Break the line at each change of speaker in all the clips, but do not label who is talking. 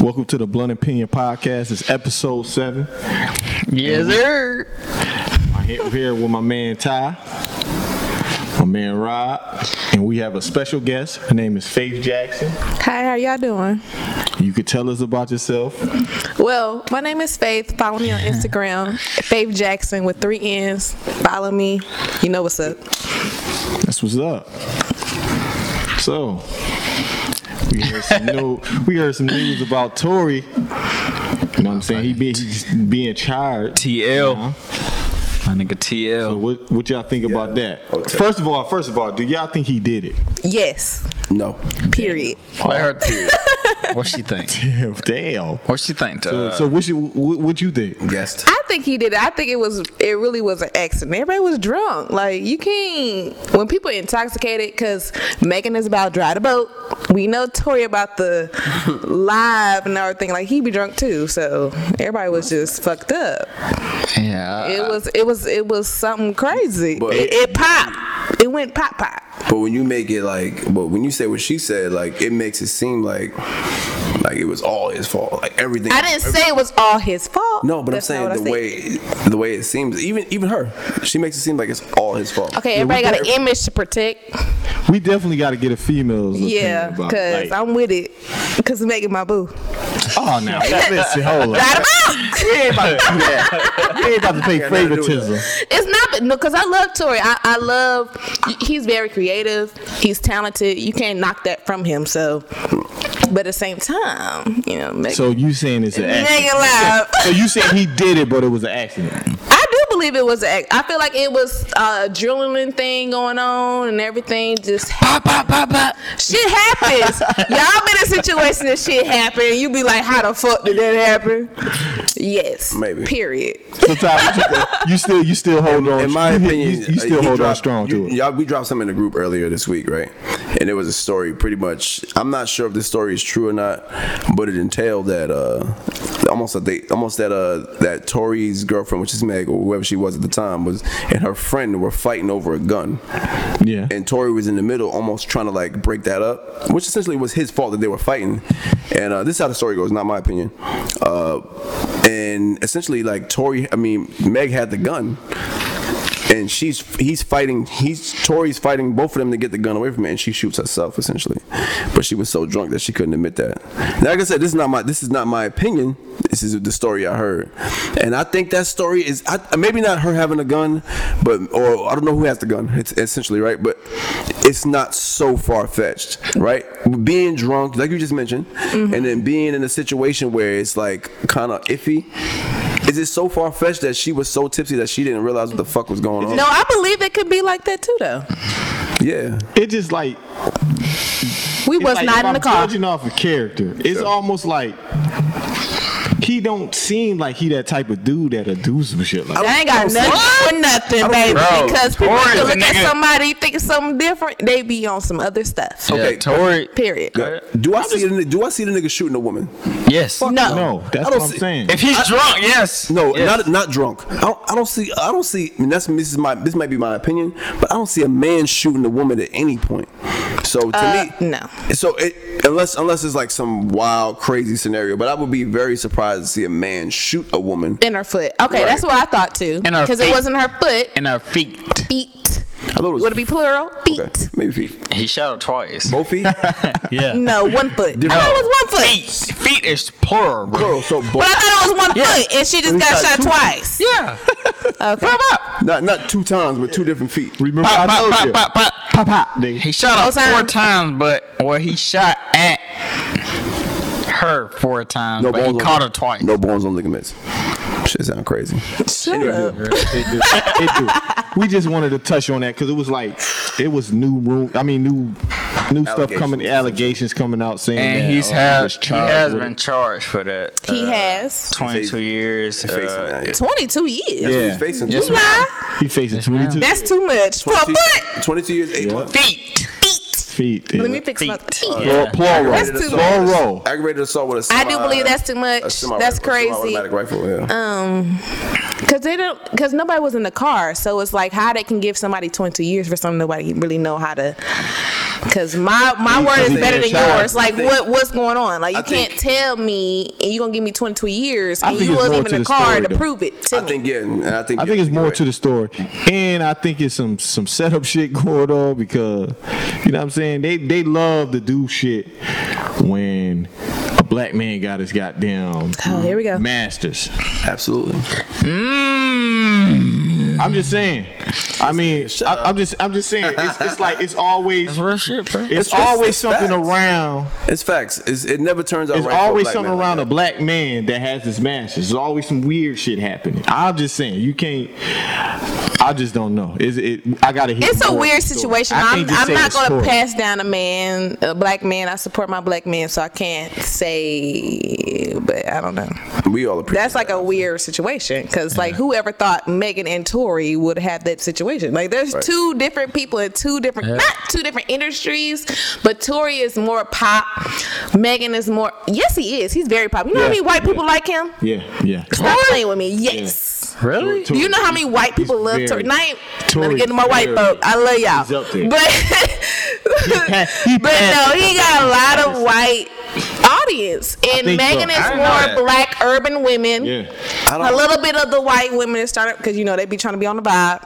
Welcome to the Blunt Opinion Podcast. It's episode seven.
Yes, sir.
I'm here here with my man Ty, my man Rod, and we have a special guest. Her name is Faith Jackson.
Hi, how y'all doing?
You could tell us about yourself.
Well, my name is Faith. Follow me on Instagram, Faith Jackson with three N's. Follow me. You know what's up.
That's what's up. So we heard some new, we heard some news about Tory. You know what I'm saying? He be, he's being charged.
TL. Uh-huh. My nigga TL.
So what, what y'all think about that? First of all, first of all, do y'all think he did it?
Yes.
No.
Period.
Let her too. what she think?
Damn.
What she think? To,
So, so what, you, what, what you think?
Yes.
I think he did it. I think it was it really was an accident. Everybody was drunk. Like you can't when people intoxicated because Megan is about dry the boat. We know Tori about the live and everything. Like he be drunk too. So everybody was just fucked up.
yeah. I-
It was it was it was something crazy.
But-
it, it popped. It went pop pop.
But when you make it like, but when you say what she said, like it makes it seem like, like it was all his fault, like everything.
I didn't say it was all his fault.
No, but
That's not
I'm
what I
saying the
said.
way, the way it seems, even even her, she makes it seem like it's all his fault.
Okay,
Yeah, we
everybody got
got-
an image to protect.
We definitely got to get a female's
Yeah,
opinion about it.
because I'm with it. Because Megan, my boo.
oh, now listen, hold on.
Got him out.
We ain't about to do that. We ain't about to play
nothing to do with
favoritism.
It's not, no, because I love Tori. I, I love, he's very creative. He's talented. You can't knock that from him. So, but at the same time, you know, Megan.
So you saying it's an
Megan
accident?
live.
So you saying he did it, but it was an accident?
I do believe it was an act. I feel like it was a adrenaline thing going on and everything just
Pop, pop, pop, pop.
Shit happens. Y'all been in a situation that shit happened. You be like, how the fuck did that happen? Yes.
Maybe.
Period.
Sometimes you, you still you still hold on.
in my
you-
opinion,
you, you still
he
hold on
dropped-
strong to
you-
it.
Y'all, we dropped something in the group earlier this week, right? And it was a story, pretty much. I'm not sure if this story is true or not, but it entailed that uh, almost that they, almost that uh, that Tori's girlfriend, which is Meg or whoever she was at the time, was and her friend were fighting over a gun,
yeah.
and Tori was in the middle, almost trying to like break that up, which essentially was his fault that they were fighting. And uh, this is how the story goes, not my opinion. Uh, and essentially, like Tori, I mean, Meg had the gun, and she's he's fighting, he's Tori's fighting both of them to get the gun away from it, and she shoots herself essentially. But she was so drunk that she couldn't admit that. Now, like I said, this is not my this is not my opinion. This is the story I heard, and I think that story is I, maybe not her having a gun, but or I don't know who has the gun. It's essentially right, but it's not so far fetched, right? Being drunk, like you just mentioned, and then being in a situation where it's like kind of iffy. Is it so far fetched that she was so tipsy that she didn't realize what the fuck was going on?
No, I believe it could be like that too, though.
Yeah.
It just like
We
it's
was
like
not
if
in the
I'm
car.
Judging off a character, it's almost like he don't seem like he that type of dude that'll do some shit like. that.
I ain't got nothing for nothing, baby.
Bro,
because people
Tori
can
is a
look at
nigga.
somebody think something different. They be on some other stuff.
Okay,
Okay.
Tori.
Period.
Do I see the, do I see the nigga shooting a woman?
Yes.
No.
No, that's
I
what
don't
I'm
see-
saying.
If he's drunk, yes.
No,
Yes.
not not drunk. I don't, I don't see I don't see and that's this is my this might be my opinion, but I don't see a man shooting a woman at any point. So to
Uh,
me
no.
So it unless unless it's like some wild crazy scenario, but I would be very surprised to see a man shoot a woman.
In her foot. Okay, that's what I thought too.
In her
Because it
feet.
wasn't her foot.
in her feet.
Feet.
I thought it was
Would it be plural? Feet.
okay, maybe feet.
He shot her twice.
Both feet?
Yeah.
No, one foot. I thought it was one foot.
Feet. Feet is plural, bro.
Girl, so
But I
both
thought it was one
Yeah.
foot, and she just
We
got
got
shot
two.
twice.
Yeah.
Okay.
not not two times, but two different feet.
Remember,
Pop,
I
pop,
told
pop,
you.
pop, pop.
pop, pop, nigga.
He shot her
Both
four
times.
times, but well, he shot at her four times,
No
but
bones
he
on-
caught her twice.
No bones on ligaments. Shit sound crazy.
Uh,
Shut up.
It do. It do. We just wanted to touch on that because it was like it was new room. I mean, new new stuff coming,
Allegations.
allegations coming out saying
and
that,
he's
uh,
had
was
he
charged
has
with
been charged for that.
He
uh,
has
22
Face-
years.
Facing
Uh,
that, yeah.
22 years.
Yeah.
He's facing
Yes,
You lie.
He facing 22
That's too much for a
22
foot.
22 years, 8
Yeah.
months.
feet.
Feet.
feet. yeah.
Let me fix my
Feet.
feet.
Uh,
Plural-
Yeah.
plural.
That's too
Plural.
much.
Aggravated assault with a
I
semi,
do believe that's too much.
a semi-
That's
a semi-automatic
crazy.
Rifle, yeah.
Um,
Cause they don't, cause nobody was in the car, so it's like how they can give somebody 22 years for something nobody really know how to Cause my my word is
think
better
it's
than
child.
yours. Like
think-
what what's going on? Like you
I
can't
think-
tell me and you gonna give me twenty two years
I
and
think
you
it's
wasn't
more
even
to
in
the
the car
story,
to
though.
prove it to
I
me.
think yeah, and I think
I think it's more to the story, and I think it's some some setup shit going on because you know what I'm saying they they love to do shit when a black man got his goddamn
Oh, here we go.
masters.
absolutely.
Mmm,
I'm just saying. I mean, I, am just I'm just saying. It's, it's like it's always
Real shit, bro.
it's
It's just
always
the
something
facts.
around.
It's facts. It's, it never turns out.
It's
right for a
always
black
something
man like
around
that.
a black man that has his masters. There's always some weird shit happening. I'm just saying, you can't. I just don't know. Is it? I gotta hear.
It's a
more
weird
of the story.
situation.
I
I'm,
can't just
I'm
say
not
the
going to
story.
pass down a man, a black man. I support my black man, so I can't say, but I don't know.
We all appreciate.
That's like a weird situation because, like, whoever thought Megan and Tori would have that situation? Like, there's two different people in two different, not two different industries, but Tori is more pop. Megan is more, yes, he is. He's very pop. You know how
Yeah,
many white people like him?
Yeah, yeah.
Stop playing with me. Yes.
Tori-
Really?
Do you know how many white people love
very-
Tory? Now, I ain't- let me
Tory's
get to my white
very-
folk. I love y'all.
He's up there.
But,
pass- he
but
passed
no, he got a lot of white audience. And
think so.
Megan
I
is
didn't know that.
more black urban women.
Yeah.
I don't-
A little bit of the white women that started because you know they be trying to be on the vibe.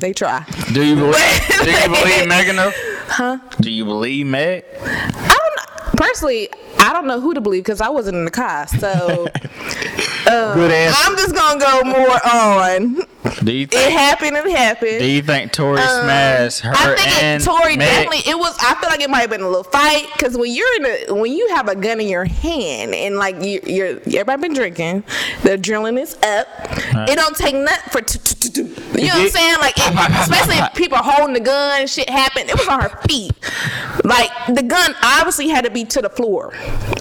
They try.
Do you believe? do you believe Megan? Though? Huh? Do you believe Meg?
I don't know. Personally, I don't know who to believe because I wasn't in the car. So Uh,
Good ass.
I'm just gonna go more on.
Do you
It
think?
happened. It happened.
Do you think Tori smashed her
Uh, I think
and
it, Tori
Meg?
definitely. It was. I feel like it might have been a little fight because when you're in a, when you have a gun in your hand and like you, you're everybody been drinking, the adrenaline is up. It don't take nothing for. t- t- t- t- you know what I'm
It-
saying? Like, it, especially if people are holding the gun and shit happened. It was on her feet. Like the gun obviously had to be to the floor,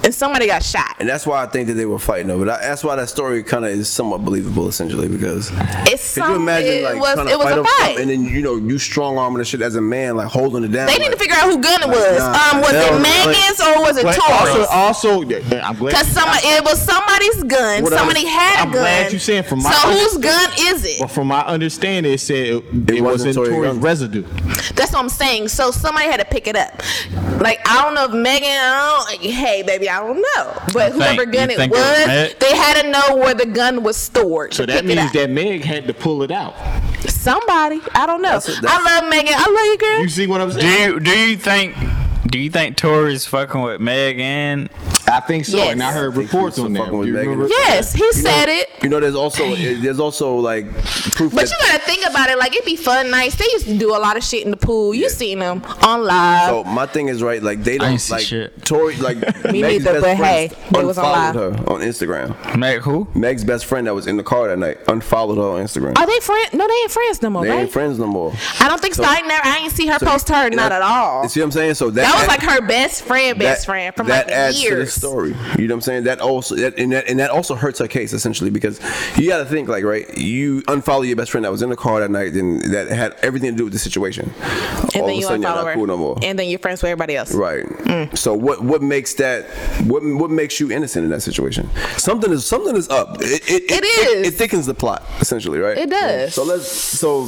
and somebody got shot.
And that's why I think that they were fighting over. That. That's why that story kind of is somewhat believable, essentially, because
It's
could you
some-
imagine
it
like
was
trying to
it was
fight
a
over
fight.
something and then you know you strong arming the shit as a man, like holding it down.
they
like,
need to figure out who gun it was.
nah,
um, was
that
it
was-
Megan's or was it
But
Tori's?
also, also, I'm glad.
Cause somebody, it was somebody's gun.
What I-
Somebody had a
I'm
gun.
glad you said from my
So
under-
whose gun is it?
Well, from my understanding, it said it, it,
wasn't
wasn't
Tory
Tory's
Gunn.
residue.
That's what I'm saying. So somebody had to pick it up. Like I don't know if Megan. I don't, like, hey, baby, I don't know. But
think-
whoever gun
you
it
think it was
was,
Meg?
they had to know where the gun was stored.
So
to
that
pick it
means
up.
that Meg had to pull it out.
somebody. I don't know.
what-
I
that's-
love Megan. I love you, girl.
You see what I'm
Do
saying?
you do you think do you think Tori's fucking with Meg and
I think so,
Yes.
and I heard reports
was
on that.
fucking with
You
Megan.
remember?
yes, he said it.
You know, there's also there's also like proof
But
that
you gotta think about it. Like it'd be fun nights. They used to do a lot of shit in the pool. You
Yeah.
seen them on live.
So oh, my thing is right, like they
ain't
don't
see
like
shit.
Tori like
Me
Meg's
neither,
best
but
friend
hey, it was on live.
unfollowed her on Instagram.
Meg who?
Meg's best friend that was in the car that night unfollowed her on Instagram.
Are they friends? No, they ain't friends no more,
they
right?
ain't friends no more.
I don't think so. I ain't never. I ain't see her post her
And
not
I-
at all.
You see what I'm saying? So that,
That was like her best friend, best
that-
friend from
that
like
adds to the
years.
story. You know what I'm saying? That also that and that and that also hurts her case essentially because you got to think like right. You unfollow your best friend that was in the car that night and that had everything to do with the situation.
And
All
then
of a
you
sudden, you're
unfollow
not
her,
cool no more.
and then you're friends with everybody else.
Right.
Mm.
So what what makes that what what makes you innocent in that situation? Something is something is up. It it,
It
It,
is.
thickens the plot essentially, right?
It does.
So let's so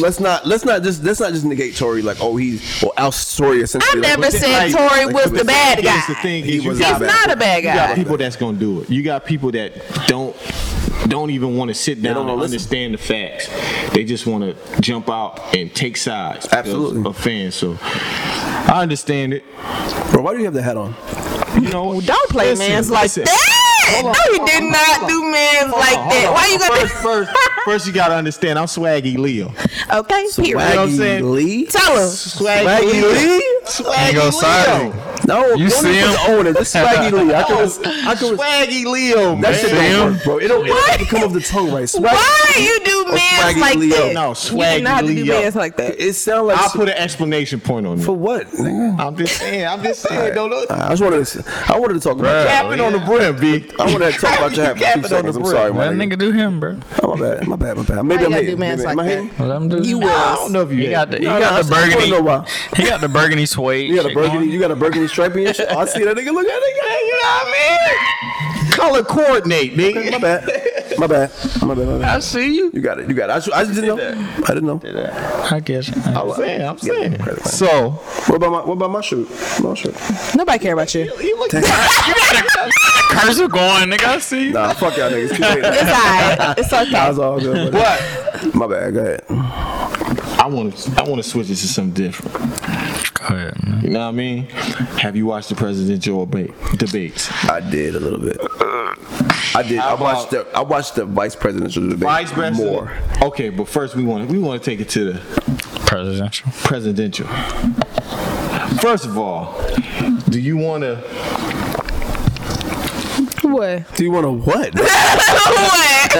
let's not let's not just let's not just negate Tory like oh he's or oust Tory
I
essentially. like,
never
what-
said
like-
Tori was the bad guy.
Here's the thing:
He
is you
was
got
He's not a bad
You got
guy.
people that's gonna do it. You got people that don't don't even want to sit down
don't
and
wanna listen.
understand the facts. They just want to jump out and take sides. because
Absolutely.
of fans. So I understand it.
Bro, why do you have the hat on?
You know,
Don't play
listen,
man's like
listen.
that.
Hold on,
no, he
hold
did
on,
not
hold on.
do man's like
Hold on,
that.
hold
Why
on.
you gonna?
first, first, first, you gotta understand. I'm Swaggy Leo.
okay, period.
what I'm
Swaggy
saying?
Lee.
Tell him.
Swaggy,
Ain't
Swaggy Leo.
gonna sign it.
No, you don't
see
even
him?
own it. This is Swaggy Lee. I can, I can,
Swaggy Leo, man.
that shit don't
Damn.
work, bro. It don't, it
Why?
don't even come off the tongue right. Swaggy.
Why you do man's
Oh, Swaggy
like
Leo.
that?
No,
you do not have to
Swaggy
do
Leo.
man's like that.
It sounds like
I'll put an explanation point on
for
it.
what? nigga?
I'm just saying. I'm just saying. Don't look.
I just wanted to, I wanted to talk
Bruh.
about
Capping on the brim, B.
I wanted to talk about your hat
Capping
for
on
two seconds.
the
I'm
brim.
sorry,
That
man.
nigga do him, bro.
Oh, my bad. My bad. My bad. Maybe
you
I'm
gotta do
hating.
mans like
Maybe, am I
that?
hating?
Let him do.
You
You
I
will.
don't know if you
he
had
got the he
No, no,
got
I
the
wanna
burgundy.
know why.
He got the burgundy suede.
You got a
shit
burgundy.
going.
You got a burgundy stripe in your shit. Oh, I see that nigga. Look at that
color coordinate,
nigga. My
nigga.
bad. My bad. My bad. My bad.
I see you.
You got it. You got it. I, just- I just didn't know. I didn't know.
I guess. I'm saying. I'm saying. So
What about my What about my shirt? My shirt.
Nobody care about you. It's
cursor going, nigga. I see. you.
Nah, fuck y'all niggas. Keep it.
alright. It's
I
okay.
was all good. What?
What?
My bad. Go ahead.
I want to. I want to switch it to something different.
Go ahead, man.
You know what I mean? Have you watched the presidential debate? Debates.
I did a little bit. I did. I
How
watched the I watched the vice presidential debate
Vice president.
more.
Okay, but first we want we want to take it to the
Presidential.
presidential. First of all, do you want to?
What?
Do you want to what?
what?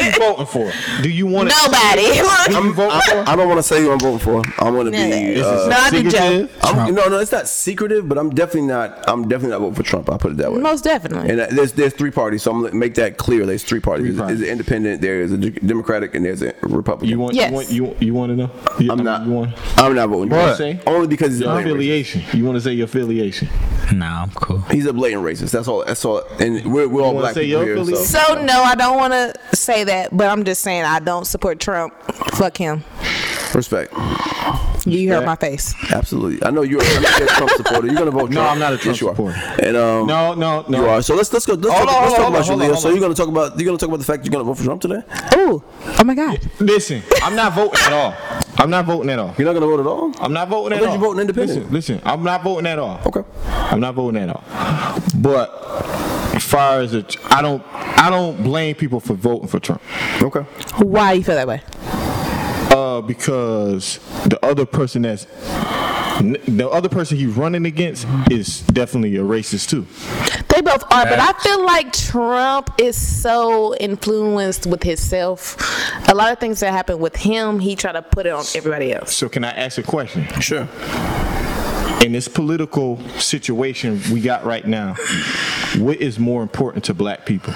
You voting for? Do you want to?
Nobody.
You vote for?
I, I don't want to say who I'm voting for. I'm going to be.
No,
Uh,
no, I did Joe.
Secretive?
I'm, no, no, it's not secretive, but I'm definitely not. I'm definitely not voting for Trump. I will put it that way.
Most definitely.
And uh, there's there's three parties, so I'm gonna make that clear. There's three parties.
Three
there's,
parties.
there's an independent, there is a de- Democratic, and there's a Republican.
You want?
Yes.
You want? You, you want to know? You,
I'm not.
You want
I'm not voting.
What?
Say? Only because he's a
your
blatant racist.
affiliation? You want to say your affiliation?
Nah, I'm cool.
He's a blatant racist. That's all. That's all. And we're, we're all
wanna
black
say
people
your
here. So.
affiliation?
So no, I don't want to say that, but I'm just saying I don't support Trump. Fuck him.
Respect.
You heard my face.
Absolutely. I know you're, I know you're a Trump supporter. You're gonna vote.
No,
Trump.
I'm not a Trump
Yes, you are.
supporter.
And um,
No, no, no.
you are. So let's let's go. Let's
Hold
talk,
on,
let's
hold
talk
on,
about you,
hold on,
Leo.
hold
So
on.
you're gonna talk about you're gonna talk about the fact you're gonna vote for Trump today?
Oh, oh my God.
Listen, I'm not voting at all. I'm not voting at all.
You're not gonna vote at all?
I'm not voting at
thought
all.
you voting
Listen,
independent.
listen, I'm not voting at all.
Okay.
I'm not voting at all. But as far as the, I don't, I don't blame people for voting for Trump
Okay.
Why you feel that way?
uh, because the other person that's the other person he's running against is definitely a racist too.
They both are, but I feel like Trump is so influenced with himself. A lot of things that happen with him, he try to put it on everybody else.
So can I ask a question?
Sure.
In this political situation we got right now, what is more important to black people?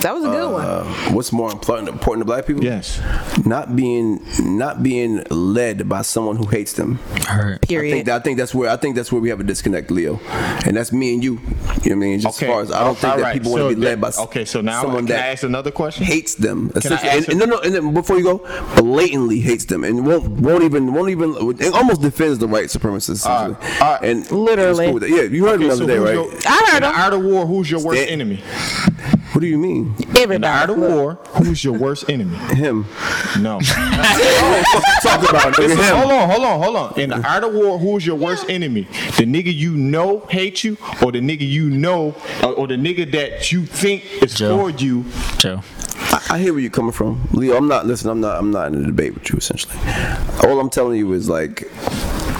That was a
Uh,
good one.
What's more important important to black people?
Yes.
Not being not being led by someone who hates them.
Alright.
I think
Period.
that, I think that's where I think that's where we have a disconnect, Leo, and that's me and you. You know what I mean? Just as far as I don't think
All
that
right.
people want
Oh, So
to be led by
that-
s-
Okay, so now
someone
can
that
I ask another question?
hates them.
I
Essentially.
ask
And, and no, no, and then before you go, blatantly hates them and won't won't even won't even it almost defends the white supremacists.
All right,
essentially.
all right.
And it's
Literally.
cool with that. yeah, you heard
Okay,
me the other
so
day,
who's
right?
your-
I heard
in the
him.
art of war, who's your worst
Stan-
enemy?
What do you mean?
In the art
Everybody.
of war, who's your worst enemy?
Him.
No.
Talk about it, nigga,
Listen,
him.
hold on, hold on, hold on. In the art of war, who's your worst enemy? The nigga you know hate you, or the nigga you know, or, or the nigga that you think is
Joe.
for you?
Joe.
I, I hear where you're coming from, Leo. I'm not. Listen, I'm not. I'm not in a debate with you. Essentially, all I'm telling you is like.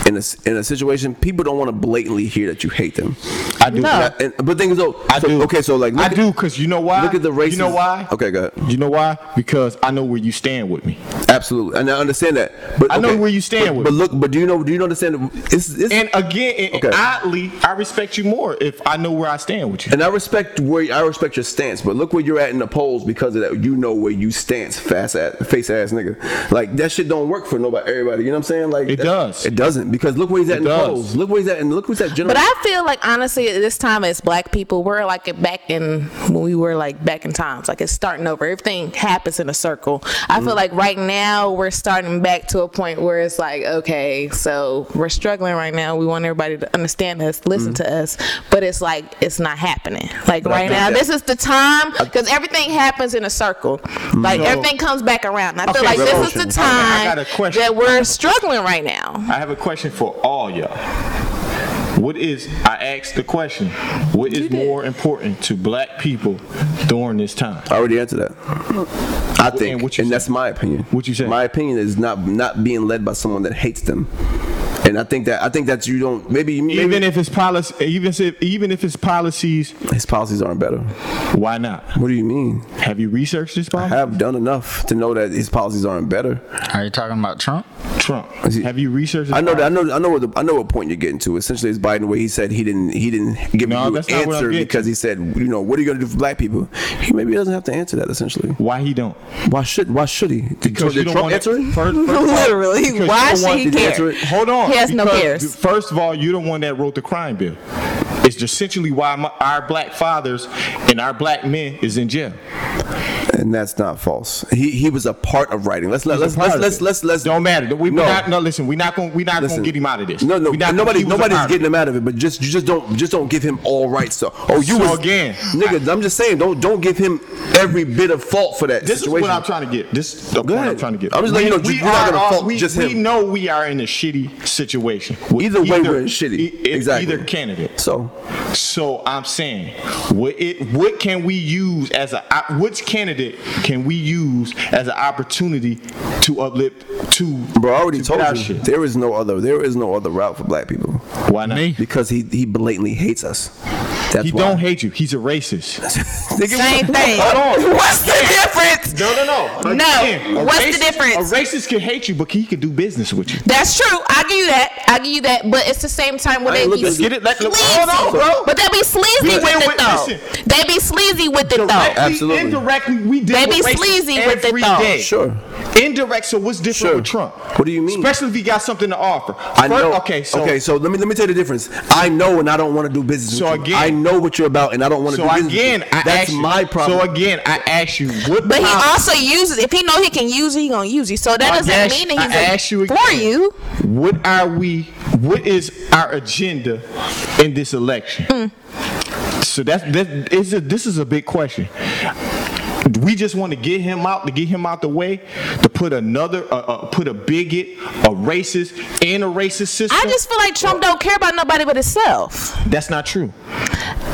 In a, s- in a situation, people don't want to blatantly hear that you hate them.
I do.
No.
And, and- but thing is, though,
I
so-
do.
okay, so like,
I
look at-
do, cause you know why?
Look at the races.
You know why?
Okay, go ahead.
You know why? Because I know where you stand with me.
Absolutely, and I understand that. But
I know
okay,
where you stand
but,
with
But
it.
look, but do you know? Do you understand? that It's, it's
And
and,
again, and
Okay.
oddly, I respect you more if I know where I stand with you.
I respect where I respect your stance, but look where you're at in the polls because of that. You know where you stance, fast ass, face ass nigga. Like that shit don't work for nobody, everybody. You know what I'm saying? Like
It
that-
does.
It doesn't because look where he's at in
does.
the polls. Look where he's at, and look where he's at. General.
But I feel like honestly, at this time as black people, we're like back in when we were like back in times. Like it's starting over. Everything happens in a circle. I feel like right now we're starting back to a point where it's like, okay, so we're struggling right now. We want everybody to understand us, listen to us, but it's like it's not happening. Like
I
right
think
now,
that-
this is the time because everything happens in a circle. Like everything comes back around. And I feel
Okay,
like this is
revolution.
the
I got- I
time
got a question.
that we're struggling right now.
I have a question for all y'all. What is I asked the question? What is more important to black people during this time?
I already answered that. I think,
and
and,
what you said.
that's my opinion.
What you said.
My opinion is not not being led by someone that hates them, and I think that I think that you don't. Maybe, maybe
Even if it's policy, even if even if it's policies,
his policies aren't better.
why not?
What do you mean?
Have you researched this
I
policy?
have done enough to know that his policies aren't better.
Are you talking about Trump?
Trump.
he-
Have you researched? This
I know that. I know. I know. What the, I know what point you're getting to. Essentially, it's Biden where he said he didn't. He didn't give
No,
you
that's
an
not what I'm
answer
getting
because he said, you know, what are you going to do for black people? He maybe doesn't have to answer that. Essentially,
Why he don't?
why should why should he? Did,
Because you don't
did Trump
want
answer it?
First, first of all-
Literally,
because
why
you don't
should
want
he
the
care?
answer it.
Hold on.
He has no
because
cares.
First of all, you're the one that wrote the crime bill. It's essentially why my, our black fathers and our black men is in jail.
and that's not false. He he was a part of writing. Let's let,
He's
let's
a part
let's
of
let's,
it.
let's let's
Don't matter. We,
No.
no. Not, no, listen. We're not going. We're not going to get him out of this.
No, no,
We not-
nobody,
he was a
nobody's
part of it.
getting him out of it. But just, you just don't, just don't give him all rights. So, oh, you
So
was
again,
nigga. I'm just saying, don't, don't give him every bit of fault for that
This
situation.
is what I'm trying to get. This is the
Go
point
ahead.
I'm trying to get.
I'm just letting you know,
We-
you're not
we
gonna
are-
fault
we,
just
we
him.
know we are in a shitty situation. with e,
Either way, we're in shitty. Exactly.
Either candidate.
so,
So I'm saying, what it what can we use as a op- which candidate can we use as an opportunity to uplift to?
bro, I already
to
told
get our
you
shit?
there is no other, there is no other route for black people
Why not?
Me?
because he he blatantly hates us. That's
He
why.
don't hate you. He's a racist.
Nigga,
Same
what-
thing.
Hold on.
What's the difference?
No, no, no.
No.
a
What's the
racist-
difference?
A racist can hate you, but he can do business with you.
That's true. I give you that. I give you that. But it's the same time when
Hey,
they
look,
be
let's
get it. Let- look,
sleazy.
hold on, bro.
But they be sleazy
We
with
went
it
with-
though.
listen.
They be sleazy with it
Directly,
though.
Absolutely.
Indirectly, we deal
They
with
be
racists
sleazy with it,
every
though.
day.
Sure.
Indirect. So what's different
Sure.
with Trump?
What do you mean?
Especially if he got something to offer.
I know.
Okay. So
okay. So let me let me tell you the difference. I know, and I don't want to do business.
So
with you.
again-
I know what you're about, and I don't want to
So
do business. with
again,
you.
I
that's
ask you-
my problem.
So again, I ask you, what
But he
power-
also uses. If he know he can use it, he gonna use it. So that
I
doesn't
ask-
mean
I
that he's a-
ask you
for
again.
you.
What are we? What is our agenda in this election?
Hmm.
So that's that is a, this is a big question. We just want to get him out to get him out the way to put another uh, uh, put a bigot, a racist, and a racist system.
I just feel like Trump don't care about nobody but himself.
that's not true.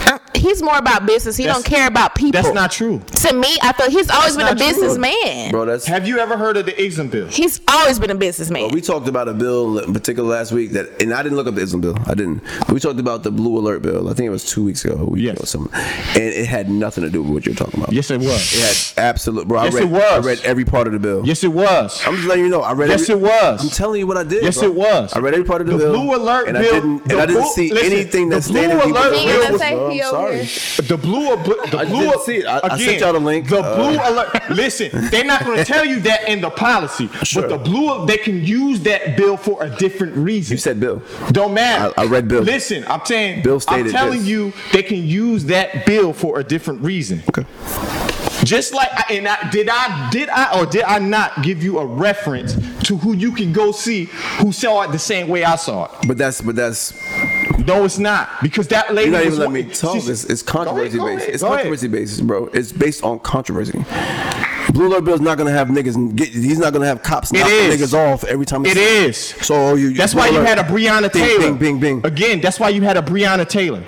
Uh, He's more about business. He
That's-
don't care about people.
That's not true.
To me, I feel he's always been a
not true.
businessman.
bro, that's
Have you ever heard of the Exxon bill?
He's always been a businessman.
We talked about a bill in particular last week that, and I didn't look up the Islam bill. I didn't. We talked about the blue alert bill. I think it was two weeks ago. a week
Yes.
ago or something. And it had nothing to do with what you're talking about.
Yes, it was.
It had absolute. Bro,
Yes,
I read.
it was.
I read every part of the bill.
Yes, it was.
I'm just letting you know. I read.
Yes,
every-
it was.
I'm telling you what I did.
Yes,
bro.
it was.
I read every part of the,
The
bill.
blue alert
and I
bill-
didn't. And
the
I didn't
blue-
see
listen,
anything
the
that stated
blue
people.
alert bill-
I'm
He gonna say he over
sorry.
here.
The blue, ab- the
I
blue.
didn't see it. I- I
again,
sent y'all the link.
The
Uh,
blue alert. Listen, they're not going to tell you that in the policy,
Sure.
but the blue, they can use that bill for a different reason.
You said bill.
Don't matter.
I- I read bill.
Listen, I'm saying.
Bill stated
I'm telling
this.
you, they can use that bill for a different reason.
Okay.
Just like, I- and I, did I, did I, or did I not give you a reference to who you can go see who saw it the same way I saw it?
But that's. But that's.
No, it's not because that lady
You're not
was
even letting me
wa-
talk.
she's-
It's, it's
Go ahead,
controversy
go
based.
ahead,
It's
go ahead.
controversy based, bro. It's based on controversy. Blue alert bill's not gonna have niggas. Get, he's not gonna have cops knock
is.
niggas off every time.
It
it's-
is.
So oh, you.
That's why
Blue
you had
Alert-
a Breonna
Bing,
Taylor.
Bing, bing, bing.
Again, that's why you had a Breonna Taylor.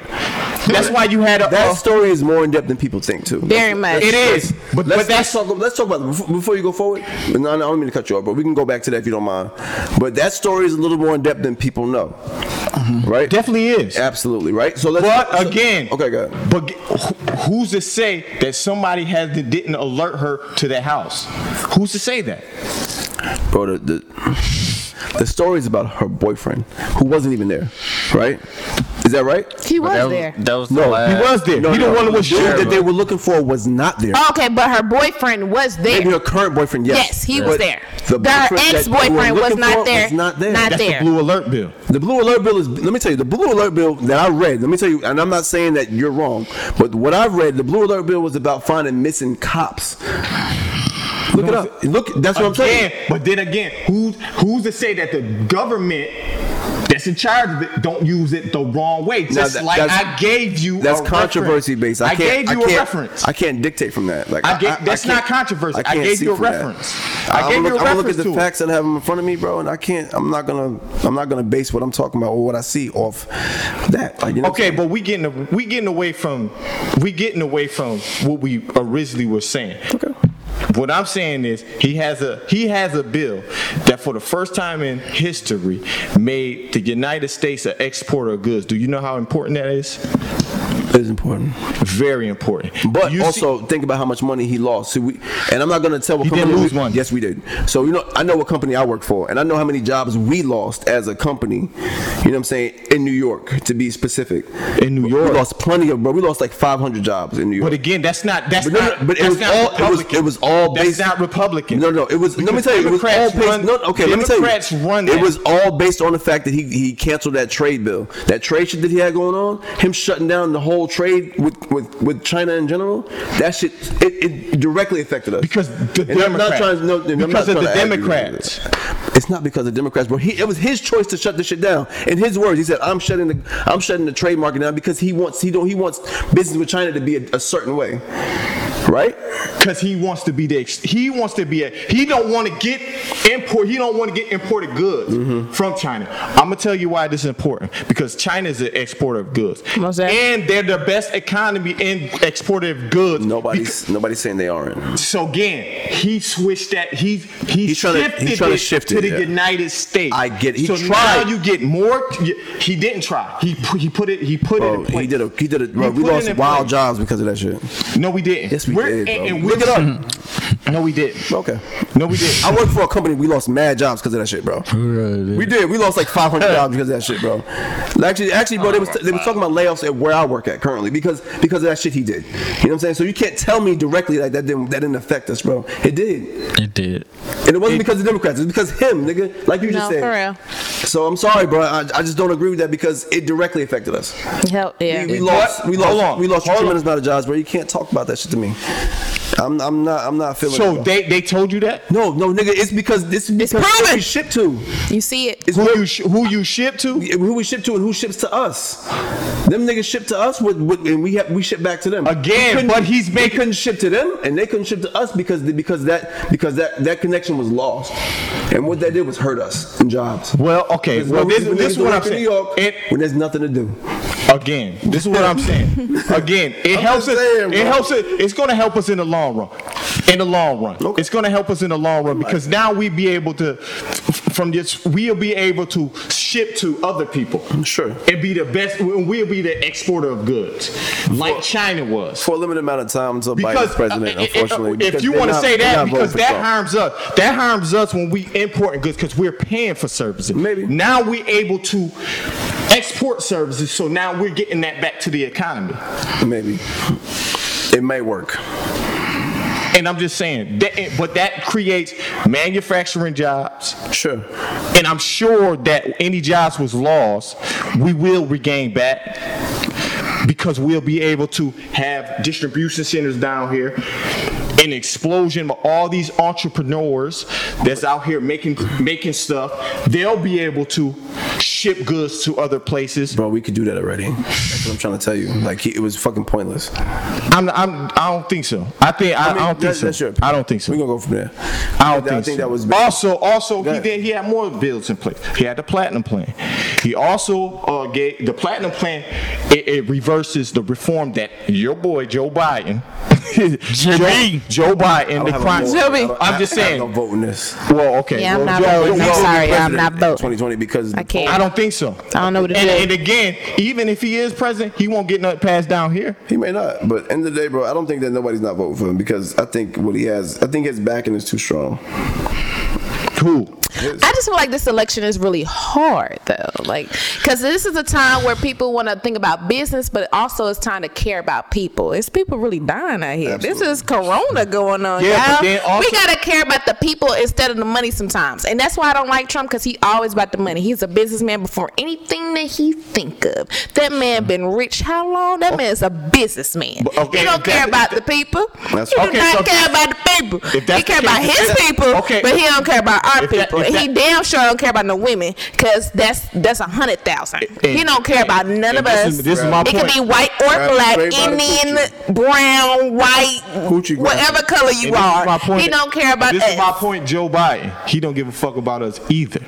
That's why you had a.
That story is more in depth than people think too.
Oh. Very much.
it is, but,
Let's,
but that's
let's talk. Let's talk about before, before you go forward. No, no, I don't mean to cut you off, but we can go back to that if you don't mind. But that story is a little more in depth than people know, right?
definitely is.
Absolutely, right? So let's.
Mm-hmm. But
so-
again,
okay, go. ahead.
But g- who- who's to say that somebody has didn't alert her to that house? Who's to say that?
bro. The, the the story is about her boyfriend who wasn't even there, right? Is that right?
He was
That was,
there.
that was the
No,
last.
He was there. he the one that
the
was
dude
shooting.
that they were looking for was not there.
Oh, okay, but her boyfriend was there.
Maybe her current boyfriend, yes.
Yes, he was
But
there.
The
The
boyfriend that you were
ex-boyfriend was
looking
not
for
there.
was not there.
Not
That's
there.
the blue alert bill.
The blue alert bill is. Let me tell you, the blue alert bill that I read. Let me tell you, and I'm not saying that you're wrong, but what I've read, the blue alert bill was about finding missing cops. Look it up. Look, that's what I'm saying.
Again, but then again, who's who's to say that the government that's in charge of it don't use it the wrong way? Just
that-
like
that's-
I gave you
That's
a
controversy
reference.
based. I, can't,
gave you
I
a
can't,
reference.
I can't dictate from that. Like
I gave- that's not
can't-
controversy. I
can't
gave
see
you a
from that.
reference. I
I'm
gave
gonna
you a
look, I'm gonna look at
reference
the
to it.
facts that I have in front of me, bro, and I can't. I'm not gonna. I'm not gonna base what I'm talking about or what I see off that. Like, you know,
Okay, but we getting we getting away from we getting away from what we originally were saying.
Okay.
What I'm saying is he has a he has a bill that for the first time in history made the United States an exporter of goods. Do you know how important that is?
It's important.
Very important.
But
You see-
also think about how much money he lost. See, we, and I'm not gonna tell what
He
company
didn't
we-
lose one.
Yes, we did. So you know, I know what company I work for, and I know how many jobs we lost as a company. You know what I'm saying? In New York, to be specific.
In New York.
we lost plenty of, bro. We lost like 500 jobs in New York.
but again, that's not that's
But no, no,
not.
but it
that's
was
not
all it was,
Republican.
it was all
That's
based
not Republican.
No, no, it was. Let me
Because
tell you, it was all
Democrats
based.
run-
no, okay, let me tell you.
Democrats run
It
that.
was all based on the fact that he he canceled that trade bill, that trade shit that he had going on, him shutting down the whole trade with with, with China in general. That shit it, it directly affected us
Because the
And I'm not
Democrats.
trying- no, I'm not
Because of
trying
the
to argue with
Democrats.
you. It's not because of Democrats, bro. He, it was his choice to shut this shit down. In his words, he said, "I'm shutting the I'm shutting the trade market down because he wants he don't he wants business with China to be a, a certain way, right?"
Because he wants to be the ex- he wants to be a he don't want to get import he don't want to get imported goods
Mm-hmm.
from China. I'm gonna tell you why this is important because China is an exporter of goods
Most definitely.
and they're the best economy in exporter of goods.
Nobody's nobody's saying they aren't.
Bec- so again, he switched that he he
He's trying to-
shifted
he's trying to
it
shift
to
it,
the
yeah.
United States.
I get it. He
so
tried.
now you get more. He didn't try. He pu- he put it he put it.
Bro,
In place.
Oh, he did a he did a bro,
You
we
put it
lost
in
wild
place.
jobs because of that shit.
No, we didn't.
Yes, we
We're- and-
did, bro.
and we're-
Look it up.
No, we didn't.
Okay.
No, we didn't.
I work for a company. We lost mad jobs because of that shit, bro. We did. We lost like 500 jobs because of that shit, bro. Actually, actually, bro, they was they was talking about layoffs at where I work at currently because because of that shit he did. You know what I'm saying? So you can't tell me directly like that didn't that didn't affect us, bro. It did,
It did.
and it wasn't because of Democrats. It's because him, nigga. Like you
No,
just said.
for real.
So I'm sorry, bro. I, I just don't agree with that because it directly affected us.
Hell yeah.
We, we lost. We lost.
Hold on.
We lost a
Hold
tremendous amount of jobs, bro. You can't talk about that shit to me. I'm, I'm not. I'm not feeling. it,
So
bro.
they they told you that
No, no, nigga. It's because this. It's because who
common.
we ship to.
you see it.
It's
who
where-
you sh- who you ship to?
who we ship to and who ships to us. Them niggas ship to us, with, with, and we have, we ship back to them
Again,
We couldn't-
but he's
we
making-
couldn't ship to them, and they couldn't ship to us because the, because that because that that connection was lost, and what that did was hurt us in jobs.
Well, okay.
There's
Well,
no
this,
reason for
this
niggas
is
to
what
work
I'm
in
saying.
New York
It,
when there's nothing to do.
again, this is what I'm saying. Again, it
I'm
helps us.
just saying, bro.
it helps it. It's going to help us in the long run. In the long run,
Okay.
it's going to help us in the long run because now we be able to, f- from this, we'll be able to ship to other people.
Sure.
And be the best. we- We'll be the exporter of goods, like China was.
For a limited amount of time until Biden's
because
president,
uh, i- i-
unfortunately.
if
because
you
they're
want to
not-
say
they're
that,
not voting
because
for
that
Trump.
harms us. That harms us when we import goods because we're paying for services.
Maybe.
now we're able to export services, so now we're getting that back to the economy.
maybe it may work.
And I'm just saying, that, but that creates manufacturing jobs,
Sure.
and I'm sure that any jobs was lost, we will regain back because we'll be able to have distribution centers down here, an explosion of all these entrepreneurs that's out here making making stuff. They'll be able to ship goods to other places.
Bro, we could do that already. That's what I'm trying to tell you. Like, he, it was fucking pointless.
I'm, I'm I don't think so. I think I, I
mean,
don't think
that-
so.
that's your opinion.
I don't think so.
We're going to go from there.
I don't
I
think, so.
think that was
also also he
Go ahead.
did he had more builds in place. He had the platinum plan. He also uh, gave the platinum plan. It, it reverses the reform that your boy Joe Biden,
Jimmy.
Joe, Joe Biden,
I
the
don't have a
crime.
vote. I don't- I-
I'm just
I have
saying.
no vote in this.
well, okay.
Yeah, I'm
well,
not
Joe-
voting.
Joe-
I'm
Don't
sorry,
vote for
I'm
president
not
in
voting.
2020 because
I can't.
I don't think so.
I don't know what to
and,
do.
and again, even if he is president, he won't get nothing passed down here.
He may not, but end of the day, bro, I don't think that nobody's not voting for him because I think what he has, I think his backing is too strong.
Cool.
I just feel like this election is really hard though. Like, because this is a time where people want to think about business, but also it's time to care about people. It's people really dying out here. This is corona going on,
Yeah, but
y'all.
then also-
we got to care about the people instead of the money sometimes. And that's why I don't like Trump because he always about the money. He's a businessman before anything that he think of. That man been rich how long? That man's a businessman.
But, okay,
he don't
that-
care about the people.
That's-
he do
okay,
not
so-
care about the people.
If that's
He care
the
about
case,
his
if that-
people,
okay.
but he don't care about our
If that-
people.
if
he
that-
damn sure don't care about no women because that's that's a hundred thousand.
And-
He don't care about none
and
of
this
us.
is- this is my
it could
point.
be white or
Grab
black,
straight by the
Indian, brown, white,
Hoochie grab.
whatever color
And
you
this is my
are.
point.
He don't care about
This
us.
is my point, Joe Biden. He don't give a fuck about us either.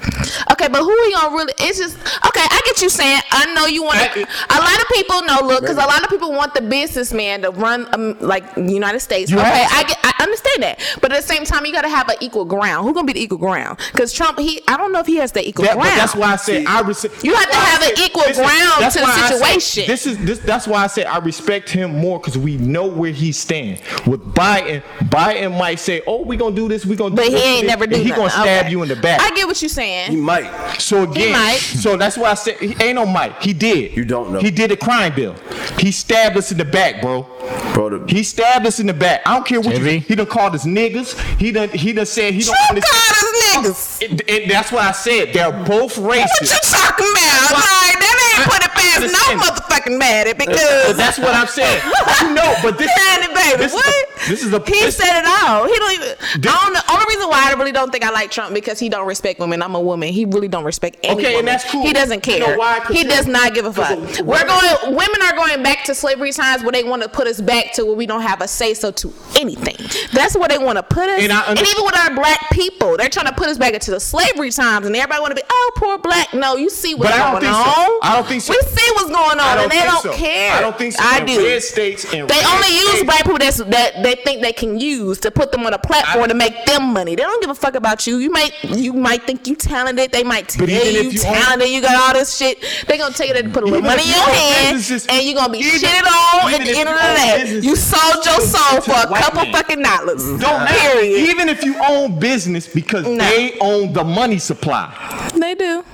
Okay, but who he gonna really? It's just okay. I get you saying. I know you want.
I-
to A lot of people know. Look, because a lot of people want the businessman to run um, like the United States.
You
okay,
have to.
I get. I, I understand that, but at the same time, you got to have an equal ground. Who's gonna be the equal ground? Because Trump, he I don't know if he has the equal
That- but
ground.
that's why I said I respect.
You have to have an equal ground to the situation.
This is this. That's why I said I respect him more because we know where he stands. With Biden, Biden might say, "Oh, we gonna do this. We gonna."
But
do
he
this,
ain't
this,"
never
and
do.
He
nothing.
gonna stab
Okay.
you in the back.
I get what you're
He
saying.
might.
So again,
might.
so that's why I said he ain't no Mike. He did.
You don't know.
He did a crime bill. He stabbed us in the back, bro.
Bro, the-
He stabbed us in the back. I don't care what
JV?
you. He done called us niggas. He done. He done said he don't.
Trump
understand-
called us niggas.
And- and that's why I said they're both
What you
racist.
talking about?
Well,
Like that ain't
I-
put it past
listen.
no motherfucking matter
But
because.
that's what I'm saying. You know, but this,
Honey, baby,
this,
what?
This is the
he
this,
said it all. He don't even.
This-
I don't know. Only reason why I really don't think I like Trump because he don't respect women. I'm a woman. He really don't respect any
Okay, and
woman.
that's cool.
He doesn't care.
You know why? 'Cause
He
you-
does not give a fuck.
Because a-
We're going. Women are going back to slavery times where they want to put us back to where we don't have a say so to anything. That's where they want to put us.
And I under-
and even with our black people, they're trying to put us back into the slavery times, and everybody want to be oh poor black. No, you see what's
But I don't
going
think
on.
so. I don't think so.
We see what's going on,
I
and
don't
they
think
don't
so.
care.
I don't think so.
I
In
do.
red states and
they
red
only use
states-
black people that's, that they think they can use to put them on a platform
I-
to make them money. They don't give a fuck about you. You might you might think you talented. They might tell
But even
you,
if you
talented. you got all this shit. They gonna tell you to put a little
Even
money
if
in
you
your
own
hand,
businesses-
and you gonna be
even-
shitted on at
even
the
if
end of
you
the
own
day.
businesses,
You sold your
to-
soul
to
for a
white
couple
men.
fucking dollars.
don't matter.
Period.
Even if you own business because
No.
they own the money supply.
They do.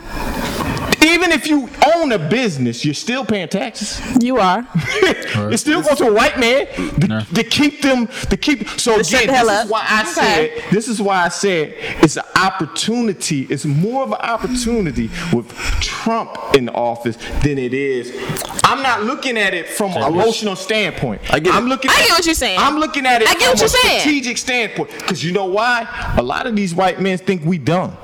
Even if you own a business, you're still paying taxes.
You are.
it still goes to a white man to, to keep them to keep. So
To shut
again,
the hell
this
up.
is why I
Okay.
said this is why I said it's an opportunity. It's more of an opportunity with Trump in office than it is. I'm not looking at it from an emotional standpoint.
I get it.
I'm looking.
I
at,
get what you're saying.
I'm looking at it
I get
from
what
a
you're saying.
strategic standpoint because you know why? A lot of these white men think we dumb.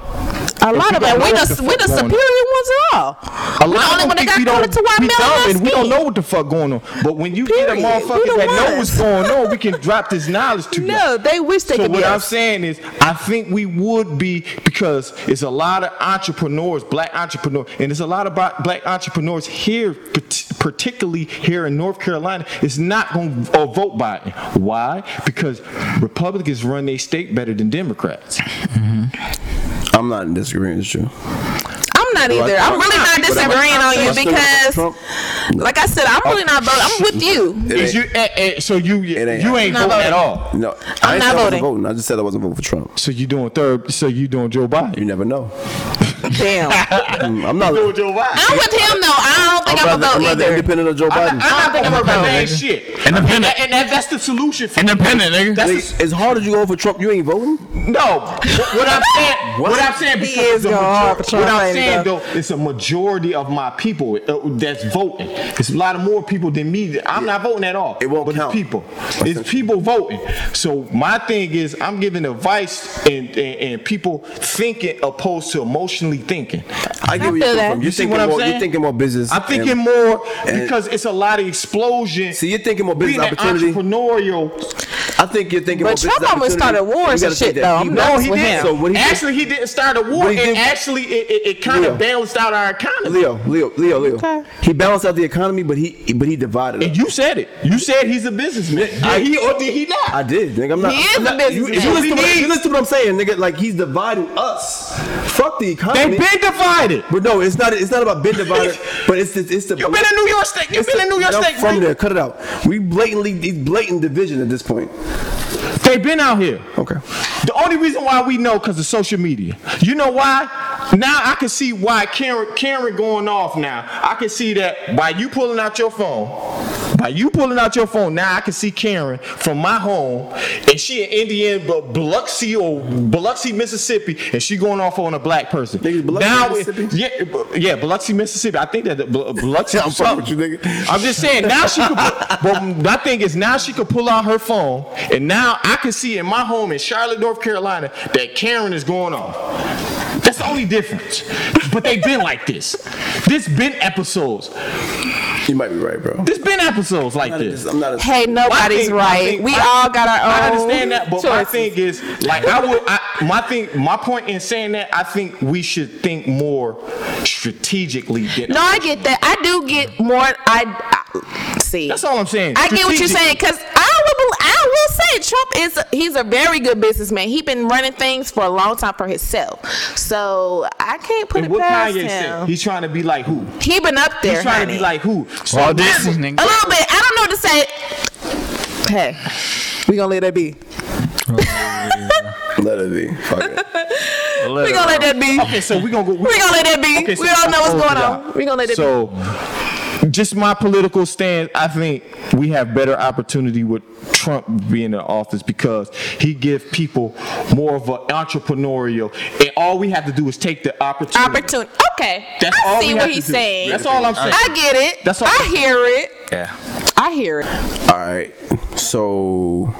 A lot of
don't
them. We
know
the
what the
we the
fuck
superior
going on.
ones at all.
A
We the
lot
only
of them
one that
think we
got
don't,
voted to white
we
male
dumb and we
skin.
don't know what the fuck going on. But when you get a
Period. We
motherfucker
the
that know
ones.
what's going on, we can drop this knowledge to you.
No, they wish they
So
could
what
be
I'm
us.
saying is, I think we would be because it's a lot of entrepreneurs, black entrepreneurs, and it's a lot of bla- black entrepreneurs here, pat- particularly here in North Carolina, is not going to vote Biden. Why? Because Republicans run their state better than Democrats.
I'm not in disagreeing with you.
I'm not either. I'm really not
But am I-
disagreeing on
am
you
I still with
because,
Trump?
like I said, I'm really not voting. I'm with you.
It
Is you,
ain't-
eh, eh, so you
ain't
you ain't
Not
voting at
voting.
all.
No,
I'm
I
not
ain't said I wasn't
voting.
voting. I just said I wasn't voting for Trump.
So you doing third? So you doing Joe Biden?
You never know.
Damn.
Mm, I'm not. I'm
Joe Biden.
I'm with him though. I don't think I'm,
rather,
gonna
I'm rather
vote either.
independent of
I,
Joe
I
Biden.
don't think I'm
Independent,
about that
nigga.
shit.
Independent.
And, that, and that, that's the solution for
Independent, nigga.
That's the
Nigga, as hard as you go for Trump, you ain't voting.
No, what, what I'm saying, what, I'm saying,
He
because
is
the
going hard for
major-
Trump
what I'm
right now.
saying though, it's a majority of my people uh, that's voting. It's a lot of more people than me. that- I'm not voting at all.
It won't
but
count.
It's people, it's people voting. So my thing is, I'm giving advice and, and, and people thinking opposed to emotionally thinking.
I get where
feel that.
you're coming from.
You
You're
see
thinking
what I'm
more. You're
saying?
thinking more business.
I'm
and-
thinking more
and-
because it's a lot of explosion.
See, you're thinking more
being
business
an
opportunity.
entrepreneurial
I think you're thinking
But
more business
Trump almost
opportunity.
started wars
You gotta
and
think
shit,
that
though. I'm
No, he
with
did.
him.
So what he did-
actually, he didn't start a war,
What he
and
did-
actually, it, it, it kind
Leo.
of balanced out our economy.
Leo, Leo, Leo, Leo.
Okay.
He balanced out the economy, but he but he divided.
And
It.
you said it. You said he's a businessman.
I-
Did he or did he not?
I did, nigga. I'm not.
He is
I'm
a
not- you-
businessman.
You, listen to what,
He-
you listen to what I'm saying, nigga. Like he's dividing us. Fuck the economy.
They've been divided.
but no, it's not. It's not about being divided. but it's it's, it's the.
You've been in New York State. You've
it's
been
the-
in New York
I'm
State.
From
bro.
there, cut it out. We blatantly, it's blatant division at this point.
They've been out here.
Okay.
The only reason why we know because of social media. You know why? Now I can see why Karen Karen going off now. I can see that by you pulling out your phone. By you pulling out your phone, now I can see Karen from my home, and she in Indiana, but Biloxi or Biloxi, Mississippi, and she going off on a black person.
Niggas, Biloxi, Mississippi?
yeah, Bu- yeah, Biloxi, Mississippi. I think that the Bu- Biloxi.
I'm fucking with you, nigga.
I'm just saying now she could. Put, but my thing is now she could pull out her phone, and now I can see in my home in Charlotte, North Carolina, that Karen is going off. That's the only difference. But they've been like this. This been episodes.
You might be right, bro.
This been episodes like
I'm not a-
this.
I'm not a-
Hey,
My
nobody's
thing- my
right.
thing-
we
my-
all got our
I
own.
understand that, but my
Oh. choices.
thing is, like, I would, I, my thing, my point in saying that, I think we should think more strategically. Than
No, I get that. I do get more. I, I see.
That's all I'm saying.
I get what you're
Strategically.
saying because I will. bel- I will say Trump is he's a very good businessman. He been running things for a long time for himself. So I can't put
And
it
what
past
Kanye
him.
said? He's trying to be like who?
He been up there.
He's trying to
honey.
be like who? So
Well, this is
a little bit. I don't know what to say. Hey, we gonna let that be.
Let it be. Fuck it.
We gonna let that be.
Okay, so we're gonna go.
We gonna let that be.
Okay, so
we don't know what's
hold
going
it
on.
up.
We gonna let it
So, just my political stance. I think we have better opportunity with Trump being in office because he give people more of an entrepreneurial, and all we have to do is take the
be.
opportunity.
Opportunity. Okay,
That's
I
all
see
we
what
have to
he's
do.
saying.
That's all I'm saying.
I get it.
That's all-
I hear it.
Yeah.
I hear it.
All right. So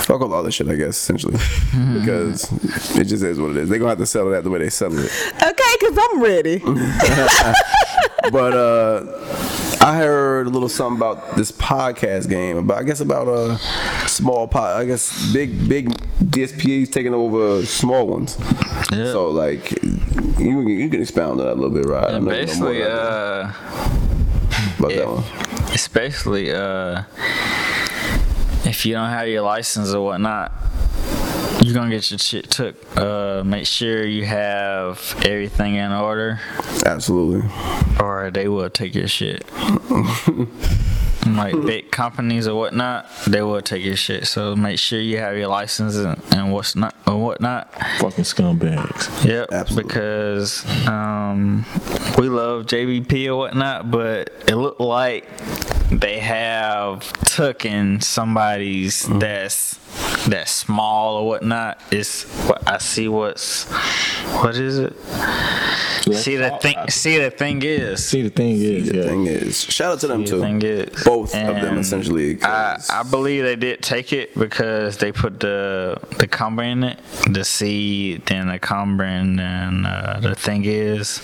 fuck all the other shit, I guess, essentially, because it just is what it is. They're gonna have to settle that the way they settle it.
Okay, cause I'm ready.
But uh, I heard a little something about this podcast game, about I guess about uh, small pod. I guess big big DSPs taking over small ones. So like, you can, you can expound on that a little bit, right?
Basically, uh,
about that one.
it's basically uh, if you don't have your license or whatnot, you're gonna get your shit took. Uh, make sure you have everything in order,
Absolutely.
or they will take your shit. like big companies or whatnot, they will take your shit. So make sure you have your license and, and what's not or whatnot.
Fucking scumbags.
Yep,
Absolutely.
because um, we love JVP or whatnot, but it looked like they have taken somebody's
Mm-hmm.
that's that's small or whatnot. It's what I see. What's what is it? see the thing. see the thing is.
See, the thing is,
The
yeah.
thing is, shout out to them
the
too.
thing is,
Both of them
and
essentially.
I,
'cause-
I believe they did take it because they put the the cumber in it, the seed, then the cumber, and then uh, the thing is.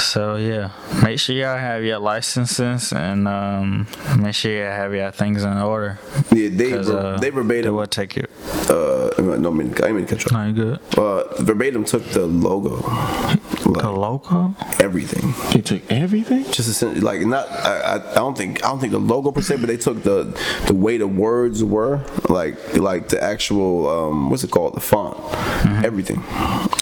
So yeah, make sure y'all have your licenses and um, make sure you have your things in order.
yeah, they
'Cause,
ver-
uh, They
they verbatim.
will take it.
Uh, no, I mean, I mean control.
Not good.
Uh, verbatim took the logo,
The
like
local.
everything.
They took everything.
Just essentially, like not. I, I, I don't think I don't think the logo per se, but they took the the way the words were, like like the actual um, what's it called, the font, everything.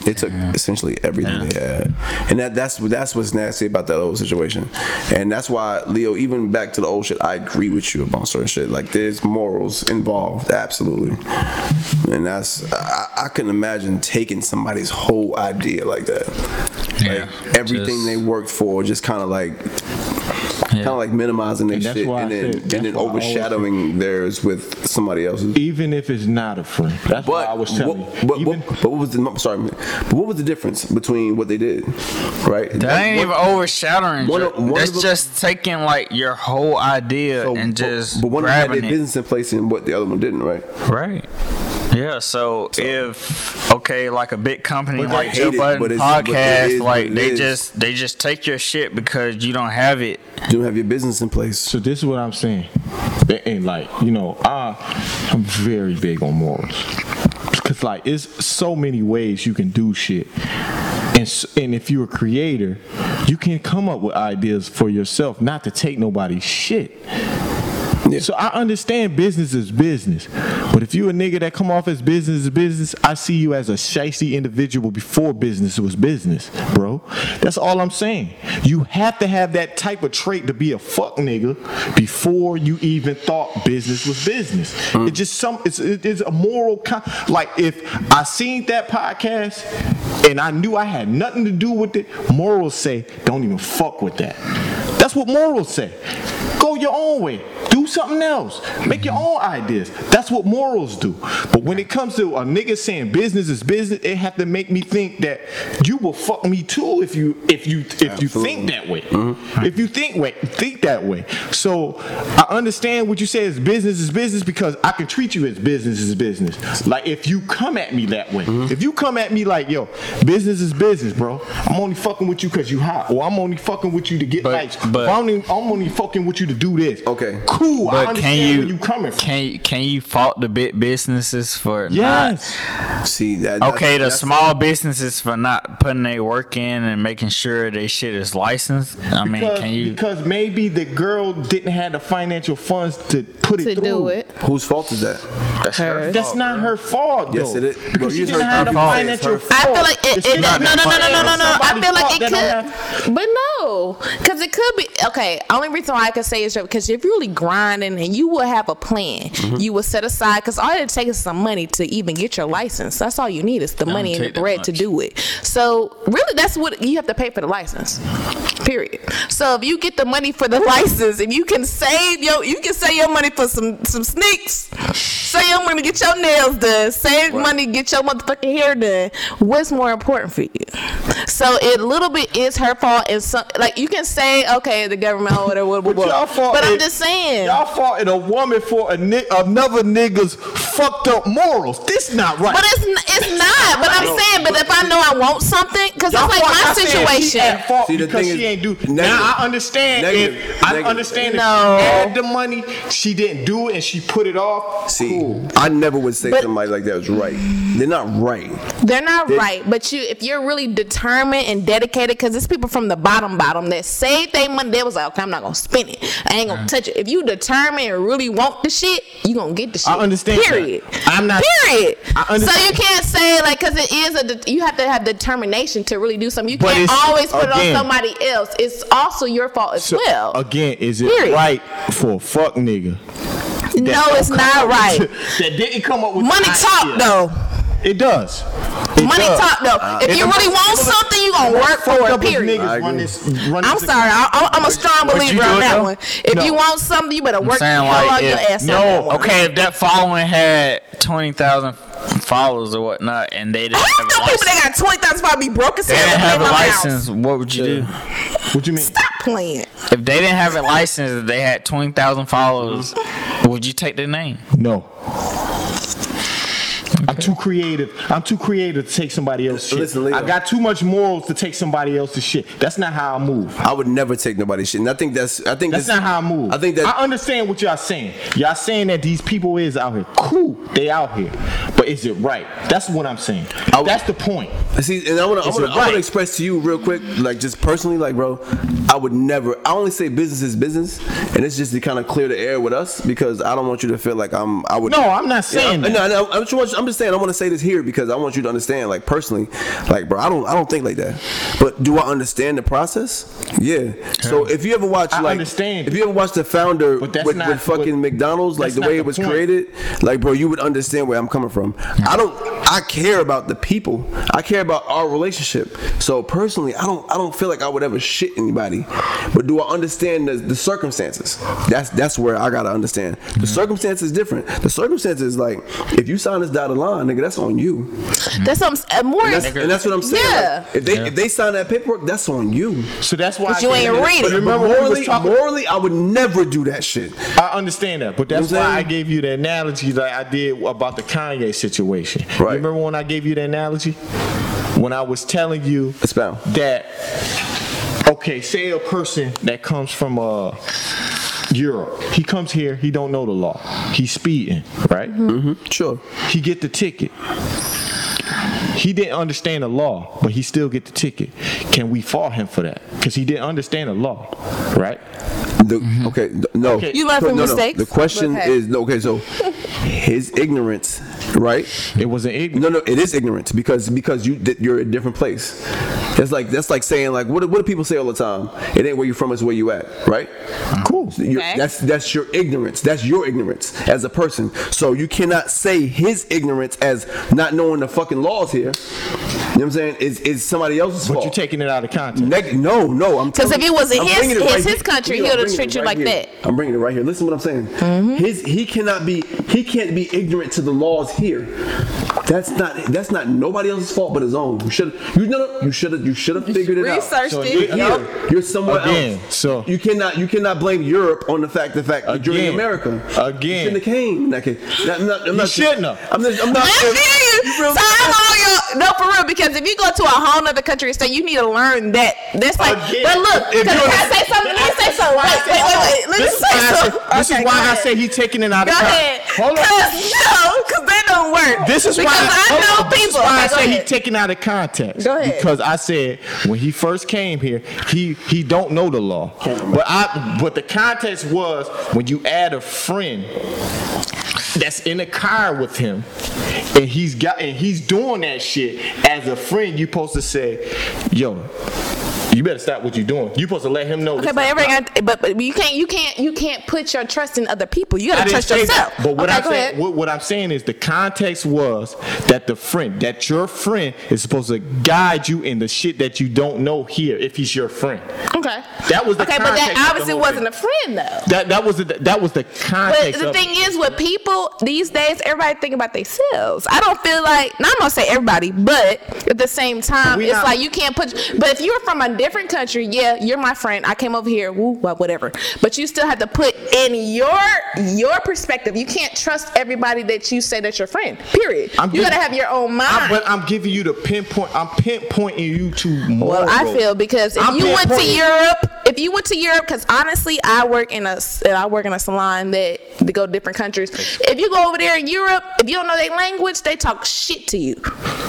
They took essentially everything they had, and that that's that's what's nasty about that whole situation, and that's why Leo, even back to the old shit, I agree with you about certain shit. Like there's morals involved, absolutely, and that's I, I couldn't imagine taking somebody's whole idea like that.
Yeah.
Like everything
Just-
they worked for, just kind of like kind of like minimizing their
And that's
shit
why I
and then,
said-
and then
that's why I always-
overshadowing theirs with somebody else's.
Even if it's not a friend, that's what
But
I was telling
what,
you.
But,
Even,
what, but what was the no, sorry? But what was the difference between what they did, right?
That ain't
one-
even overshadowing.
one
ju-
of- one
That's
of the-
just taking like your whole idea
so-
and
but-
just
But, one of them had
grabbing
their
it.
business in place and what the other one didn't, right?
Right. Yeah. So, if okay, like a big company
But they
like
hate
Joe
it,
Budden
but it's- but it
podcast,
is what
like
it
they
is.
just they just take your shit because you don't have it.
You don't have your business in place.
So this is what I'm saying. And like, you know, I I'm very big on morals. Cause like it's so many ways you can do shit. And, s- and if you're a creator, you can come up with ideas for yourself, not to take nobody's shit. So I understand business is business, but if you a nigga that come off as business is business, I see you as a shifty individual before business was business, bro. That's all I'm saying. You have to have that type of trait to be a fuck nigga before you even thought business was business. It's just some. It's it- it's a moral con- like if I seen that podcast and I knew I had nothing to do with it. Morals say don't even fuck with that. That's what morals say. Go your own way. Do something else. Make your own ideas. That's what morals do. But when it comes to a nigga saying business is business, it have to make me think that you will fuck me too if you if you if you think that way.
Mm-hmm.
If you think way think that way. So I understand what you say is business is business because I can treat you as business is business. Like if you come at me that way,
Mm-hmm.
if you come at me like yo, business is business, bro. I'm only fucking with you because you hot, or I'm only fucking with you to get
But-
likes.
but-
If I'm only- I'm only fucking with you to do this.
Okay.
cool. I
But
understand
can you,
where you coming from.
can can you fault the big businesses for
Yes.
See that?
not? Okay, the
that's-
small businesses for not putting their work in and making sure their shit is licensed. I mean,
because,
can you?
because maybe the girl didn't have the financial funds to put it
to
through.
do it.
Whose fault is that?
Her.
That's not her fault.
Yes,
though.
it is. Well,
Because she
it's
didn't
her-
have
her
the
fault.
financial.
It's her
funds.
I feel like it,
It's
it no,
not
no,
their
no, no,
fault.
no, no, no, no. I
Somebody's
feel
fault
like it
they don't have-
could, but no, because it could be okay. Only reason why I could say is because if you're really grinding and you will have a plan, you will set aside because all it takes is some money to even get your license. That's all you need is the money and
take that
the bread to
much.
do it. So really, that's what you have to pay for the license. Period. So if you get the money for the license, if you can save your, you can save your money for some some sneaks. Save your money to get your nails done. Save money to get your motherfucking hair done. What's more important for you? So it little bit is her fault, and some like you can say, okay, the government or whatever,
But y'all fault
but I'm
it-
just saying.
Y'all faulted a woman for a ni- another nigga's fucked up morals. This not right.
But it's n- it's not. But I'm saying, but if I know I want something, because
Y'all
that's like
fault-
my
I said She
situation.
at fault
See, the
because
thing
she
is-
ain't do.
negative.
Now I understand
Negative.
if I
Negative.
understand
No.
if she had the money, she didn't do it and she put it off.
See,
cool.
I never would say
But-
somebody like that was right. They're not right.
They're not right, but you if you're really determined and dedicated, because it's people from the bottom bottom that saved their money. They was like, okay, I'm not gonna spend it. I ain't gonna touch it. If you determined and really want the shit, you gonna get the shit.
I understand that.
Period.
I'm not-
Period.
I understand.
So you can't say like, because it is a de- you have to have determination to really do something. You
But
can't
it's-
always put it
again-
on somebody else. It's also your fault as
So,
well.
again, is it
Period.
right for a fuck nigga?
no,
that
it's
don't
not
come up
right.
with- that didn't come up with
Money
the
talk
idea.
though.
It does. It
Money
does. Uh,
talk though. if
and
you
the
really
most
want
fucked up-
something, you gonna
the most
work
fucked
for it.
up is
Period.
Niggas
agree.
run this, run
I'm
this
sorry. I, I- I'm a strong
Would you do
believer on
it,
that
though?
one. If
No.
you want something, you better
I'm
work the
saying
hell
like,
out your
if,
ass. on that
no,
one.
okay, if that following had twenty thousand followers or whatnot, and they didn't
Half
have
the
a
people
license,
that got twenty thousand probably broke as
they
hell.
didn't
up
have
in
a
my house.
license, what would you do?
What you mean?
Stop playing.
Mm-hmm.
If they didn't have a license, if they had twenty thousand followers, would you take their name?
No. I'm too creative. I'm too creative to take somebody else's shit.
Listen, Leo.
I got too much morals to take somebody else's shit. That's not how I move.
I would never take nobody's shit. And I think that's. I think
That's
this-
not how I move.
I think that.
I understand what y'all saying. Y'all saying that these people is out here. Cool, they out here. But is it right? That's what I'm saying.
I would-
That's the point.
See, and I want to, I
Is it
want to, I want
right?
to express to you real quick, like just personally, like bro, I would never. I only say business is business, and it's just to kind of clear the air with us because I don't want you to feel like I'm. I would.
No, I'm not
Yeah,
saying
I-
that.
no, no, I'm just, I'm just saying I want to say this here because I want you to understand, like personally, like bro, I don't, I don't think like that. But do I understand the process? Yeah. So if you ever watch,
I
like,
understand.
if you ever watch the founder
But that's
with,
not
with fucking
what-
McDonald's, like
that's
the
not
way
the
it was
point.
created, like bro, you would understand where I'm coming from. I don't, I care about the people. I care about our relationship. So personally, I don't, I don't feel like I would ever shit anybody. But do I understand the, the circumstances? That's that's where I gotta understand.
Mm-hmm.
The circumstance is different. The circumstance is like if you sign this dotted line, nigga, that's on you.
That's what I'm s- uh, more.
And that's, and that's what I'm saying. like,
Yeah.
if they if they sign that paperwork, that's on you.
So that's why
But you
I gave
ain't
it-
reading.
But
But
remember when we
morally,
was talking-
morally, I would never do that shit.
I understand that, but that's
You know what I'm
why I
saying?
gave you the analogy that I did about the Kanye situation. You
Right.
remember when I gave you the analogy? When I was telling you
Expound.
that okay, say a person that comes from uh Europe. He comes here, he don't know the law. He's speeding, right?
Mm-hmm. Sure.
He get the ticket. He didn't understand the law, but he still get the ticket. Can we fault him for that? Because he didn't understand the law, right?
The, Okay, th- no.
Mm-hmm. Okay.
You learn
So,
from
no, no.
mistakes?
The question
Okay.
is no, okay, so his ignorance, right?
It wasn't ignorant.
No, no, it is ignorance because because you di- you're at a different place. That's like that's like saying like what do- what do people say all the time? It ain't where you from, it's where you at, right?
Cool.
You're-
Okay.
That's that's your ignorance. That's your ignorance as a person. So you cannot say his ignorance as not knowing the fucking laws here. You know what I'm saying? Is is somebody else's
But
fault?
you taking it out of context.
Neg- no, no. I'm
Because
telling-
if it was in
I'm
his-
bringing it
his-
here.
his country,
Yeah,
he
I'm
would've
bringing
treated
it
you like
here.
that. Mm-hmm.
I'm bringing it right here. Listen to what I'm saying. His he cannot be he can't be ignorant to the laws here. That's not that's not nobody else's fault but his own. You should you know you should have you should have figured it out.
Researched
So
it.
you-
Here, you're somewhere
Again,
else.
so-
you cannot you cannot blame Europe on the fact the fact that you're in
Again.
America. you
Again.
shouldn't have came. in that case. Not- not- I'm
You
not-
shouldn't have.
I'm not. I'm not.
That's you.
You feel-
So how long your no, for real. Because if you go to a whole nother country and state, you need to learn that. That's like,
Again,
but look,
if
because
you're-
I say something, let me say something. Wait, wait, wait, wait, Let me
This is
say
why I
something.
say, this
Okay,
is why
go
I
ahead.
say he taking it out
Go
of
ahead.
context. Hold on.
Cause, no, cause that don't work.
This is
because
why
I
hold
know
on, This is
people.
why I
Okay, go
say
ahead.
he taken out of context.
Go ahead.
Because I said when he first came here, he he don't know the law. But I but the context was when you add a friend that's in a car with him and he's got and he's doing that shit as a friend you supposed to say yo you better stop what you're doing you supposed to let him know
Okay,
this
but
not
everything,
right.
I, but, but you can't, you can't, you can't put your trust in other people. You
I
gotta
didn't
trust
say
yourself.
that. But what
okay,
I'm
go
saying,
ahead.
what, what I'm saying is the context was that the friend, that your friend is supposed to guide you in the shit that you don't know here if he's your friend.
Okay.
That was the
okay, but
context of the
that obviously
whole
wasn't
thing.
a friend though.
That that was the, that was the
But
context.
the
of
thing is, with people these days, everybody think about themselves. I don't feel like now I'm gonna say everybody, but at the same time,
We
it's
not-
like you can't put. But if you're from a different country, yeah, you're my friend. I came over here, woo, wha- whatever. But you still have to put in your your perspective. You can't trust everybody that you say that's your friend. Period.
I'm
you gotta
giving-
have your own mind.
I, but I'm giving you the pinpoint. I'm pinpointing you to more.
Well, I feel because if
I'm
you
being
went to
pointed.
Europe, if you went to Europe, because honestly, I work in a s- I work in a salon that they go to different countries. If you go over there in Europe, if you don't know their language, they talk shit to you.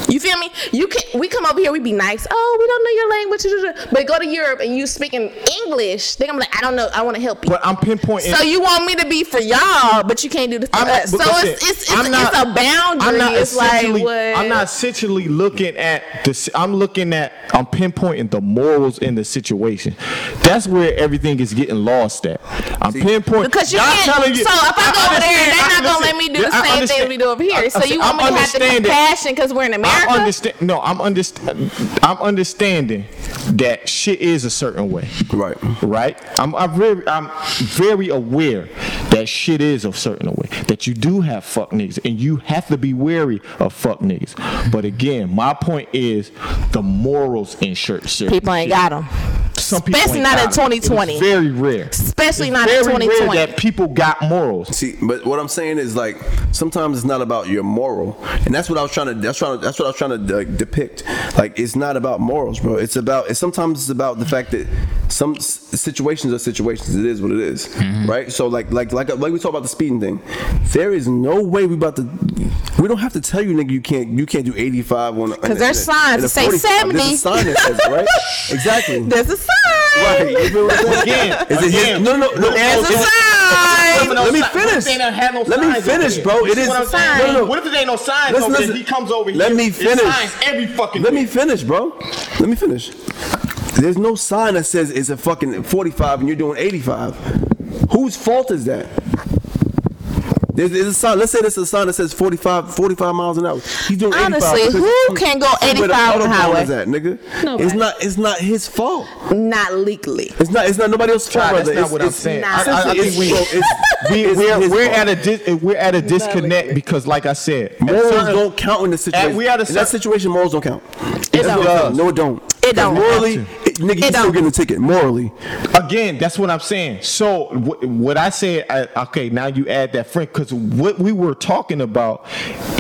You feel me? You can we come over here, we be nice. Oh, we don't know your language, duh, duh, duh. but go to Europe and you speaking English, they gonna be like, I don't know, I want to help you.
But I'm pinpointing.
so you want me to be for y'all, but you can't do this for
I'm-
us. So
because
it's
it-
it's it's,
I'm not-
it's a boundary.
I'm not
it's like
essentially-
what?
I'm not essentially looking at this. I'm looking at. I'm pinpointing the morals in the situation. That's where everything is getting lost at. I'm pinpointing
Because you can't- so if I go over there, they not gonna let me do the same thing we do over here. So you want me to have the compassion 'cause we're in America?
I understand. No, I'm understand. I'm understanding that shit is a certain way
Right.
right? I'm, I'm very, I'm very aware that shit is a certain way. That you do have fuck niggas, and you have to be wary of fuck niggas. But again, my point is the morals in shirt. shirt
people ain't got them.
Some people
especially
ain't
not
got
in
it.
2020.
It's very rare.
Especially
It's
not in
very
2020.
Rare that people got morals.
See, but what I'm saying is like sometimes it's not about your moral, and that's what I was trying to. That's trying. To, that's what I was trying to like, depict. Like it's not about morals, bro. It's about. It's sometimes it's about the fact that some s- situations are situations. It is what it is, right? So like like like like we talk about the speeding thing. There is no way we about to. We don't have to tell you, nigga. You can't. You can't do 85 on. Because
there's signs that say 70.
There's a sign that says right. exactly.
There's a sign.
Right. You feel what I'm saying?
Again,
Is it his?
again.
No, no, no.
There's a
There's
sign.
Let me finish.
They don't have no
Let me
signs over
finish,
there.
bro.
This is
It is
what
a
I'm
sign.
saying.
No, no.
What if there ain't no signs
Listen,
over
listen.
there? He comes over
Let
here.
me
it's
finish.
Signs every fucking.
Let
day.
me finish, bro. Let me finish. There's no sign that says it's a fucking 45 and you're doing 85. Whose fault is that? There's, there's a sign. Let's say there's a sign that says 45, 45 miles an hour. He's doing 85
Honestly,
because-
who can go
See
85
where
on the
autobahn
highway?
Is at, nigga? It's
Nobody.
not. It's not his fault.
Not legally.
It's not. It's not nobody else's fault.
That's
brother.
not
It's-
what I'm
it's-
saying.
I- I- I
essentially,
think we-
it's- it's-
we,
it's
we're
his
we're
fault.
at a dis- we're at a disconnect because, like I said, at
Morals
certain-
don't count in this situation.
we had a
in that
cer-
situation, morals don't count. It
don't.
No, it don't.
It don't.
Morally, it, nigga, you
It
still
don't.
getting a ticket. Morally,
again. That's what I'm saying. So wh- what I said, I, okay, now you add that friend because what we were talking about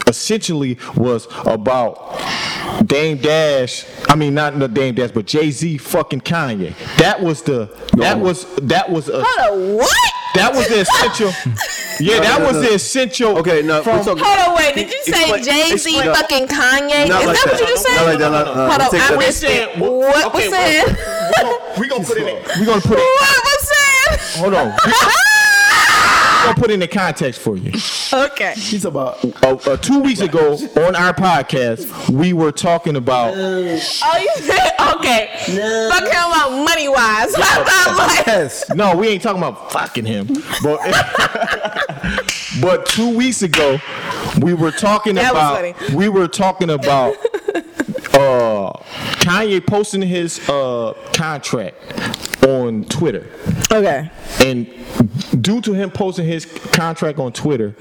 essentially was about Dame Dash. I mean, not no Dame Dash, but Jay Z fucking Kanye. That was the that
No.
was that was a
Hold on, what?
that was the essential. Yeah,
No,
that
no,
was
no.
the essential.
Okay, no, we're talking-
Hold on, wait. Did you say
Explain-
Jay Z
explain-
fucking Kanye? Is
Not
that
like
what
that.
you just said?
Not like that, no, no, no.
Hold on,
Take
I
that.
We're
missed it.
saying
What was
okay,
said?
We're gonna put it. in- We gonna put it.
What was said?
Hold on. We- I'm gonna put it into context for you.
Okay.
he's about.
Uh, uh, two weeks ago on our podcast, we were talking about
Oh, you said okay. Fuck him about money wise. I'm like,
Yes.
no, we ain't talking about fucking him, but but two weeks ago, we were talking
That was
about
funny.
we were talking about uh, Kanye posting his uh, contract on Twitter.
okay.
And due to him posting his contract on Twitter,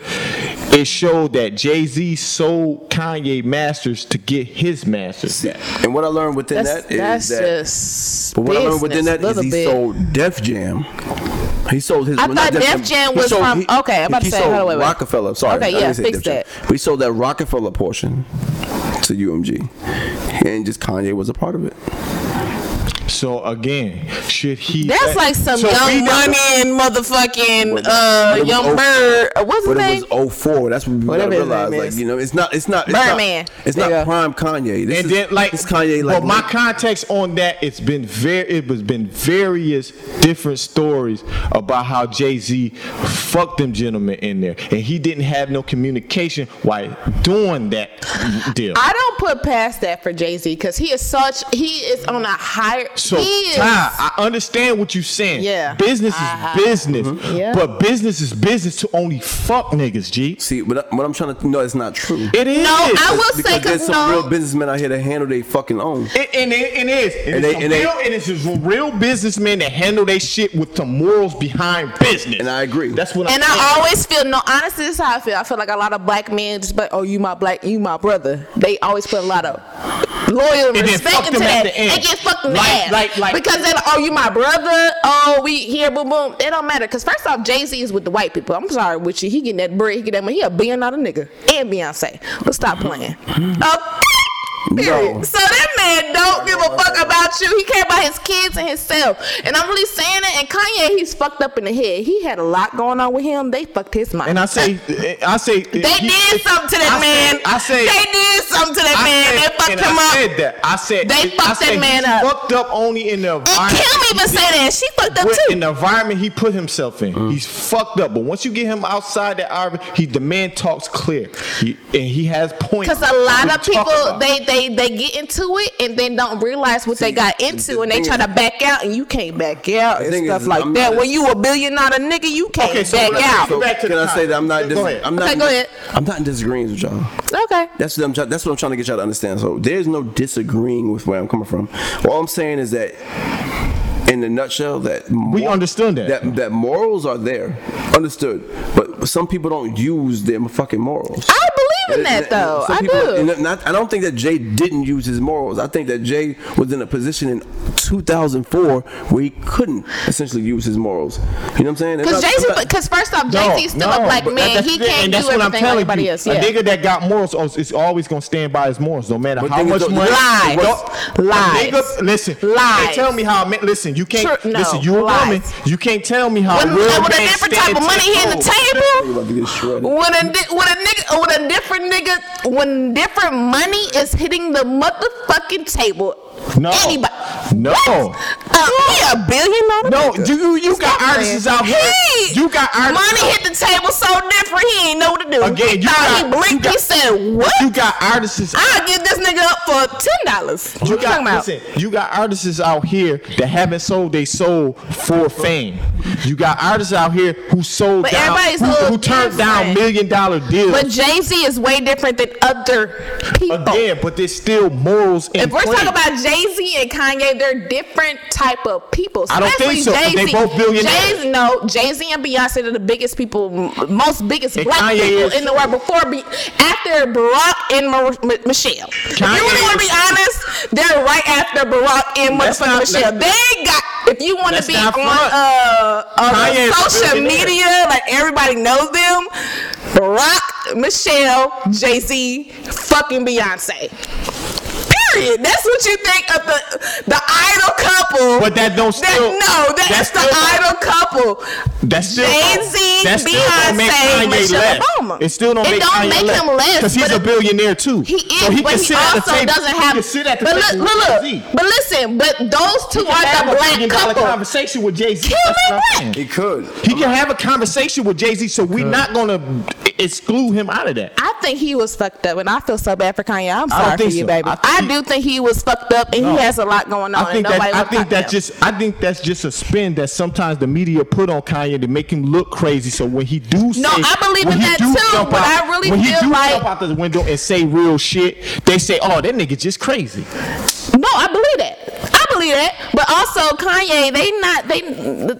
it showed that Jay Z sold Kanye masters to get his masters back.
And what I learned within
That's,
that is
that's
that.
just.
but what I learned within
business,
that is
little
he
bit.
sold Def Jam. He sold his.
I
well, not
thought Def Jam
He
was
sold-
from-
he-
okay, I'm about
he
to say,
sold
hold on, wait, wait.
Rockefeller. Sorry.
Okay,
I
yeah,
didn't say
fix
Def Jam.
that.
We sold that Rockefeller portion to UMG, and just Kanye was a part of it.
So again, should he?
That's like some young money and motherfucking uh,
it was
young
old-
bird. uh, What's his
But
name?
it was 04. That's what we gotta
Whatever his
realize.
name
Like
is.
you know, it's not. It's not. It's
Birdman.
not, it's not
Yeah.
prime Kanye. This
And
is,
then, like,
it's Kanye. Like
well, my context on that, it's been very, it was been various different stories about how Jay Z fucked them gentlemen in there, and he didn't have no communication while doing that deal.
I don't put past that for Jay Z because he is such he is on a higher.
So,
he is.
Ty, I understand what you're saying.
Yeah. Uh-huh. Mm-hmm.
Business
I- I-
is business.
Yeah.
But business is business to only fuck niggas, G.
see, what, I, what I'm trying to no, it's not true.
It is.
No, I will say
because there's
because
some
no.
real businessmen out here that handle their fucking own.
It, and it, it is. It
And
is
they-
some
and they-
real, and it's just real businessmen that handle their shit with the morals behind business.
And I agree.
That's what
and
I'm
I always feel no. Honestly, this is how I feel. I feel like a lot of black men just but oh you my black you my brother. They always put a lot of loyal
then fuck
respect into
them
that.
at the end.
They get fucked in the
Like-
ass
like- like-
because they like, oh you my brother. Oh we here boom boom. It don't matter because first off Jay Z is with the white people. I'm sorry with you. He getting that bread. He getting that money. He a billion dollar nigga and Beyonce. Let's stop playing. Okay. Period.
No.
So that man don't give a fuck about you. He care about his kids and himself. And I'm really saying it. And Kanye, he's fucked up in the head. He had a lot going on with him. They fucked his mind.
And I say, I say,
they did something to that
I
man.
Say, I say,
they did something to that
I
man.
said-
they fucked
and
him
I
up.
Said that. I said
They
I
fucked that
said
man
he's
up.
Fucked up only in the
And
environment.
Kim even said that. She fucked up
with-
too.
In the environment he put himself in, he's fucked up. But once you get him outside that environment, he the man talks clear, He- and he has points.
Because a
We
lot of
talk
people
about.
they they they get into it and then don't realize what they got into
the
and they
thing
try to back out and you can't back out
The
and
thing
stuff
is,
like
I'm
that.
not-
When you a billion dollar nigga, you can't
Okay, so
back
let's-
out.
So
Back to
can
the
I say that I'm not?
Go
dis-
ahead.
I'm not.
Okay, go ahead.
I'm not in disagreement with y'all.
okay.
That's what I'm. try- That's what I'm trying to get y'all to understand. So there's no disagreeing with where I'm coming from. All I'm saying is that, in a nutshell, that
We understood that.
that that morals are there, understood. But some people don't use their fucking morals.
I believe in
And-
that
and-
though.
some
I
people-
do.
and not- I don't think that Jay didn't use his morals. I think that Jay was in a position in 2004 where he couldn't essentially use his morals. You know what I'm saying? And
Because
I'm-
Jay-Z,
I'm not-
because first off, Jay Z still a black
but
man.
that's
He
the thing,
can't
and
do
that's what I'm
everything like
telling
everybody
you.
else.
A
Yeah.
nigga that got morals is is always gonna stand by his morals, no matter
But
how
thing is,
much
though,
money.
Lies.
Don't- a
Lies.
nigga- listen, you
Lies.
can't tell me how. a man- Listen, you can't.
True- no,
listen, you a
lies.
woman. You can't tell me how.
When,
a real
with a
man stand
different type of
to
money
his
hitting the
morals.
table,
I'm about to get shredded.
When a di- when a nigga when a different nigga when different money is hitting the motherfucking table.
No.
Anybody.
No.
What? Uh, he a billion dollar.
No,
nigga.
you you, you got
Stop
artists
playing.
out here.
He-
You got artists.
Money hit the table so different. He ain't know what to do.
Again,
he
you
thought
got-
he blinked.
you got-
he said, "What?
You got artists.
I'll give this nigga up for ten dollars." What
You
you talking
got
about?
listen. You got artists out here that haven't sold their soul for fame. You got artists out here who sold
But
down,
everybody's
who,
a little
who turned down
different.
million dollar deals.
But Jay Z is way different than other people.
Again, but there's still morals in
If we're
play.
talking about Jay Z and Kanye, they're different type of people.
I don't think so, 'cause they
Jay-Z.
both billionaires.
Jay-Z, no, Jay Z and Beyonce are the biggest people, m- most biggest
And
black
Kanye
people
is-
in the world. Before, be, after Barack and Mar- M- Michelle. if you
Kanye
really want to
is-
be honest, they're right after Barack and
Let's
motherfucking
not-
Michelle. They got. If you want to
let's
be on
not front.
uh,
Kanye
uh,
is a
social
billionaire.
media, like everybody knows them, Barack, Michelle, Jay Z, fucking Beyonce. Period. That's what you think of the the idol couple.
But that don't still-
no, that
that's
is the
still-
idol couple.
That's still
Jay-Z,
that still don't make
Beyonce,
Kanye
Michelle
less.
Obama.
It still don't
It
make
don't
Kanye
make
less.
him less,
because he's
but
a
it-
billionaire too.
He is,
so he
but
can
he
sit at the
also
table-
doesn't
he
have.
can sit at the
but
table
look,
with
look, look.
Jay-Z.
But listen, but those two
can
are
have
the
a
black
million dollar
couple.
conversation with Jay Z.
Kill me black.
He could.
He can have a conversation with Jay Z, so we're not gonna exclude him out of that.
I think he was fucked up, and I feel so bad for Kanye. I'm
I don't
sorry for
think
you,
so.
baby.
I
I,
think-
do think he was fucked up, and
No.
he has a lot going on.
I think
and
that
Oh, nobody
I
wanna
think
talk
that's
to him.
just I think that's just a spin that sometimes the media put on Kanye to make him look crazy. So when he do say,
No, I believe
when
in
he
that
do
too,
jump
but
out-
I really
when
feel
he do
like-
jump out the window and say real shit, they say, "Oh, that nigga just crazy."
No, I believe that. I believe that. But also Kanye, they not they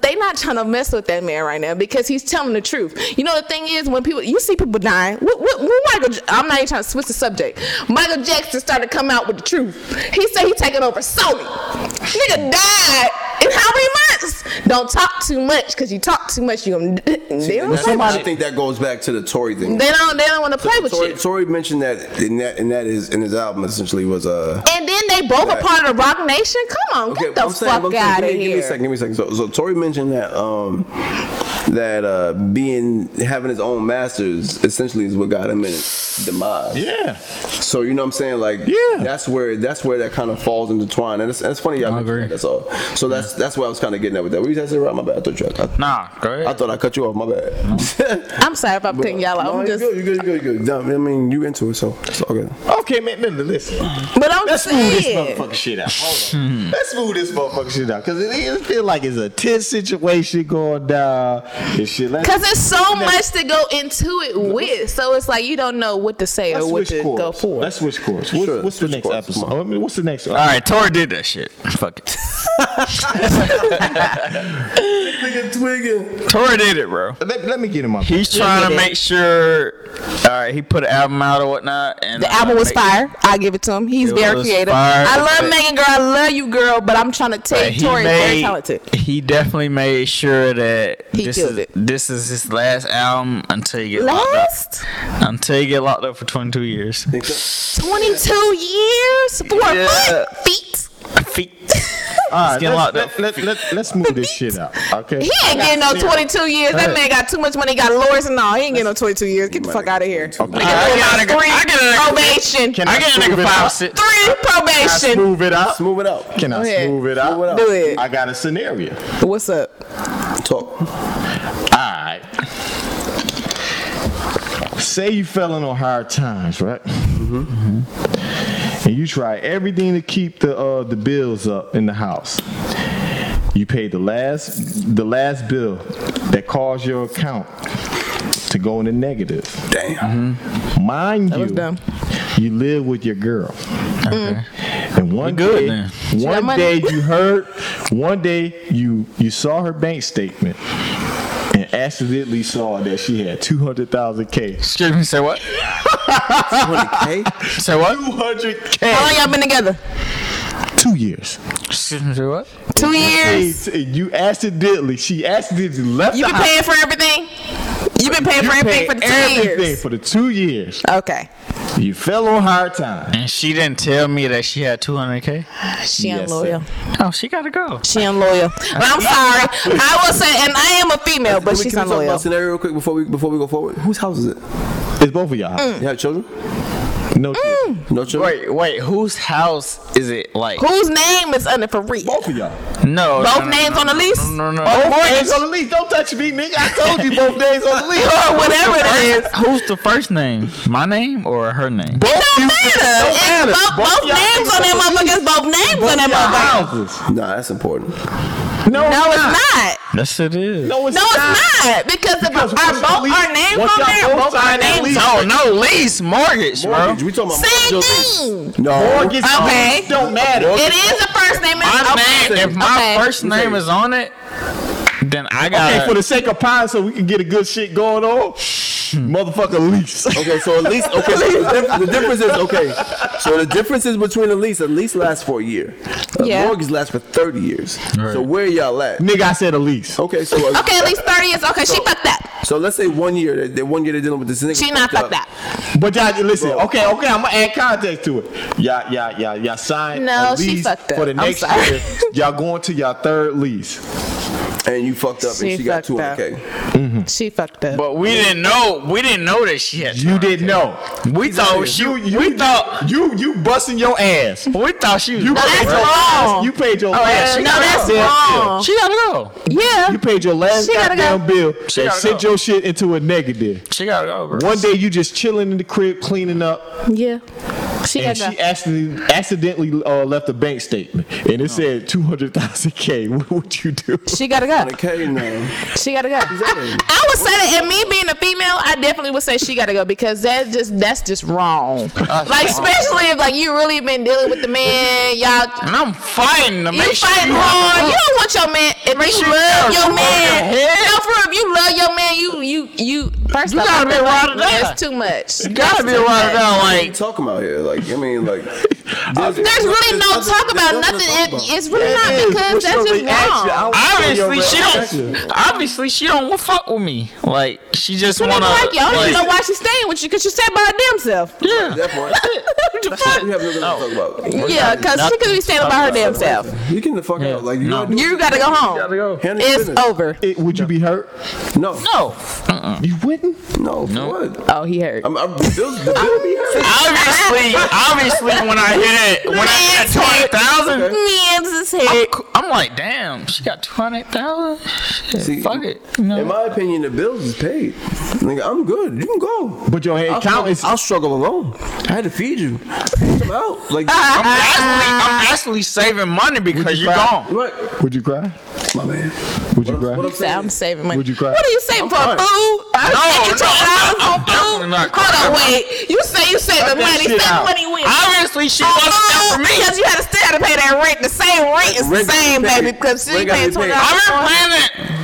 they not trying to mess with that man right now because he's telling the truth. You know the thing is when people you see people dying. What, what, what Michael? J- I'm not even trying to switch the subject. Michael Jackson started to come out with the truth. He said he taking over Sony. Nigga died in how many months? Don't talk too much because you talk too much, you gonna. They don't, play
Somebody
with you.
think that goes back to the Tory thing.
they don't. They don't want to play with
Tory,
you.
Tory mentioned that in that in that is in his album essentially was uh
And then they both are part of the Rock Nation. Come on, get the
I'm saying- I'm
fuck
saying-
out of
give me- Give me
here.
a second. Give me a second. So, so Tory mentioned that um, that uh, being having his own masters essentially is what got him in his demise.
Yeah.
So you know what I'm saying? Like
Yeah.
that's where that's where that kind of falls into twine. And it's, it's funny y'all
I
mentioned
agree.
that, That's all. So that's that's what I was kind of getting at with that. What you guys say, right? My bad. I thought you. I,
Nah, go ahead.
I thought I cut you off. My bad.
I'm sorry if I'm cutting y'all off.
No,
I'm
you
just,
good. You good. You good. You good. No, I mean, you into it, so it's all good.
Okay, man, man, listen.
but I'm just
Let's move this
saying.
motherfucking shit out. Hold on. Let's move this motherfucking shit out. Cause it, it feel like it's a tense situation going down and shit. Let's,
Cause there's so much to go into it with, so it's like you don't know what to say
let's
or what
switch
to
course.
go for.
Let's switch course. What's,
Sure,
what's the
switch
next
course.
episode?
Come on.
I mean, what's the next?
All right, Tori did that shit. Fuck it.
Twigging, twigging.
Tori did it, bro.
Let, let me get in my.
He's trying to
did it.
make sure. All right, he put an album out or whatnot, and
The
uh,
album was
make-
fire. I give it to him. He's
It
very
was
creative.
fire.
I love
But-
Megan, girl. I love you, girl. But I'm trying to
but
tell you, Tori is very talented.
He definitely made sure that
He
this
killed
is
it.
this is his last album until you get locked
Last
up. Until you get locked up for 22 years.
22 years, four
Yeah.
foot feet.
All
Feet.
right,
He's getting
let's,
locked
let,
up.
let, let, let's move this shit out. Okay.
He ain't getting no 22 years. That man got too much money, got lawyers and all. He ain't getting no 22 years. Get the fuck out of here.
I got a-
Three
I got a-
probation.
Can
I get a nigga
Smooth it
five
out.
six.
Three
Let's
probation.
move it out.
Let's move it out.
Can
Go
I
ahead.
smooth it out?
it out.
Do it.
I got a scenario.
What's up?
Talk.
Alright. Say you fell in on hard times, right? Mm-hmm. And you try everything to keep the uh, the bills up in the house. You paid the last the last bill that caused your account to go in the negative.
Damn.
Mind
was
you,
dumb.
you live with your girl. Mm. And one
good
day,
then.
one
money.
day you heard, one day you you saw her bank statement and accidentally saw that she had 200,000 K.
Excuse me. Say what?
Oh,
Hey,
Say what?
200K.
How long y'all been together?
Two years.
Excuse me. Say what?
Two years.
And you accidentally, she accidentally left
You
the
been
house.
paying for everything? You been paying
You
for
paid
everything for the two
everything
years?
for the two years.
Okay.
You fell on hard time.
And she didn't tell me that she had 200k.
She
Yes, sir.
unloyal.
Oh, she gotta go.
She unloyal. But I'm sorry. I will say, and I am a female, but
Can we-
she's
can we talk about
unloyal.
scenario real quick before we before we go forward? Whose house is it?
It's both of y'all.
Mm.
You have children?
No kids.
No children.
Wait, wait. Whose house is it? Like
Whose name is under for real?
Both of y'all.
no.
Both
no, no,
names
no,
on the
no,
lease?
No, no, no.
Both days on the lease. Don't touch me, nigga. I told you both days on the lease.
Or whatever it is.
Who's the first name? My name or her name?
It don't matter.
don't matter.
It's both,
Both
both
y'all
names
niggas
on them motherfuckers. Both names on them motherfuckers.
Houses.
Nah, that's important.
No,
No, it's not.
Yes, it is.
No, it's
No, it's not. Because if
Because
our
once
both
y'all
our
lease-
names
once
on
y'all
there,
both
both our
sign that
names
lease-
on
No, no lease, mortgage, bro.
Mortgage. We talking about
Same
mortgage.
thing.
No.
Mortgage
Okay.
okay. don't matter.
It is the first name. and-
My
okay.
name, if my
okay.
first name is on it, then I got.
Okay, for the sake of pine, so we can get a good shit going on. Motherfucker lease.
Okay, so at least okay. so the, dif- the difference is okay. So the difference is between a lease. A lease lasts for a year. A
Yeah.
mortgage lasts for thirty years. So where y'all at?
Nigga, I said a lease.
Okay, so uh,
Okay, at least 30 is okay. She fucked up.
so let's say one year. That, that one year they're dealing with this nigga.
She not fucked up.
But y'all listen, okay, okay, I'm gonna add context to it. Y'all, y'all, y'all, y'all signed
No,
a
she
lease
fucked up.
for the
I'm
next
sorry.
year. Y'all going to y'all third lease.
And you fucked up,
She
and she got
fucked
two
up.
hundred k.
She fucked up.
but we didn't know. We didn't know that she had.
You didn't know.
We thought she.
You, you,
we thought.
you, you busting your ass.
We thought she was.
You
broke,
that's
bro.
last-
wrong.
You paid your
yeah,
last.
she
no,
gotta
that's
go.
wrong.
She gotta go.
Yeah.
You paid your last
She gotta
goddamn
go.
bill.
She
and
gotta
sent
go.
your shit into a negative.
She gotta go, bro.
One day you just chilling in the crib, cleaning up,
Yeah. She
and
got
she accidentally, accidentally uh, left a bank statement, and it said two hundred thousand k. What would you do?
She gotta go.
K, no.
She gotta go. I, I would say that, and me being a female, I definitely would say she gotta go because that just that's just wrong. like especially if like you really been dealing with the man, y'all.
And I'm fighting to
You
make sure
fighting
you have
hard.
a-
You don't want your man. If
Make
you
sure you
love
got a
your
roof over
man,
your head.
no, for real, if you love your man, you you you. First
You
off,
gotta
I
be
feel like
rotted out.
That's too much.
You gotta
That's
be
too
around
much.
now,
What are you
like
talking about here? Like, I mean, like, there's,
There's really no talk about nothing. It- It's really not because
What's
that's
your
just
reaction? I
wrong.
wanna know your
obviously she
reaction.
don't. Obviously she don't wa- fuck with me. Like she just
She didn't
wanna.
like you. I don't even know
like,
why she's staying with you because she sat by her damn self.
yeah.
That part.
The fuck?
You have nothing to talk about.
Yeah, because she
Nothing.
could be standing by her damn self.
You getting the fuck out. Like, you
No.
gotta do
You gotta go home.
go.
handle your
It's
business.
over.
It, would you be hurt?
No,
No.
You wouldn't.
no, for what?
Oh, he hurt.
I'm, I'm, Bill's, the bill be hurt.
Obviously, obviously when I hit it, when I hit twenty thousand.
Man's
I'm,
head.
c- I'm like, damn, she got twenty thousand.
See,
Fuck it. You know?
In my opinion, the bills is paid. Nigga, I'm good. You can go.
But your head
I'll
count
struggle,
is.
I'll struggle alone. I had to feed you. Come out. Like,
I'm actually, I'm actually saving money because
you
you're
cry?
gone.
what?
Would you cry?
My man.
Would you cry?
what
Say, I'm saving money.
Would you cry?
What are you saving for?
fine.
Food? I'm
No,
taking
no,
$12
I'm- I'm
on
definitely
food?
not
Hold
crying.
on, wait. You say you saving
Cut that
money.
shit
Saving
out.
money when?
Obviously, she
On
wasn't there for
food?
me.
Because you had to stay out to pay that rent. The same rent is the
Rent gotta be
same,
paid.
baby, because she
Rent gotta
paying
be paid.
$20.
I've been
on
planning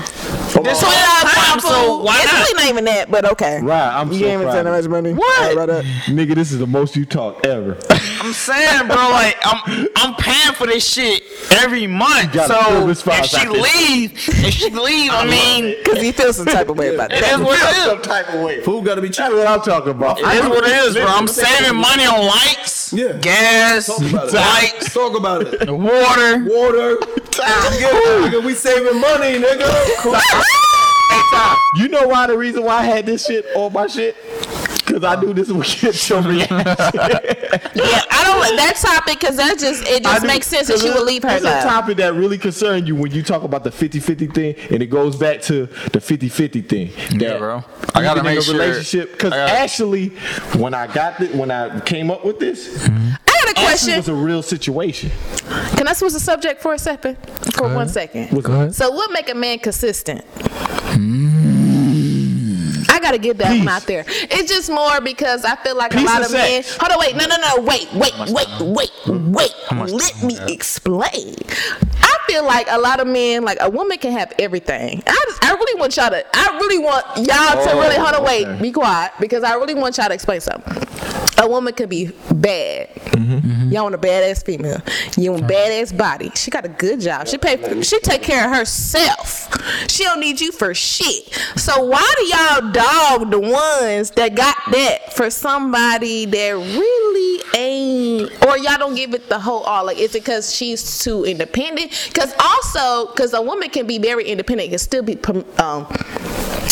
Come
this
on.
whole time,
food.
so why
It's
not?
really not even that, but okay.
Right, I'm so proud. of you.
money.
What?
Nigga, this is the most you talk ever.
I'm saying, bro, like I'm I'm paying for this shit every month.
gotta
So
fill this file
if she
out there.
leave, if she leave, I mean, it
Because he feels some type of way about that.
is what it is.
type of way.
Food gotta be cheap.
That's what I'm talking about.
It is what it is, bro. I'm
Listen,
saving money on lights,
Yeah.
gas,
Talk about it.
lights,
Talk about it.
water.
Water. Nigga, nigga, we saving money, nigga.
You know why the reason why I had this shit on my shit? Cause I knew this would get your reaction.
Yeah, I don't that topic because that just it
I
just
do-
makes sense that
it's
she
a-
would leave her
It's a
love.
topic that really concerned you when you talk about the 50-50 thing, and it goes back to the 50-50 thing. that
bro. I
even
gotta
in
make
a
sure-
relationship. Because
I gotta-
actually, when I got the, when I came up with this,
I got a
actually it
Mm-hmm. question.
was a real situation.
Can I switch the subject for a second? For one second. So, what make a man consistent? I gotta get that one
Mm. Peace.
out there. It's just more because I feel like
Peace
a lot
and
of men.
sex.
Hold on, wait, no, no, no, wait, wait, wait, wait, wait. Let me explain. I feel like a lot of men, like a woman, can have everything. I, I really want y'all to. I really want y'all to really. Hold on, wait,
Oh, okay.
be quiet because I really want y'all to explain something. A woman could be bad. You want a badass female. You want a badass body. She got a good job. She pay. For, she take care of herself. She don't need you for shit. So why do y'all dog the ones that got that for somebody that really ain't? Or y'all don't give it the whole all. Like is it because she's too independent? Because also because a woman can be very independent and still be um.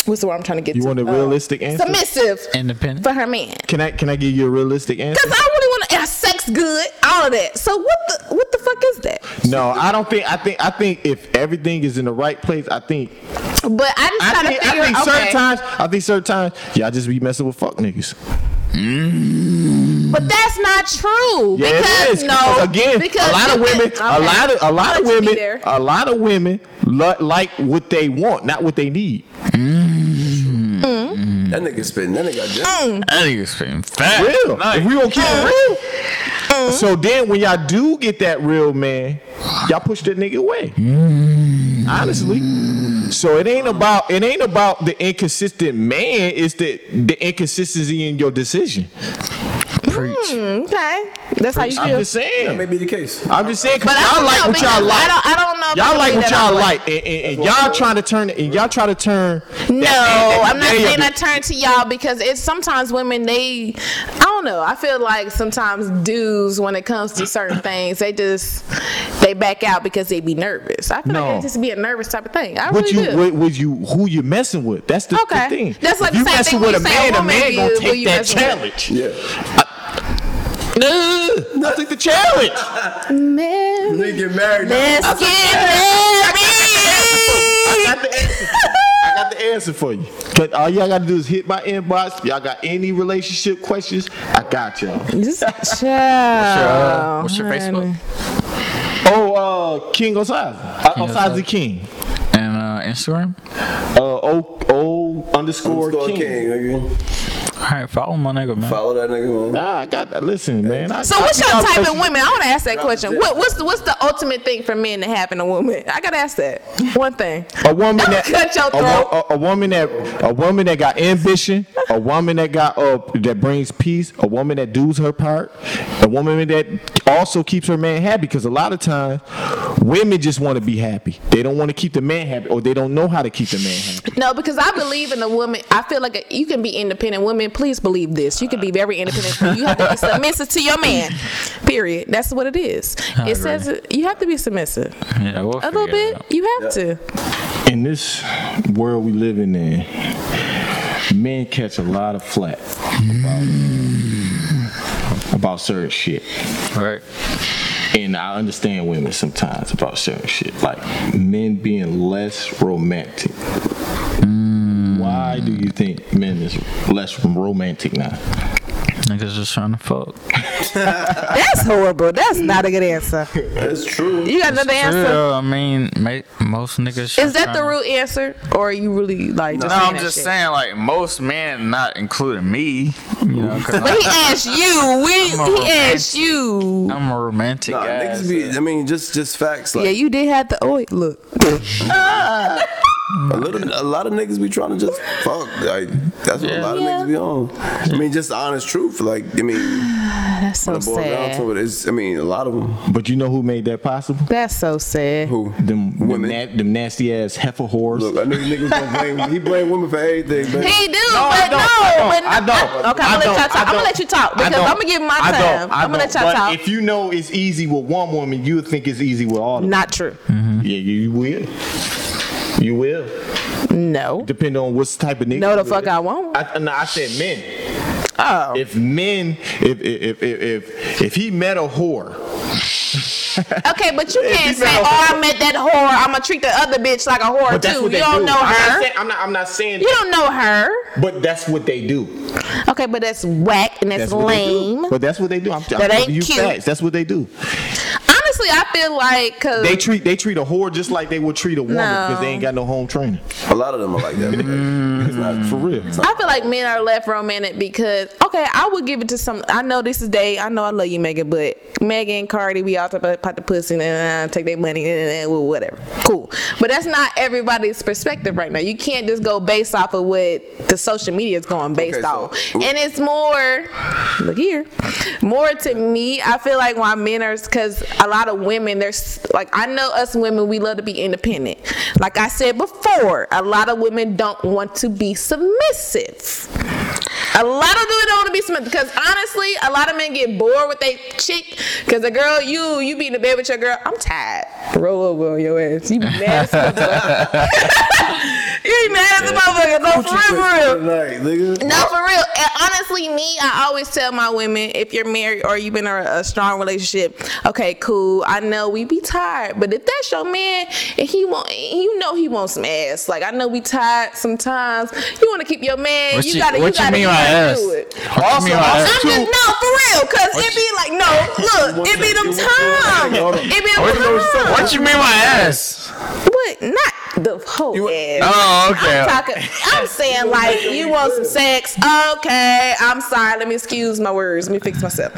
What's the word I'm trying to get
You
to?
want a
Uh,
realistic answer?
Submissive
Independent.
for her man.
Can I can I give you a realistic answer?
Cause I really want to have sex good, all of that. So what the what the fuck is that?
No, I don't think. I think. I think if everything is in the right place, I think.
But I just
I
gotta
think,
figure.
I think certain
okay,
times. I think certain times. Y'all just be messing with fuck niggas.
but that's not true.
Yeah,
because
it is.
no,
again,
because
a lot of women, a
okay.
lot of a lot of
I'll let you be
women,
there.
a lot of women lo- like what they want, not what they need.
That nigga spitting. That nigga got dick.
That nigga's spitting fat.
Real.
Nice.
If we gonna keep it real. So then, when y'all do get that real man, y'all push that nigga away. Honestly. So it ain't about it ain't about the inconsistent man. It's the the inconsistency in your decision.
Preach.
Mm, okay, that's how you
I'm
feel.
just saying.
That may be the case.
I'm just saying, cause
But I
y'all
don't
like
know,
what y'all
because
like.
I don't- I don't know if I
Y'all like
believe
what
that
y'all
I'm
like, and, and, and y'all trying to turn, and y'all try to turn.
No, I'm not
Yeah,
saying
yeah.
I turn to y'all because it's sometimes women they I don't know. I feel like sometimes dudes when it comes to certain things, they just they back out because they be nervous. I feel
No.
like it just be a nervous type of thing. I
What
really
you,
do.
what, what you, who you messing with? That's the, the
Okay.
thing.
That's like
If you
the same
messing
thing
with a
we
man,
say a
a
woman
man gonna
view, who
take
you
that
messing with.
challenge.
Yeah.
Nah, I take the challenge.
Man,
Nigga get married.
let's get married.
I got the answer. I got the answer for you. Cause all y'all gotta do is hit my inbox. Y'all got any relationship questions? I got y'all.
Just chill.
What's your Facebook
Oh, uh, King Osazi. Uh, Osazi King.
and uh, Instagram?
Uh, O O underscore,
Underscore
king.
nigga.
All right, follow my nigga, man.
Follow that nigga, man.
Nah, I got that. Listen, man. I,
So
I,
what's
you
your
know,
type in women? I want to ask that question.
Yeah.
What, what's the, what's the ultimate thing for men to have in a woman? I gotta ask that. One thing.
A woman
Don't
that
cut your
a
throat.
wo- A, a woman that a woman that got ambition, a woman that got uh, that brings peace, a woman that does her part, a woman that also keeps her man happy. Because a lot of times, women just want to be happy. They don't want to keep the man happy, or they don't know how to keep the man happy.
No, because I believe in a woman. I feel like a, you can be independent. Women, please believe this. You can be very independent. You have to be submissive to your man. Period. That's what it is.
agree.
It says it- you have to be submissive
Yeah, we'll
a little
figure it
bit.
out.
You have to.
In this world we live in, men catch a lot of flack about, about certain shit.
Right.
and I understand women sometimes about certain shit, like men being less romantic. Why do you think men is less romantic now?
Niggas just trying to fuck.
That's horrible. That's not a good answer.
That's true.
You got another answer?
Real, I mean, ma- most niggas.
Is that the
tryna-
real answer, or are you really like?
No,
Just saying
I'm
that
just
shit?
saying, like most men, not including me. You know, 'cause
But he asked you.
I'm a
We he asked you.
I'm a romantic
Nah,
guy.
niggas be. I mean, just just facts. Like
uh, Yeah, you did have the oil. Look,
a little, a lot of niggas be trying to just fuck. Like that's what a lot of
Yeah.
niggas be on. I mean, just the honest truth. Like I mean,
that's so
it boils down
sad.
to it. It's. I mean, a lot of them.
But you know who made that possible?
That's so sad.
Who?
Them
Women.
women, them, nasty ass heifer whores.
Look, I knew niggas gonna blame. He blame women for everything, but
He do,
I
but
don't,
no,
I don't,
but no.
I don't.
Okay, I'm
I
gonna
don't,
let y'all talk.
I
I'm gonna
don't,
let you talk
I
because
don't,
I'm gonna give my
I don't,
time.
I
I'm gonna let
don't.
y'all
But
talk.
If you know it's easy with one woman, you would think it's easy with all of them.
Not true.
Yeah, you, you will. You will.
No.
Depending on what type of nigga.
No, the
you
fuck
is.
I won't.
I, no, I said men.
Oh.
if men if if if if, if he met a whore
Okay, but you
If
can't
you
say,
know-
"Oh, I met that whore. I'm gonna treat the other bitch like a whore
but that's
too."
what
You
they
don't
do
know
I'm, not
her.
saying, I'm not i'm not saying
You don't know her.
but that's what they do
Okay, but that's whack and that's,
what they do.
lame.
but that's what they do i'm, I'm
That ain't
giving you
cute.
facts that's what they do
Honestly, I feel like cause
they treat they treat a whore just like they would treat a woman because
No.
they ain't got no home training
a lot of them are like that. It's not
for
for
real
I feel like men are left romantic because okay, I would give it to some. I know this is day. I know I love you, Megan, but Megan, Cardi, we all talk about pot the pussy and uh, take their money and uh, well, whatever. Cool, but that's not everybody's perspective right now. You can't just go based off of what the social media is going based
Okay, so-
off, and it's more. Look here, more to me. I feel like why men are because a lot of women there's like I know us women we love to be independent. Like I said before, a lot of women don't want to be submissive. A lot of women don't want to be submissive because honestly, a lot of men get bored with they chick because the girl you you be in the bed with your girl. I'm tired. Roll over on your ass. You be mad as a motherfucker. you be mad as a motherfucker. No, for real, for real.
Tonight, nigga.
No, for real. And honestly, me, I always tell my women if you're married or you've been in a, a strong relationship, okay, cool. I know we be tired, but if that's your man and he want, you know, he wants some ass. Like I know we tired sometimes. You want to keep your man.
What
you,
you-
gotta, you
what you
gotta,
mean
you
by
gotta
ass?
do it.
What you mean by
I'm
ass?
just no, for real, cause it be like no, look, it be them
Hold
times.
on.
It be them times.
What you mean by ass?
What? Not the whole
You-
ass.
Oh, okay.
I'm talking. I'm saying like you want some sex. Okay, I'm sorry. Let me excuse my words. Let me fix myself.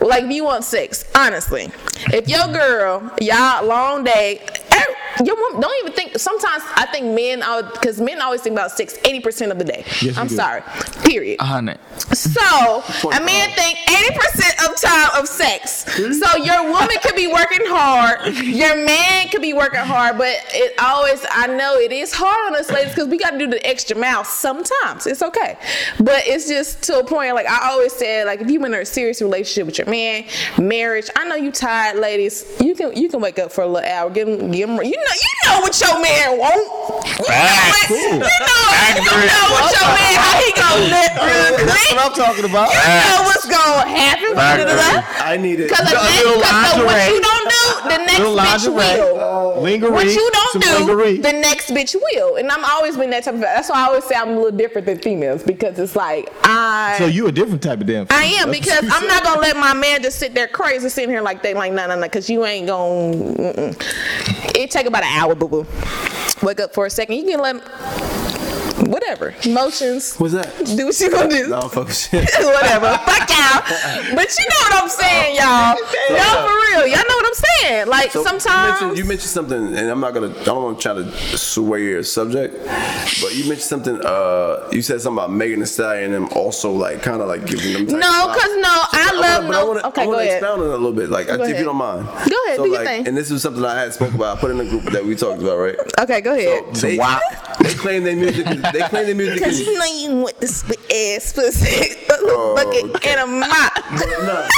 Like if you want sex, honestly, if your girl, y'all long day. eh, Your woman, don't even think. Sometimes I think men, because men always think about sex 80% of the day.
Yes, we
I'm
do.
sorry. Period.
A hundred.
So a man think eighty percent of time of sex. So your woman could be working hard, your man could be working hard, but it always I know it is hard on us ladies because we got to do the extra mile sometimes. It's okay, but it's just to a point. Like I always said, like if you're in a serious relationship with your man, marriage, I know you tired, ladies. You can you can wake up for a little hour, give him give him. You know you know what your man want. You know what you know, you know what your man how he gonna live real
that's
quick.
what i'm talking about
You know what's gonna happen.
Back
I need it.
Because what
lingerie.
you don't do, the next
Little
bitch
lingerie.
will.
lingerie
What you
some
don't do,
lingerie.
the next bitch will. And I'm always been that type of. That's why I always say I'm a little different than females because it's like I.
so you a different type of damn
I am because I'm not gonna let my man just sit there crazy, sitting here like they like no no no, because you ain't gonna. Mm-mm. It take about an hour, boo boo. Wake up for a second. You can let. whatever. Motions.
What's that?
Do what you gonna do.
No, fuck shit.
whatever. Fuck y'all. But you know what I'm saying, y'all. Y'all for real. Y'all know what I'm saying. Like
So,
sometimes
you mentioned, you mentioned something, and I'm not gonna. I don't want to try to sway your subject, but you mentioned something. Uh, you said something about Megan Thee Stallion and them also like kind of like giving them. type
No,
of-
'cause no, I
but
love
but I
no-
wanna,
okay,
I wanna
go ahead.
expound on it a little bit, like if
ahead.
you don't mind.
Go ahead,
so,
do your
like,
thing.
And this was something I had spoke about. I put in the group that we talked about, right?
Okay, go ahead.
They,
why-
they claim their music. is- They claim their music.
Cause
Is,
you know you want this spit ass pussy a
Oh,
little bucket and a mop.
no.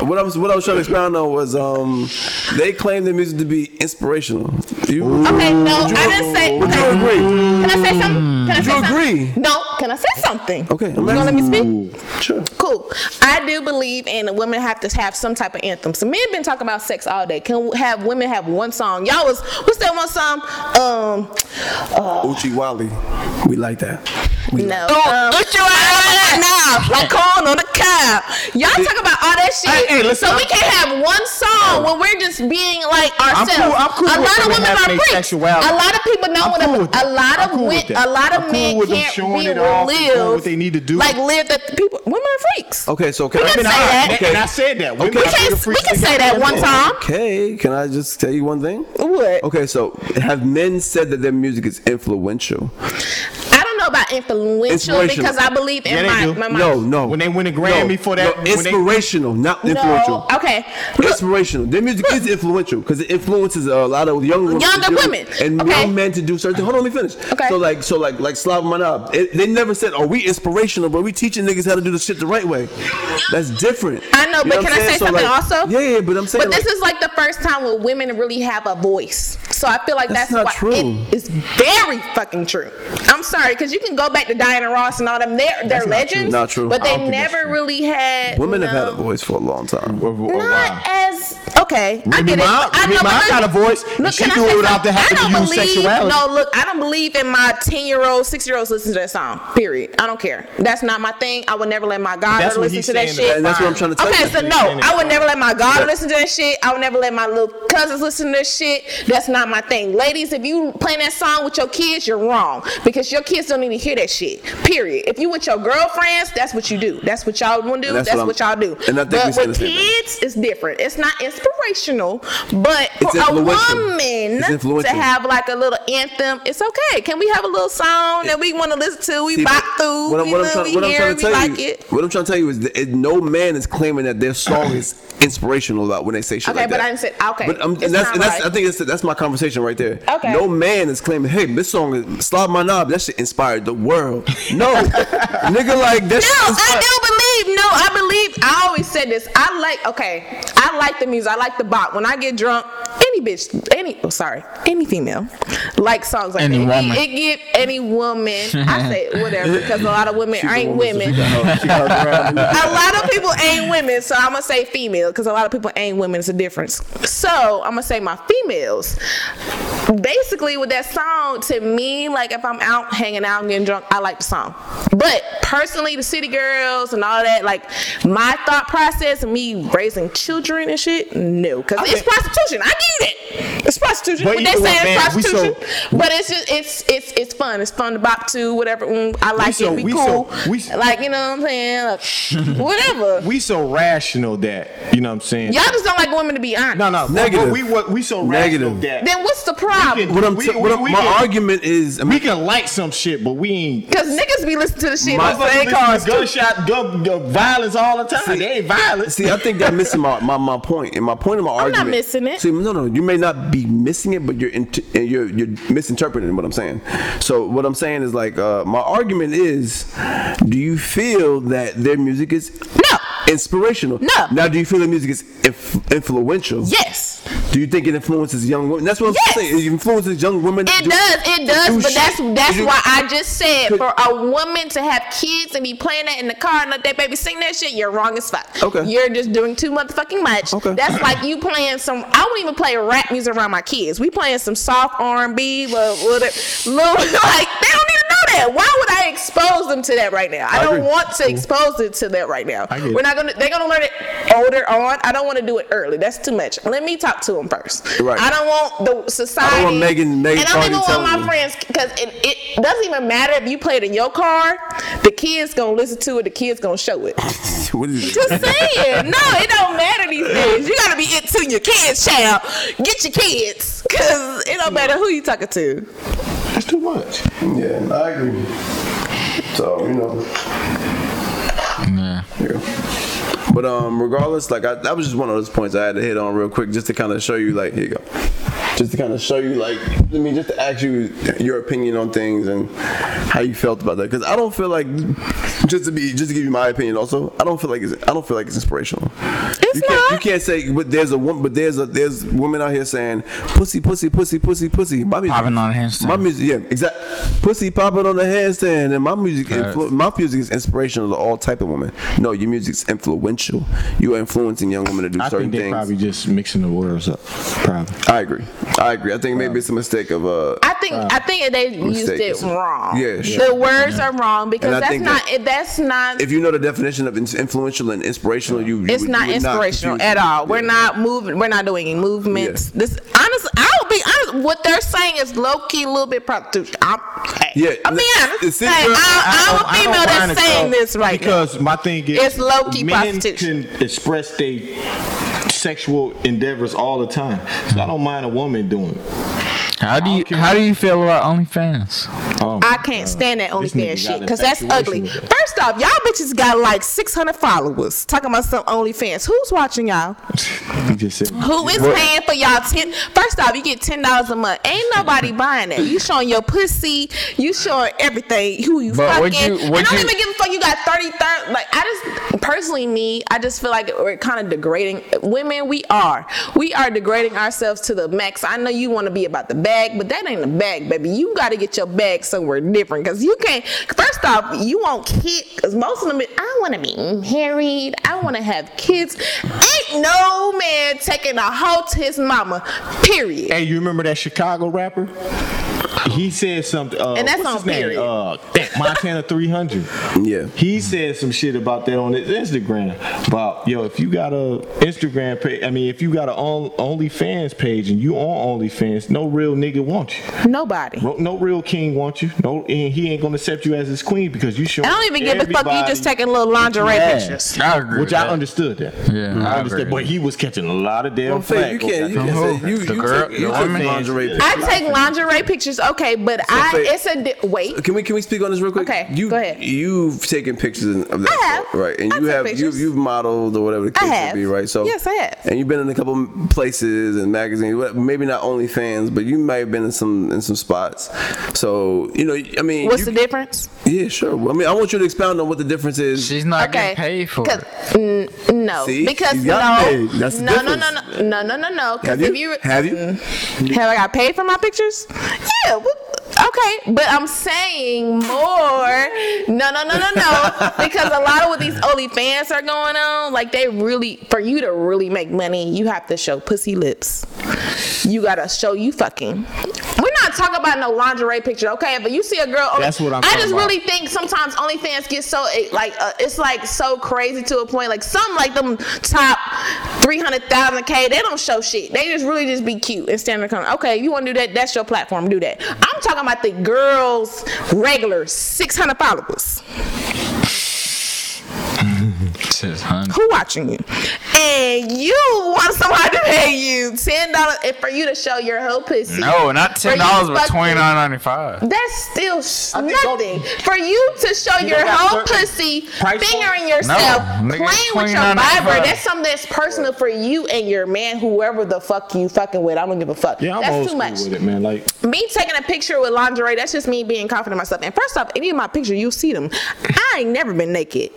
What I was what I was trying to expound on was um, they claim their music to be inspirational. You,
Okay, no, I didn't say.
would
Okay,
you agree?
can I say something? Can I say
you
something?
agree?
No, can I say something?
Okay,
you
I'm
gonna let me speak?
Sure.
Cool. I do believe in women have to have some type of anthem. So men been talking about sex all day. Can have women have one song? Y'all was what's that one song? Um,
Uchi Wally. We like that. We
no.
"Oh,
Um, now, like corn on the cob. Y'all talk about all that shit.
Hey, hey, listen,
so we
I'm-
can't have one song when we're just being like ourselves.
cool- I'm cool
a
with
lot of
women
women
having
are
their
freaks.
sexuality.
A lot of people know
I'm
what
cool
a,
with that.
a lot of
I'm cool
wi-
with that.
a lot of
I'm cool
men
with them
can't
showing
be
it off and doing
live
what they need to do.
Like live that people women are freaks.
Okay, so can
We
I-
can
And
say
I,
that.
and I said that. Women
We
are bigger
can we
freaks
can
than
say that
goddamn
one
men.
time.
Okay, can I just tell you one thing?
What?
Okay, so have men said that their music is influential?
I don't know about influential
Inspirational.
because I believe in
Yeah, they do.
my, my, my
No, no.
When they win a
No,
Grammy for that-
no,
when they-
inspirational, not influential.
No, okay. Look,
Inspirational. Their music is influential because it influences a lot of young
Younger
to do-
women.
and
Okay.
young men to do certain. Hold on, let me finish.
Okay.
So like, so like, like Slav Manab, it, they never said, "Are we inspirational?" But we teaching niggas how to do the shit the right way. That's different.
I know,
You
but
what
can
I'm
I
saying?
say
So,
something
like-
also?
Yeah, yeah, but I'm saying.
But this
like-
is like the first time where women really have a voice. So I feel like that's,
That's not
why
true.
it is very fucking true. I'm sorry, because you can go back to Diana Ross and all them. They're, they're legends.
Not true.
But
I
they
don't think that's
never really had.
Women have had a oh,
no-
voice for a long time.
Or- or why?
Not as okay. I
Remy
get it.
Ma-
I
Remy
know,
Ma
but
got a voice, and she
can I
do
say
it without
something?
there having
I
to
don't
use
believe-
sexuality.
No, look, I don't believe in my ten year old, six year olds listen to that song. Period. I don't care. That's not my thing. I would never let my God
That's what
listen
he's
to that
saying
shit.
And that's what I'm trying to tell
Okay,
you.
so no, I would never let my God listen to that shit. I would never let my little cousins listen to that shit. That's not my thing. Ladies, if you playing that song with your kids, you're wrong because your kids don't even hear that shit. Period. If you with your girlfriends, that's what you do. That's what y'all want to do.
And
That's,
that's what
what, y'all
I'm-
do.
and I think we
but
said
with
the same thing.
kids, it's different. It's not inspirational, but
It's
for a
influential.
woman
It's
to
influential.
have like a little anthem, it's okay. Can we have a little song that we want to listen to? We
See,
bop
but
through.
What, I'm-
we
what I'm
look,
trying-
we
what I'm
hear,
trying
we
to tell
like
you,
it.
what I'm trying to tell you is that it- no man is claiming that their song is inspirational about when they say shit
Okay,
like
but
that.
I didn't say- okay,
But um, and
it's
that's,
not
and that's
right.
I think that's, that's my conversation right there.
Okay.
No man is claiming, hey, this song is Slob My Knob. That shit inspired the world. No, nigga, like that.
No,
shit
I
inspired-
do believe. No, I believe. I always said this. I like. Okay, I like the music. I like the bop. When I get drunk, any bitch, any oh sorry, any female, like songs like
Any
that.
woman.
It, it give any woman. I say whatever because a lot of women ain't women. a lot of people ain't women, so I'm gonna say female because a lot of people ain't women. It's a difference. So I'm gonna say my females. Basically, with that song, to me, like if I'm out hanging out and getting drunk, I like the song. But personally, the city girls and all that, like my thought process, and me raising children and shit, no, because it's prostitution. I get it. It's prostitution.
But
But they
either way,
say it's
man, we so-
prostitution. but it's just it's it's it's fun. It's fun to bop to whatever. Mm, I like
so-
it. We,
we so-
cool.
we so-
like you know what I'm saying. Like, whatever.
We so rational that you know what I'm saying.
Y'all just don't like women to be honest.
no, no,
Negative.
We, we, we so rational
Negative.
that
Then what's the problem?
What I'm,
We-
t- what
we-
I'm-
we
my
can-
argument is, I mean,
we can like some shit, but we ain't.
Because niggas be listening to the shit
My-
on same cars. too.
gunshot, gun, gun, violence all the time.
See-
they ain't violent.
See, I think that missing my, my, my point, and my point of my
not
argument.
missing it.
See, no, no, you may not be missing it, but you're int- and you're you're misinterpreting what I'm saying. So what I'm saying is like uh, my argument is, do you feel that their music is
No.
inspirational?
No.
Now, do you feel their music is inf- influential?
Yes,
Do you think it influences young women? That's what I'm
Yes.
saying. It influences young women. to
it
do-
does. It
do
does. But
shit.
that's that's
You-
why I just said
Could-
for a woman to have kids and be playing that in the car and let that baby sing that shit, you're wrong as fuck.
Okay.
You're just doing too motherfucking much.
Okay.
That's like you playing some. I wouldn't even play rap music around my kids. We playing some soft R and B, little little like they don't even know that that. Why would I expose them to that right now? I,
I
don't
agree.
want to expose it to that right now.
I get it.
We're not gonna. They're gonna learn it older on. I don't want to do it early. That's too much. Let me talk to them first.
Right.
I don't want the society.
I don't want Megan- Megan
and I don't even
Carter
want my
telling me.
friends because it, it doesn't even matter if you play it in your car. The kids gonna listen to it. The kids gonna show it.
What is it?
Just saying. No, it don't matter these days. You gotta be into your kids, child. Get your kids, cause it don't matter who you talking to.
That's too much.
Yeah, I agree. So you know.
Yeah.
Yeah. But um, regardless, like I, that was just one of those points I had to hit on real quick, just to kind of show you, like, here you go, just to kind of show you, like, I mean, just to ask you your opinion on things and how you felt about that, because I don't feel like, just to be, just to give you my opinion, also, I don't feel like it's, I don't feel like it's inspirational.
It's
you can't,
not.
You can't say, but there's a woman, but there's a there's women out here saying, pussy, pussy, pussy, pussy, pussy. My music-
Popping on a handstand.
My music, yeah, exactly. Pussy popping on the handstand, and my music, influ- my music is inspirational to all type of women. No, your music's influential. You are influencing young women to do
I
certain
think they're
things.
probably just mixing the words up. Probably.
I agree. I agree. I think maybe it's a mistake of uh.
I think I think they used
Mistake,
it
isn't it?
wrong.
Yeah, sure.
The words are wrong
And
because
I
that's
think
not
that-
it that's not
if you know the definition of in- influential and inspirational, you, you
it's
would-
not
you would
inspirational
confuse-
at all. We're not moving. We're not doing any movements.
Yeah.
This honestly, I'll be honest. What they're saying is low key, a little bit prostitute. I'm, hey,
Yeah,
I'm being
it's-
honest.
it's-
Hey, I'm, I'm
don't-
a
don't
female
mind
that's
it,
saying
though,
this right now.
because my thing is
It's low-key
men
prostitution.
can express their sexual endeavors all the time, so I don't mind a woman doing it.
How do you
Okay.
how do you feel about OnlyFans?
Um,
I can't stand that
This nigga
OnlyFans
got
shit
an
because that's
infatuation
ugly.
with it.
First off, y'all bitches got like 600 followers. Talking about some OnlyFans. Who's watching y'all?
you just said
Who is paying for y'all ten? First off, you get ten dollars a month. Ain't nobody buying that. You showing your pussy. You showing everything. Who you
But
fucking?
would you-
and
would
I don't
you-
even give a fuck. You got thirty third. Like I just personally, me, I just feel like we're kind of degrading women. We are. We are degrading ourselves to the max. I know you want to be about the bag, but that ain't a bag, baby. You got to get your bag somewhere different because you can't. First off, you want kids. Because most of them, be- I want to be married. I want to have kids. Ain't no man taking a hoe to his mama. Period.
Hey, you remember that Chicago rapper? He said something. Uh,
And that's
what's
on
his name?
period.
Uh, that Montana 300.
Yeah.
He said some shit about that on his Instagram. About yo, if you got a Instagram page, I mean, if you got an on, OnlyFans page and you on OnlyFans, no real nigga want you.
Nobody.
No, no real king want you. No, and he ain't gonna accept you as his queen because you show.
I don't even give a fuck. You just taking little lingerie pictures.
I agree.
Which I understood that.
Yeah, I
I,
agree
understood.
with
But
that.
he was catching a lot of damn
Well, Faye, you
flack.
can't. You
over that.
can't say you.
The
you
girl-
take, you
the
take
woman-
lingerie
I
pictures.
I take lingerie pictures, okay, but I
Faye-
it's a di- wait.
Can we can we speak on this real quick?
Okay,
you,
go ahead.
You've taken pictures of that,
I have.
stuff, right? And
I
you
took
have you've,
pictures.
you've modeled or whatever the
I
case may
have.
be, right? So
Yes, I have.
And you've been in a couple places and magazines, what- maybe not OnlyFans, but you might have been in some in some spots. So you know, I mean,
What's
you-
the difference?
yeah, sure. Well, I mean, I want you to expound on what the difference is.
She's not getting paid for
'cause-
it.
mm, no,
See?
because
You
no,
got paid. That's the
no, no, no,
difference.
no, no, no, no, no. 'cause
Have you?
If you
Have you?
Mm. Have I got paid for my pictures? Yeah. wh- Okay, but I'm saying more. No, no, no, no, no. because a lot of what these OnlyFans are going on, like they really, for you to really make money, you have to show pussy lips. You gotta show you fucking. We're not talking about no lingerie picture, okay? But you see a girl. on-
That's what I'm
I
talking
just
about.
really think sometimes OnlyFans get so eh, like uh, it's like so crazy to a point. Like some like them top three hundred thousand k, they don't show shit. They just really just be cute and stand there coming. Okay, you want to do that? That's your platform. Do that. I'm talking about the girls regular six hundred followers.
Says, huh?
Who watching you? And you want somebody to pay you ten dollars for you to show your whole pussy?
No, not
For you
ten dollars, but
fucking-
twenty nine ninety five.
That's still sh-
I think don't-
nothing for you to show
You
your
don't got
whole
certain
pussy,
price
fingering yourself,
nigga,
playing with your
29.95.
vibrator. That's something that's personal for you and your man, whoever the fuck you fucking with. I don't give a fuck.
Yeah, I'm
that's
old
too
school
much.
with it, man. Like
Me taking a picture with lingerie, that's just me being confident in myself. And first off, any of my pictures, you'll see them. I ain't never been naked.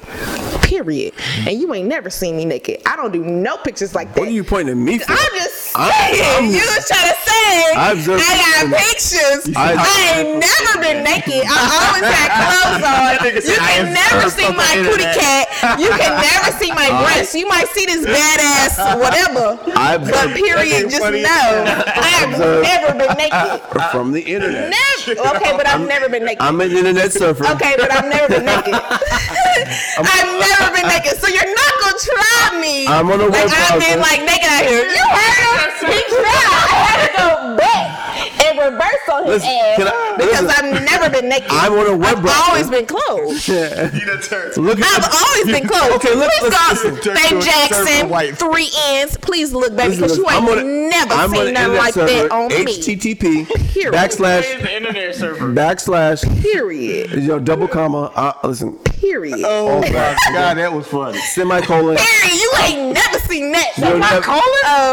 period. And you ain't never seen me naked. I don't do no pictures like that.
What are you pointing at me for?
I'm just saying.
I'm- I'm-
you was trying to say
I
I,
observed
got
you.
pictures.
I-
I, ain't never been naked. I always had clothes on.
nigga said,
You
"I
can
observed
never
from
see
the
my cootie
internet."
cat. You can never see my breasts. You might see this badass whatever.
I
but
observed-
period, just know I have never been naked.
from the internet.
Never. Okay, but I've never been naked.
I'm an internet surfer.
Okay, but I've never been naked. I've never been naked, so you're not gonna try me.
I'm on a
like
web
I've
browser.
been like naked out here. You heard him? He tried. I had to go back and reverse on his
Listen,
ass
can I-
because
listen.
I've never been naked.
I'm on a web
I've
browser.
always been clothed.
Look
I've always been clothed.
Okay, look,
please
look,
go,
listen.
Turn to
Faye
a server
Jackson,
wife.
three ends. Please look, baby,
Listen,
because you
listen,
ain't
I'm on a-
never
I'm on
seen
an
nothing
internet
like
server,
that on me.
HTTP
Period.
backslash
the internet server.
backslash
Period.
you know, double comma uh, listen
Period.
Uh,
Oh my god, that was funny.
semicolon.
Barry, you ain't never seen that. So
You
my
never- Uh,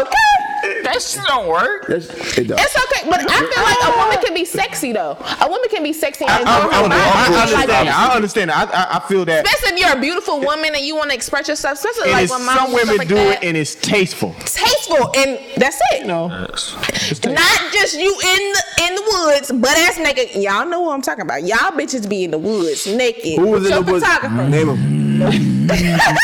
colon? Okay.
That shit don't work.
That's, it does.
It's okay, but I feel like a woman can be sexy though. A woman can be sexy and
I,
enjoy her
I-
body.
I
Like,
understand. I understand. I, I, I feel that.
Especially if you're a beautiful woman and you want to express yourself, especially
And
like
it's,
when moms
some
and stuff
women
like
do
that.
it and it's tasteful.
tasteful, and that's it.
You know,
Not just you in the in the woods, butt ass naked. Y'all know what I'm talking about. Y'all bitches be in the woods naked.
Who was
with
in
your
the woods?
photographer.
Name him.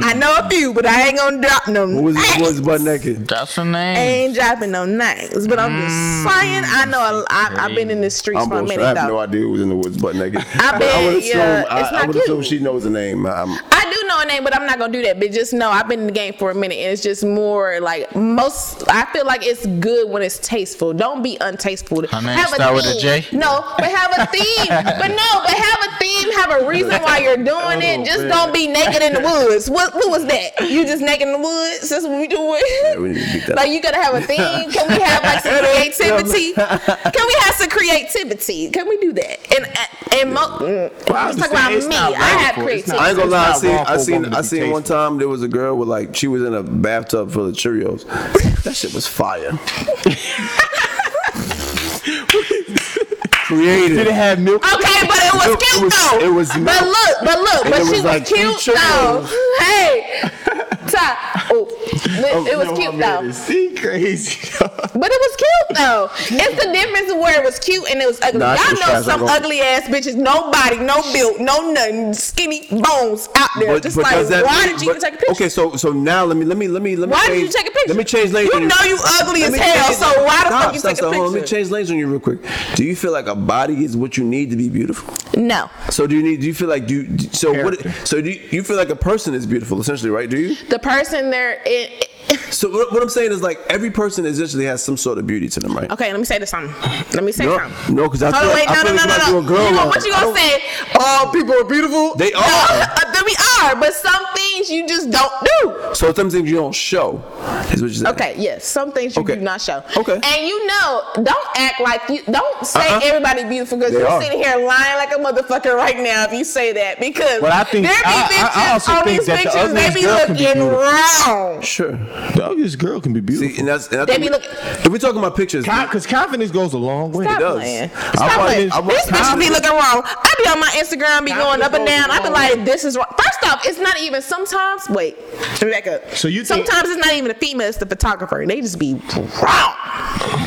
I know a few, but I ain't gonna drop no.
Who was in the woods butt naked?
That's her name.
ain't dropping no names, but I'm just saying. I know a, I, I've been in the streets
I'm
for a
bullshit.
minute,
I have
though.
no idea who was in the woods butt naked. But
bet,
would
yeah,
assume, I,
it's
I
not
would assume
cute.
she knows the name. I'm,
I do know a name, but I'm not gonna do that. But just know I've been in the game for a minute, and it's just more like most. I feel like it's good when it's tasteful. Don't be untasteful.
Her name start with a J?
No, but have a theme. but no, but have a theme. Have a reason why you're doing it. Just don't be naked in the woods. What, what was that? You just naked in the woods? That's what we doing.
we need to beat that
like you gotta have a theme. Can we have like some creativity? Can we have some creativity? Can we do that? And and mo- mm,
Well, I
let's
understand.
talk about
It's
me.
not
I have
wrongful. It's
creativity.
not-
I ain't
It's
gonna lie. I
not
seen,
wrong for
I
a
seen,
woman to
I
be
seen one
tasteful.
time there was a girl with like she was in a bathtub full of Cheerios. that shit was fire.
did it
Creative.
have milk?
Okay, but it was
It
cute
was-
though.
it was
But
not-
look, but look,
And
but
it
she
was
was
like two
cute
children.
though. Hey, Ty. Oh, it was
No,
cute
I'm
though.
ready. See, crazy.
But it was cute though. It's the difference of where it was cute and it was ugly.
Nah, she
Y'all
was
know
trash.
some
I don't-
ugly ass bitches, no body, no built, no nothing, skinny bones out there. Just like,
does that
why
mean-
did you
but-
even take a picture?
Okay, so so now let me let me let me let me.
Why
change,
did you take a picture?
Let me change lanes.
You
on
know you ugly
Let
as
me
hell,
change-
so why the
Stop,
fuck you
stop,
take
stop,
a
hold on, Let me
picture?
change lanes on you real quick. Do you feel like a body is what you need to be beautiful?
No.
So do you need? Do you feel like do? You, so
Character.
what? So do you, you feel like a person is beautiful essentially, right? Do you?
The person there it, it-
So what, what I'm saying is like every person essentially has some sort of beauty to them, right?
Okay, let me say this something. Let me say
No,
something.
no, 'cause I
Hold
feel
on, wait,
like- I
no,
feel
no,
like
no,
you might
no,
do a girl
no. You know
wrong.
what you
I
gonna
don't-
say? All people are beautiful.
They
No,
are.
uh, then we are, but some things you just don't do.
So some things you don't show is what you said.
Okay, yes, some things you
Okay.
do not show.
Okay.
and you know, don't act like you don't say
Uh-uh.
everybody beautiful because
They
you're
are.
sitting here lying like a motherfucker right now if you say that because
But I think-
there be
I- I-
bitches
I also
on
think
these
that the
pictures they
ugliest
be
girl can be
looking
beautiful.
wrong.
Sure.
the ugliest girl can be beautiful.
See, and that's and I
They
think
be
we-
looking-
if we're talking about pictures,
Because confidence goes a long way.
Stop
does.
playing.
I
Stop
want-
playing.
I want
These bitches be
confidence.
looking wrong. I be on my Instagram, be going up and
Confidence
down. I be
goes
like, this is wrong. First off, it's not even sometimes. Wait, let me back up.
So you think-
sometimes it's not even the female, it's the photographer. They just be wrong.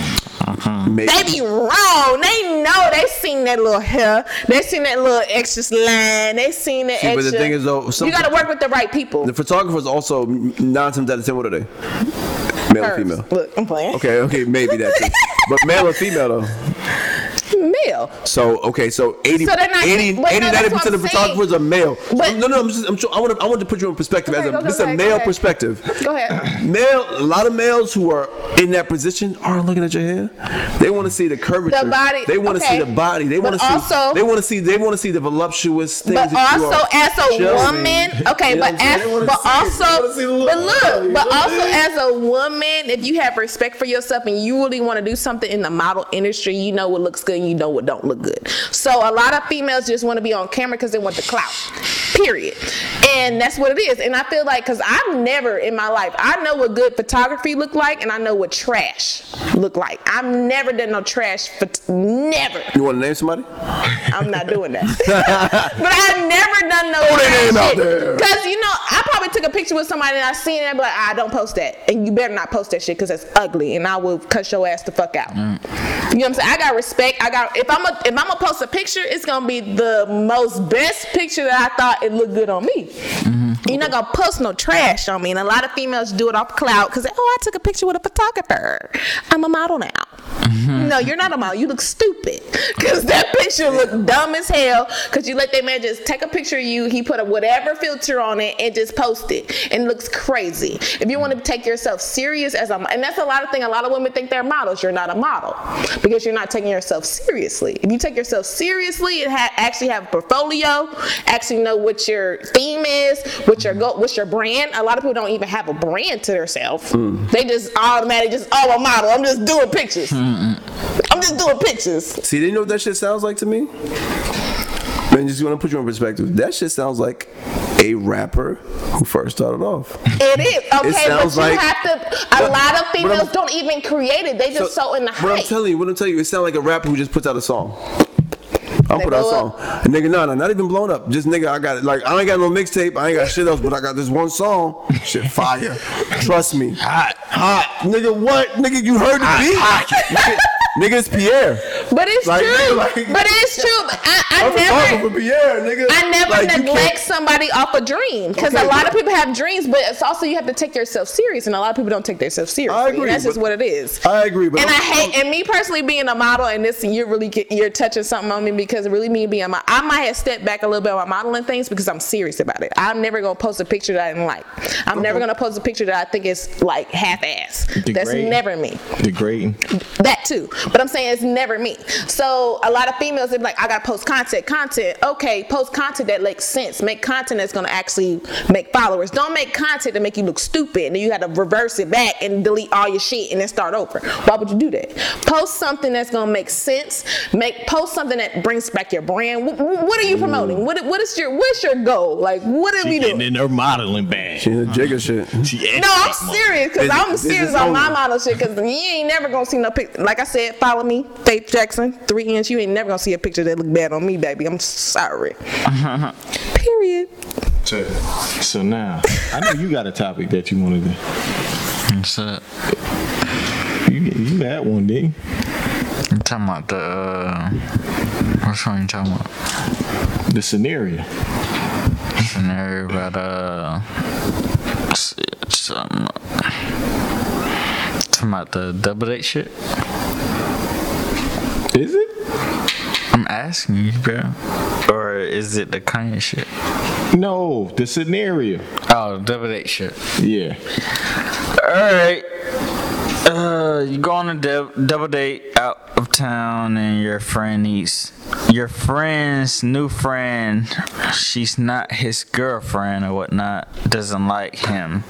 maybe.
They be wrong. They know they seen that little hair. They seen that little extra line. They seen that
See, but
extra.
the thing is, though,
you got
sometimes-
to work with the right people.
The photographers also n- nine times out of ten, what are they? Male or
First.
female?
Look, I'm playing.
Okay, okay, maybe that. too. But male or female though?
Male.
So okay, so 80,
So they're not-
80,
but no,
80
that's
90
what
percent of
I'm
photographers are male.
But-
no, no, I'm just, I'm sure, I want to, I want to put you in perspective
Okay,
as a,
go, go,
this
go
a
ahead, go
male
ahead.
perspective.
Go ahead.
Male, a lot of males who are in that position aren't looking at your hair. They want to see the curvature.
The body,
They want to
okay.
see the body. They
But
want to see.
also-
they want to see. They want to see the voluptuous things.
But
that you
also
are
as a
showing.
woman, okay,
You know what
but
I'm saying?
as
They wanna
but
see it. They wanna see the
also
little
but look,
body.
but also as a woman, if you have respect for yourself and you really want to do something in the model industry, you know what looks good and you know know what don't look good. So a lot of females just want to be on camera because they want the clout. Period. And that's what it is. And I feel like because I've never in my life I know what good photography look like and I know what trash look like. I've never done no trash. Phot- never.
You want to name somebody?
I'm not doing that. but I've never done no
that name
weird
out
shit.
there.
Cause you know, I probably took a picture with somebody and I seen it and I be like, ah, don't post that. And you better not post that shit because that's ugly and I will cut your ass the fuck out. You know what I'm saying? I got respect. I got if I'm a if I'm gonna post a picture, it's gonna be the most best picture that I thought it looked good on me. You're not gonna post no trash on me, and a lot of females do it off clout because oh, I took a picture with a photographer. I'm a model now. No, you're not a model. You look stupid because that picture looked dumb as hell. Because you let that man just take a picture of you. He put a whatever filter on it and just post it, and it looks crazy. If you want to take yourself serious as a, mo- and that's a lot of thing. A lot of women think they're models. You're not a model because you're not taking yourself seriously. If you take yourself seriously and ha- actually have a portfolio, actually know what your theme is, what your goal, what's your brand. A lot of people don't even have a brand to themselves. They just automatically just oh, I'm a model. I'm just doing pictures. I'm just doing pictures.
See, they know what that shit sounds like to me? Man, just want to put you in perspective. That shit sounds like a rapper who first started off.
It is okay,
sounds
but you
like-
have to. A lot of
but- but I'm-
females don't even create it. They just so, in the
What I'm
hype.
telling you, what I'm telling you, it sounds like a rapper who just puts out a song. I'll
They
put out a
blow
song. Nigga, no, no, not even blown up. Just nigga, I got it. Like, I ain't got no mixtape. I ain't got shit else, but I got this one song. Shit, fire. Trust me.
Hot.
Hot. Nigga, what? Nigga, you heard the beat? Nigga, nigga, it's Pierre.
but it's
Like,
true.
like-
but it's true. But I,
I'm
I
responsible
never.
for Pierre, nigga.
I never
Like, you can't-
neglect somebody off a dream because
Okay,
a lot of
but-
people have dreams, but it's also you have to take yourself serious, and a lot of people don't take themselves serious.
I agree,
That's just
but-
what it is.
I agree, but
and i
I'm-
hate and me personally being a model, and this you're really get- you're touching something on me because really me being my I might have stepped back a little bit on my modeling things because I'm serious about it. I'm never gonna post a picture that I didn't like. I'm never gonna post a picture that I think is like half ass. That's
Degrading.
never me.
Degrading.
That too. But I'm saying it's never me. So a lot of females they're like, I gotta post content, content. Okay, post content that makes sense. Make content that's gonna actually make followers. Don't make content to make you look stupid and then you gotta reverse it back and delete all your shit and then start over. Why would you do that? Post something that's gonna make sense. Make post something that brings back your brand. Wh- wh- what are you promoting? What what is your what's your goal? Like what are we doing?
And then they're modeling bag.
Yeah, Jigga shit.
No, I'm serious because
Is-
I'm
is
serious
this
on my
over?
model shit because you ain't never gonna see no pic. Like I said, follow me, Faith Jackson, three inch. You ain't never gonna see a picture that look bad on me, baby. I'm sorry. Period.
So, so now, I know you got a topic that you wanted to.
What's up?
You, you had one, didn't
You talking about the uh, which one you talking about?
you? The scenario.
Scenario about uh, s- something. Talking about the double date shit.
Is it?
I'm asking you, bro. Or is it the Kanye shit?
No, the scenario.
Oh, double date shit.
Yeah.
Alright. Uh, you go on a dev- double date out of town, and your friend needs your friend's new friend. She's not his girlfriend or whatnot. Doesn't like him.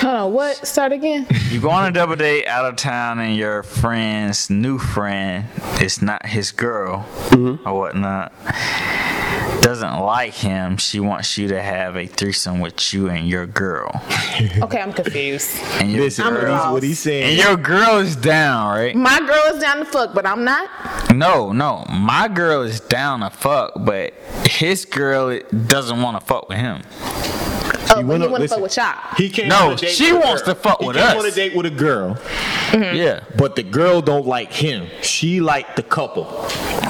Hold on. What? Start again.
You go on a double date out of town, and your friend's new friend is not his girl or whatnot. Doesn't like him. She wants you to have a threesome with you and your girl.
Okay, I'm confused.
And your
Listen,
I'm
what, he's,
lost.
what he's
And
saying.
your girl is down, right?
My girl is down to fuck, but I'm not.
No, no. My girl is down to fuck, but his girl doesn't want to fuck with him.
Oh,
he
you want
went on-
to fuck
listen,
with y'all?
He came
No,
on a date
she
with a
wants
girl.
to fuck
he
with
came
us.
on a date with a girl,
Hmm.
Yeah.
but the girl don't like him. She like the couple,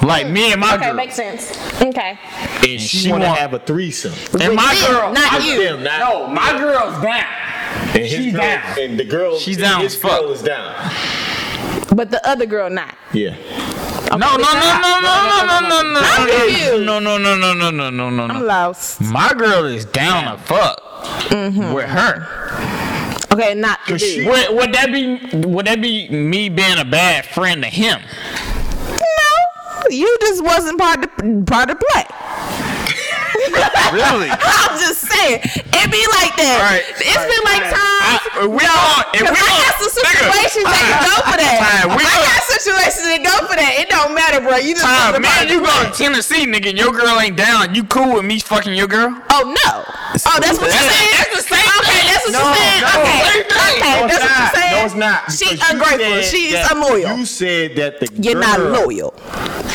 Like me and my
Okay,
girl.
makes sense. Okay.
and, she,
she
want to
want-
have a threesome.
and my
With him,
girl.
not
my-
you.
Them, not-
No, my girl's down.
And his
She's
girl,
down.
And the girl,
She's
and
down
His
as fuck.
girl is down.
But the other girl not.
Yeah.
No, no, no, no, no, no, no, no,
I'm confused.
no, no, no, no, no, no, no, no, no,
I'm
no.
lost. Mm-hmm.
My girl is down to fuck with her.
Okay, not the
Cause she-
dude.
Would, would that be would that be me being a bad friend to him?
No, you just wasn't part of part of the play.
really?
I'm just saying, it be like that.
All right,
It's been like times.
I, we all if we
Cause I
all
got some situations that can go for that.
Time, we
I
gonna-
got situations that go for that. It don't matter, bro. You just
Time,
thinking
man,
about
you
it.
go to Tennessee, nigga, and your girl ain't down. You cool with me fucking your girl?
Oh no! Oh, that's what you're
That's-
saying.
that's the same
Okay,
thing.
that's what
No,
you're saying.
no,
okay,
same thing.
okay,
No, it's
that's what
not.
you're saying.
No, it's not.
She's
Because you
ungrateful.
said
She's
that-
unloyal.
You said that the
You're not
girl-
loyal.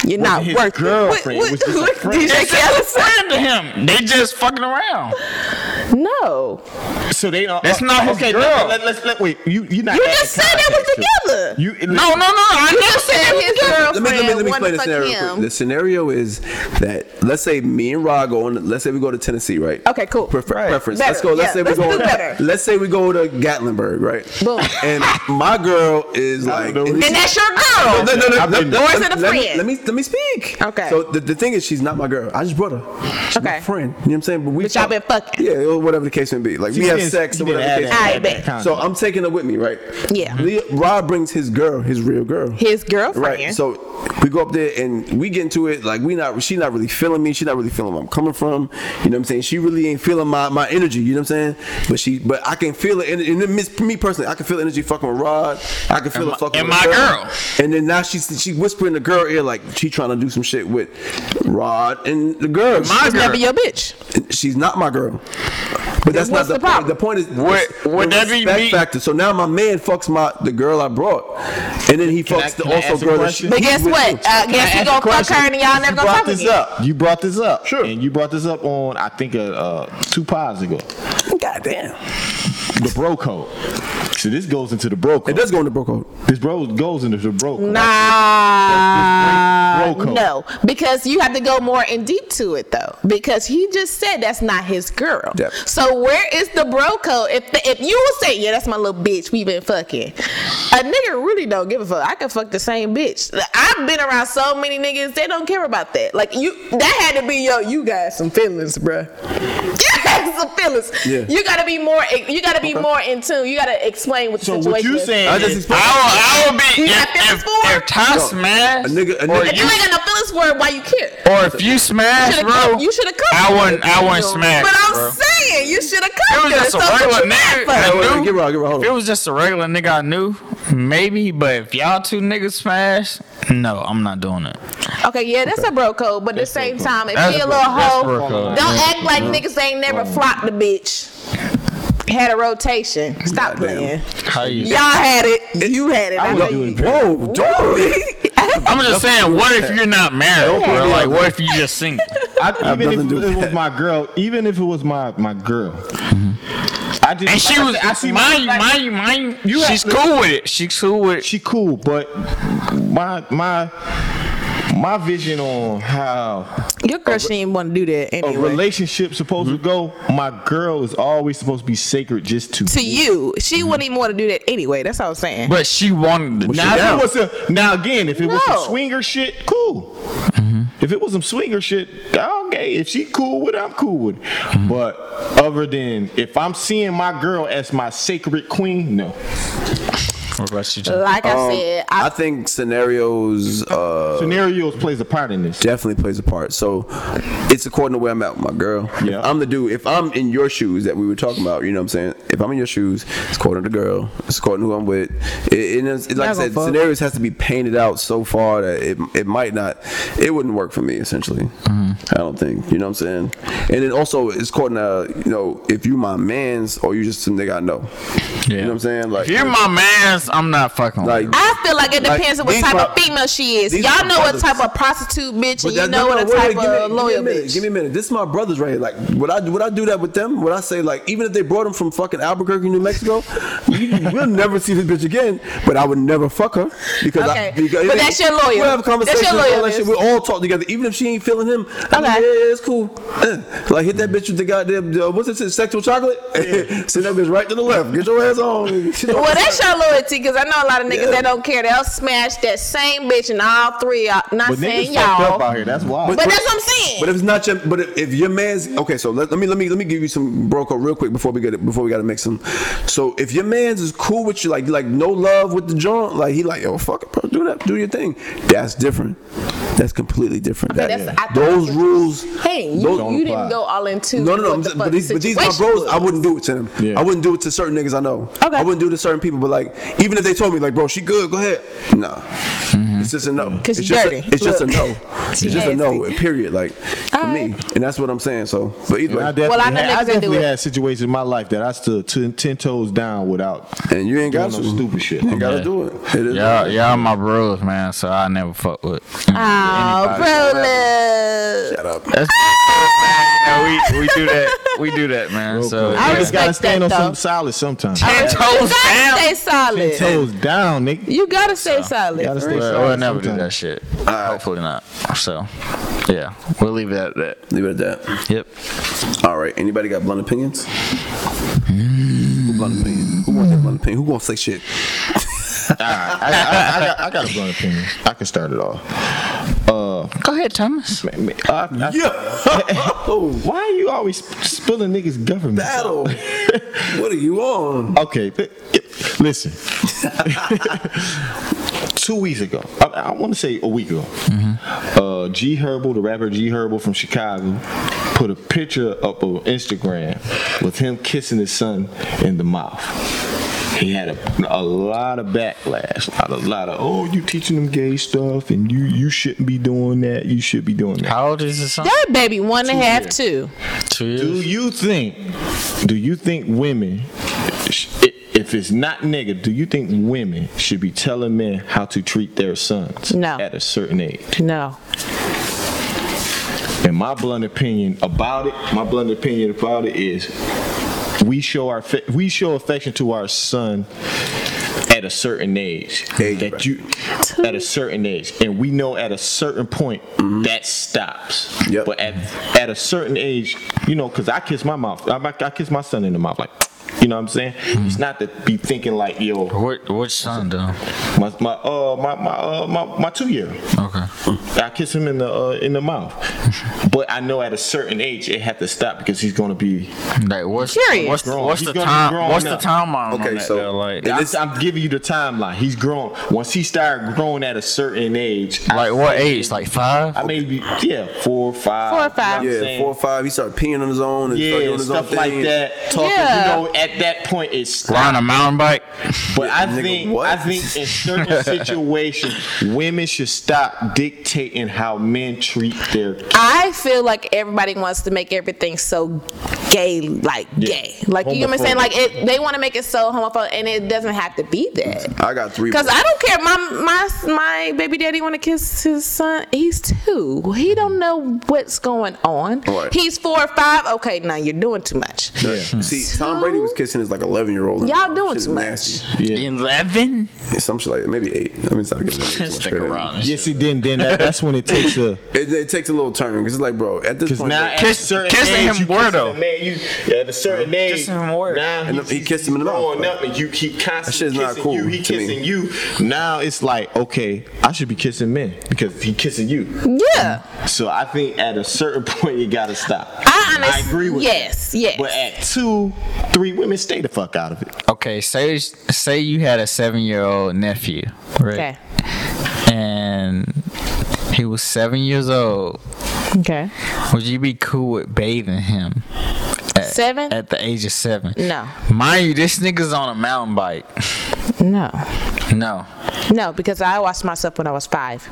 You're not
his
worth
girlfriend
it.
was just a
look,
friend.
DJ
It's a
Khaled.
friend to him. They just fucking around.
No,
So they don't.
That's not his
okay,
girl.
Let, let, let's let wait. You you not.
you
adding
just said they
context
was
to it.
together.
You
No, no, no. I never
just said
said
his girlfriend
Let me, let me, let me
wanted to
explain the
fuck
scenario. real
him.
quick. The scenario is that let's say me and Rod go on. Let's say we go to Tennessee, right?
Okay, cool.
Prefer- Preference.
Better.
Let's go. Let's
Yeah,
say we
let's
go.
do better.
Let's say we go to Gatlinburg, right?
Boom.
And my girl is like.
know.
and
Then that's your
no,
girl.
no, no, no.
I've been-
let-
Or is
let-
it a
let me-
friend?
Let me let me speak.
Okay.
So the, the thing is, she's not my girl. I just brought her. She's
Okay.
my friend. You know what I'm saying? But we.
But y'all
fuck-
been fucking.
Yeah, or whatever the case may be. Like
you
we have
didn't-
sex
you
or whatever
didn't add
the case.
that-
Alright,
add
bet.
that
So
context.
I'm taking her with me, right?
Yeah.
Leo, Rob brings his girl, his real girl.
His girlfriend.
Right. So we go up there and we get into it. Like we not, she not really feeling me. She not really feeling where I'm coming from. You know what I'm saying? She really ain't feeling my, my energy. You know what I'm saying? But she, but I can feel it. And, and then miss, me personally, I can feel energy fucking with Rod. I can feel
And
it
my-
fucking
and
with
my
her.
girl.
And then now she's she whispering the girl ear like she trying to do some shit with Rod and the girl.
My
It's never
girl.
your bitch.
She's not my girl. But that's
what's
not
the
the, point.
problem?
The point is
Would-
the
would that be
respect
me-
factor. So now my man fucks my the girl I brought, and then he
Can I-
fucks
can
the
I
also
ask a
girl. That
question?
she,
But guess
he-
what? Uh, guess
ask
you
a
gonna fuck
question?
her and y'all
you
never gonna
brought
fuck
this
again.
up. You brought this up.
Sure.
And you brought this up on I think uh, uh two pods ago.
God damn.
The bro code. So this goes into the bro
It
code.
does go into bro code.
This bro goes into the bro code.
Nah,
Bro code.
no, because you have to go more in deep to it though, because he just said that's not his girl.
Yep.
So where is the bro code? If if you will say, yeah, that's my little bitch, we been fucking, a nigga really don't give a fuck. I can fuck the same bitch. I've been around so many niggas, they don't care about that. Like you, that had to be yo, you got some feelings, bruh. You got some feelings.
Yeah.
You gotta be more. You gotta be more in tune. You gotta explain what the
So
situation
what you
is.
saying?
I just
is-
explained.
I will, I will be
You
if,
got feelings
if,
for her?
if Ty
No.
smash
A nigga- a
or
nigga-
If you
you
ain't got no feelings for it, why you care?
or if you smash,
shoulda
bro,
come- you shoulda come.
I wouldn't. I wouldn't smash,
But I'm
bro.
saying you should have
It
come
was
to
just
this.
a
So what
regular
you mad
nigga. I
for?
Wait, wait,
knew-
get Rod, get Rod, hold
If it
on.
was just a regular nigga I knew, maybe. But if y'all two niggas smash, no, I'm not doing it.
Okay, yeah, that's a bro code. But at the same time, if
That's
you a
bro-
little
that's
hoe,
bro code.
don't act like niggas ain't never flopped the bitch. Had a rotation. Stop playing.
How you?
Y'all had it. You had it. I
would
know
do
you-
it
Whoa, dude.
I'm just saying. What if you're not married, bro? Like, what if you just single?
I, even
nothing to do
if
with
it was
that.
my girl, even if it was my my girl, I just
And
like
she
I
was
said, I see my-
mind you, mind you, mind you.
You
She's
have-
cool with it. She's cool with it.
she cool, but my my my vision on how
Your girl, she didn't want to do that
Oh,
a
anyway.
relationship's supposed to go, my girl is always supposed to be sacred just to.
To you, she wouldn't even want to do that anyway. That's all I'm saying.
But she wanted to.
Now,
do it.
if it was a, now again, if it was some
No.
swinger shit, cool. If it was some swinger shit, okay. If she cool with it, I'm cool with it. But other than if I'm seeing my girl as my sacred queen, no.
What about you, John?
Like I said, I
I think scenarios uh,
Scenarios plays a part in this.
definitely plays a part. So it's according to where I'm at with my girl.
Yeah.
I'm the dude. If I'm in your shoes that we were talking about, you know what I'm saying? If I'm in your shoes, it's according to the girl. It's according to who I'm with. It, it, it's- it's like I
Never
said,
fuck.
scenarios has to be painted out so far that it, it might not, it wouldn't work for me essentially. I don't think. You know what I'm saying? And then also it's according to, you know, if you my man's or you just some nigga I know. You know what I'm saying? Like,
If you're my man's, I'm not fucking. with
like
you.
I feel like it
Like,
depends on what
these
type
my-
of female she is.
these
Y'all
my
know what
brothers.
type of prostitute bitch, and you
that-
know
no, no,
what a
wait,
type
wait, give me-
of loyal
give me a minute,
bitch.
Give me a minute. This is my brothers right here. Like, would I would I do that with them? Would I say like, even if they brought them from fucking Albuquerque, New Mexico, we, we'll never see this bitch again. But I would never fuck her because
Okay.
I because
But that's your lawyer.
We'll have
That's your
conversations. all that
lawyerness.
shit. We'll all talk together, even if she ain't feeling him. I'm like,
Okay.
yeah, yeah, it's cool. Eh. Like hit that bitch with the goddamn uh, what's it? Sexual chocolate. Send that bitch right to the left. Get your ass on.
Well, that's your loyalty. guilty because I know a lot of niggas
Yeah.
that don't care. They'll smash that same bitch and all three. Are, not
But
saying
niggas fucked
y'all,
up out here. That's why.
but that's what I'm saying.
But if it's not your, but if, if your man's okay, so let, let me let me let me give you some broco real quick before we get it before we gotta mix them. So if your man's is cool with you, like like no love with the joint, like he like yo fuck it, bro, do that, do your thing. That's different. That's completely different.
Okay,
That-
that's- I thought-
those rules.
hey, you,
those-
you didn't
apply.
go all into
no, no, no.
what
I'm
the
saying-
fuck
But these,
the
but these my
situation
bros. I
was.
wouldn't do it to them.
Yeah.
I wouldn't do it to certain niggas I know.
Okay.
I wouldn't do it to certain people. But like, even if they told me, like, bro, she good, go ahead. Nah,
Mm-hmm.
it's just a no.
'Cause
it's
you
just
dirty.
A, it's just a
Look.
no. It's just a no.
Nasty.
Period. Like for me,
Alright.
and that's what I'm saying. So, but either
And I
way,
definitely,
Well, I know
had, I
niggas that do
definitely
it.
had situations in my life that I stood ten, ten toes down without.
and you ain't got
Doing
to
no stupid shit.
You ain't got to
Yeah.
do it. It is.
Y'all, y'all my bros, man. So I never fuck with.
Uh,
Oh,
anybody.
bro, love.
Shut up.
That's- we, we do that. We do that, man. So
I
Niggas
respect
gotta stand
that,
on
though.
something solid sometimes.
ten
You
toes
gotta
down.
stay solid.
Ten toes down, nigga.
You gotta stay solid.
Gotta
for
stay
real.
We'll, we'll never do that shit.
Alright.
Hopefully not. So, yeah, we'll leave it at that.
Leave it at that.
Yep.
All right. Anybody got blunt opinions?
Mm.
Who Blunt opinion. Who wants their blunt opinion? Who gonna say shit?
I, I, I, got, I got a blunt opinion. I can start it off. Uh,
Go ahead, Thomas.
I- I-
Yeah.
why are you always sp- spilling niggas' government?
Battle. what are you on?
Okay, but- listen. Two weeks ago, I, I want to say a week ago, uh, G Herbal, the rapper G Herbal from Chicago, put a picture up on Instagram with him kissing his son in the mouth. He had a, a lot of backlash, a lot of, lot of oh, you teaching them gay stuff, and you you shouldn't be doing that. You should be doing that.
How old is the son?
That baby one and a half two.
Two
Do
years.
you think? Do you think women, sh- i- if it's not nigga, do you think women should be telling men how to treat their sons
No.
at a certain age?
No.
And my blunt opinion about it, my blunt opinion about it is, we show our fa- we show affection to our son at a certain age.
Age,
that
right.
you at a certain age, and we know at a certain point that stops.
Yep.
But at at a certain age, you know, because I kiss my mouth, I, I kiss my son in the mouth, like. You know what I'm saying? It's not to be thinking like, yo,
What? Which son, though?
my my uh my my uh, my, my two year.
Okay.
I kiss him in the uh, in the mouth, but I know at a certain age it had to stop because he's gonna be.
Like, what's
Curious.
what's,
Grown.
what's
He's
the
gonna be
time?
grown
What's
now.
the timeline?
Okay,
on that,
so-
though? like,
And
I'm,
this-
I'm giving you the timeline. He's grown. Once he started growing at a certain age, I,
like what age? Like five?
I maybe yeah four five.
Four or five.
You know what I'm
Yeah,
saying?
four or five. He started peeing on his own and started
yeah,
doing his
stuff
own
like
thing.
that. Talking,
Yeah.
you know, at that point it stopped.
Riding a mountain bike?
But I
Nigga,
think
what?
I think in certain situations, women should stop dictating how men treat their kids.
I feel like everybody wants to make everything so gay, like
Yeah.
gay. Like you know what I'm saying?
Homophobic.
Like it, they want to make it so homophobic, and it doesn't have to be that.
I got three.
Cause
more.
I don't care. My my my baby daddy want to kiss his son. He's two. He don't know what's going on.
Right.
He's four or five. Okay, now you're doing too much.
See, Tom Brady was kissing his like 11 year old.
Y'all doing too much.
Eleven?
Some shit like that. Maybe eight. I mean, it's not getting too much
Stick
credit.
around.
Yeah, see, then then that, that's when it takes a.
It, it takes a little turn because it's like, bro, at this
Because
point,
now
bro,
at
Kiss-
a certain
kissing
age,
him
you
where,
kissing
though?
a Man, you, yeah, at a certain age,
Kissing him where?
Now
And
he's,
he kissed him in the mouth,
growing
though.
up, and you keep
shit's
constantly
not
kissing
cool
you. He
to me.
kissing you. Now it's like, okay, I should be kissing men because he kissing you.
Yeah.
So I think at a certain point you gotta stop.
I honest-
agree with
yes,
that.
yes.
But at two, three women stay the fuck out of it.
Okay, say say you had a seven year old nephew, right?
Okay.
And he was seven years old.
Okay.
Would you be cool with bathing him
Seven.
at the age of seven?
No.
Mind you, this nigga's on a mountain bike.
no.
No.
No, because I washed myself when I was five.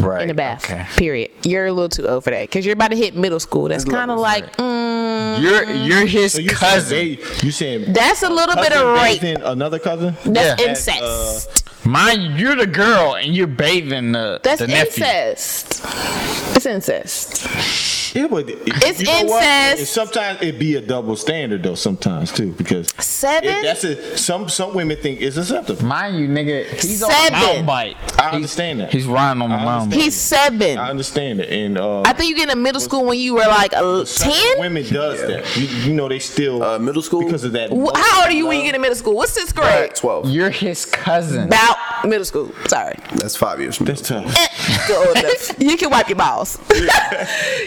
Right.
in the bath.
Okay.
Period. You're a little too old for that because you're about to hit middle school. That's kind of like mm,
You're you're his
So you
cousin.
saying they, you saying
that's a little bit
cousin
of rape.
bathing another cousin?
That's
Yeah.
incest.
Mind you, you're the girl and you're bathing the,
that's
the nephew.
incest. It's incest.
Yeah, but
It's incest.
And sometimes it be a double standard though. Sometimes too, because
Seven?
it- that's a, some some women think it's acceptable.
Mind you, nigga, he's
Seven.
on a mountain bike.
I understand that.
He's riding on the
I
mountain.
understand.
He's seven.
I understand it, and uh,
I think you get in middle school when you were like a
some
ten.
women does that. You, you know, they still
Uh, middle school?
because of that.
Wh- How old are you when you get in middle school? What's sixth grade?
Twelve.
You're his cousin.
About middle school. Sorry.
That's five years. From
That's
now.
tough.
Eh, good old enough. you can wipe your balls.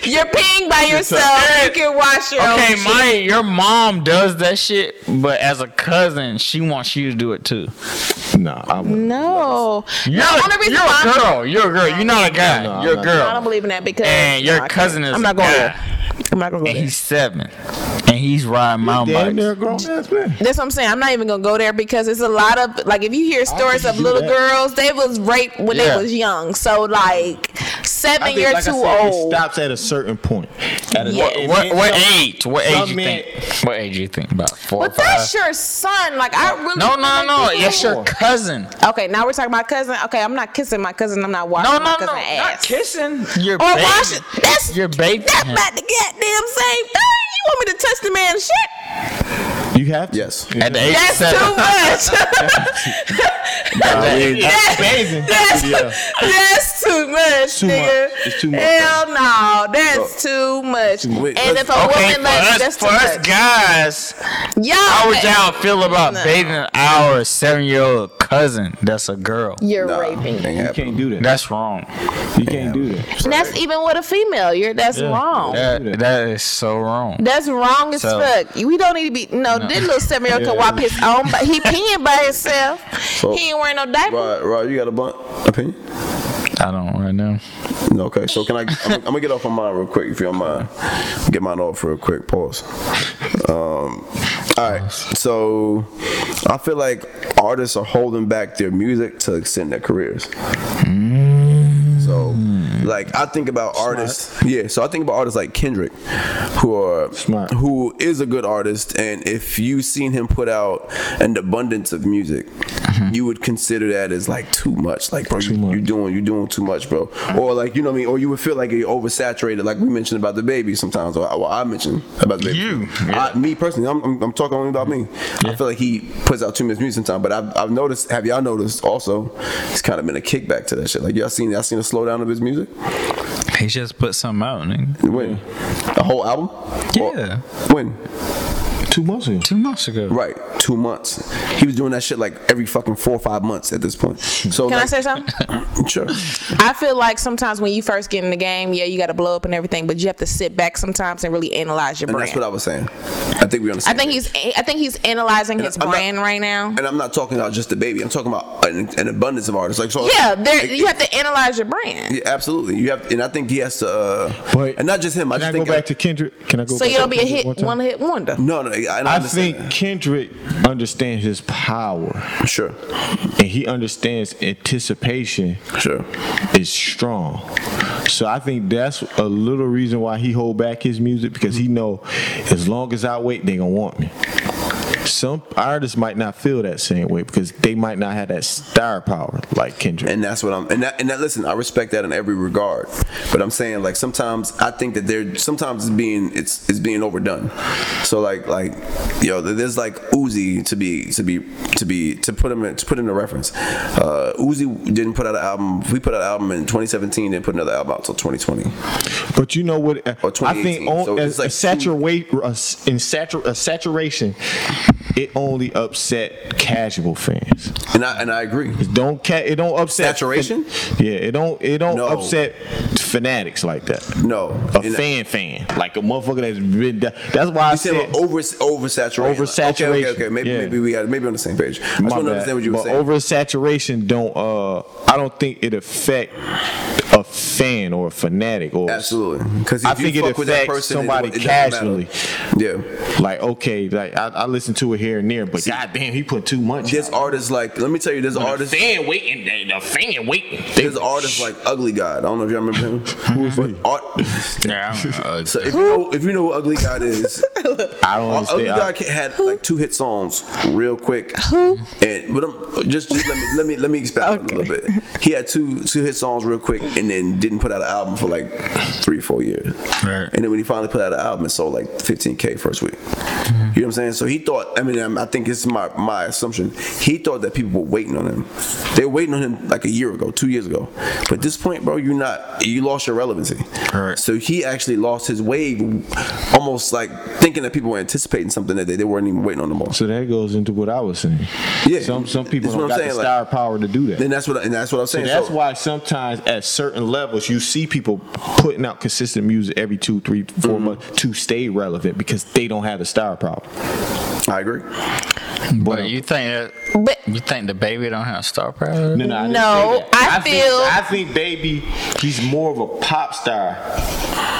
You're peeing by yourself. You can wash your
Okay,
own. shit.
Maya, your mom does that shit, but as a cousin, she wants you to do it too.
Nah, I wouldn't.
No.
You're,
no,
a, you're a
why-
girl. You're a girl. You're not a guy.
No, no,
you're
no.
a
I don't
girl.
believe in that because
And
No,
your
I can't.
cousin is
I'm not going
a
there.
guy.
I'm not going to
And
go there.
he's seven. And he's riding mountain
Damn, they're a
bikes.
grown ass man.
That's what I'm saying. I'm not even gonna go there because it's a lot of like if you hear stories
think
of
you
little
that.
girls, they was raped when
Yeah.
they was young. So like seven,
I think,
you're
like
too
I said,
old.
It stops at a certain point. At a,
Yeah.
it-
What
it-
what
some-
age? What
some
age you
men-
think? What age you think? About four. or
But
five?
that's your son. Like I really
no, no,
like,
no.
people-
It's your cousin.
Okay, now we're talking about cousin. Okay, I'm not kissing my cousin. I'm not washing
No,
my
no, no.
cousin
Not
ass.
kissing. You're
or
baby.
washing. That's
You're baby.
That's about the goddamn same thing. You want me to touch the man's shit?
You have to.
Yes.
At the age of
That's
seven.
too much. That's,
amazing.
That's, that's too much,
Too much.
nigga.
It's too much.
Hell no, that's too much.
much.
And if a
Okay,
woman
for
loves you,
us,
that's too
for us
much.
guys,
Y'all,
how would y'all feel about
No.
dating our seven-year-old cousin that's a girl?
you're
Nah, ain't
raping.
You
happening.
can't do that.
That's wrong.
You can't do that.
And that's even with a female. You're that's wrong.
That, that is so wrong.
That's wrong as
So-
fuck. We don't need to be no. This little seven year old can wipe his own. But he peeing by himself.
So-
he ain't wearing no diaper.
Rod, Rod, you got a blunt opinion?
I don't right now.
No, okay, so can I? I'm, I'm gonna get off on mine real quick, if you don't mind. Get mine off real quick. Pause. Um, all right, so I feel like artists are holding back their music to extend their careers. So, like, I think about artists. Yeah, so I think about artists like Kendrick, who are
Smart.
who is a good artist, and if you seen him put out an abundance of music, you would consider that as like too much. Like, bro, you,
Mm-hmm. much. Mm-hmm.
you doing you doing too much, bro. Or like, you know what I mean? Or you would feel like you're oversaturated, like we mentioned about the baby sometimes. Or well, I mentioned about the baby.
You,
I, me personally, I'm, I'm, I'm talking only about me. I feel like he puts out too much music sometimes. But I've, I've noticed, have y'all noticed also? It's kind of been a kickback to that shit. Like y'all seen y'all seen a slowdown of his music?
He just put something out, nigga.
When the whole album? Or-
Yeah.
when?
Two months ago.
Two months ago.
Right, two months. He was doing that shit like every fucking four or five months at this point. So
Can I
like,
say something?
Sure.
I feel like sometimes when you first get in the game, yeah, you got to blow up and everything, but you have to sit back sometimes and really analyze your
And
brand.
that's what I was saying. I think we
I
understand.
think he's I think he's analyzing his
I'm not-
brand right now.
And I'm not talking about just the baby. I'm talking about an, an abundance of artists. Like so.
Yeah, there
Like,
you have to analyze your brand.
yeah, absolutely. You have, and I think he has to. Uh,
But
and not just him. I
Can
just
I go
think
back to Kendrick? Can I go?
So
back
you'll
to
be a
Kendrick
hit
time?
one hit wonder.
no, no. I, I,
I
understand
think Kendrick understands his power,
that. Sure,
and he understands anticipation
sure.
is strong. So I think that's a little reason why he hold back his music because he know as long as I wait, they gonna want me. Some artists might not feel that same way because they might not have that star power like Kendrick.
And that's what I'm. And that, and that. Listen, I respect that in every regard. But I'm saying, like, sometimes I think that they're sometimes it's being it's it's being overdone. So like like, yo, there's like Uzi to be to be to be to put him in, to put in a reference. Uh, Uzi didn't put out an album. We put out an album in 2017. Didn't put another album out until 2020.
But you know what?
Or
I
2018,
think on,
so it's
a,
like-
saturate a s- in satur- a saturation, it only upset casual fans.
And I and I agree.
Don't ca- it don't upset
Saturation?
yeah, it don't it don't
No.
upset fanatics like that.
No,
a
And-
fan fan, like a motherfucker that's been. da- That's why I
You said oh,
said
about over oversaturation. Okay, okay,
Oversaturation,
okay. Maybe
yeah.
maybe we got maybe on the same page. I just
my
want to
bad,
understand what you were
but
saying.
oversaturation don't. Uh, I don't think it affect a fan or a fanatic or
Absolutely, because
I think it affects somebody casually.
Yeah,
Like okay, like I, I listen to it here and there, but goddamn, he put too much.
there's artists like let me tell you, there's artists.
fan waiting, the the fan waiting.
There's artists like Ugly God. I don't know if y'all remember him. Who's art,
Yeah. uh,
so if you know if you know what Ugly God is, uh,
I don't
Ugly
understand.
God had like two hit songs real quick. And but I'm, just, just let me let me let me expound a little bit. He had two two hit songs real quick, and then didn't put out an album for like three, four years.
Right.
And then when he finally put out an album, it sold like 15k first week. You know what I'm saying? So he thought. I mean, I think it's my my assumption. He thought that people were waiting on him. They were waiting on him like a year ago, two years ago. But at this point, bro, you're not. You lost your relevancy.
Right.
So he actually lost his wave, almost like thinking that people were anticipating something that they, they weren't even waiting on them all.
So that goes into what I was saying.
Yeah.
Some some people
That's what
don't
I'm
got
saying,
the
like-
star power to do that.
And that's what and that's what I'm
So
saying.
that's
So-
why sometimes at certain levels you see people putting out consistent music every two, three, four
Mm-hmm.
months to stay relevant because they don't have the star power.
I agree.
But you think that
But
you think the baby don't have star power?
No, no, I, didn't
No,
say that.
I feel-
Think, I think Baby, he's more of a pop star.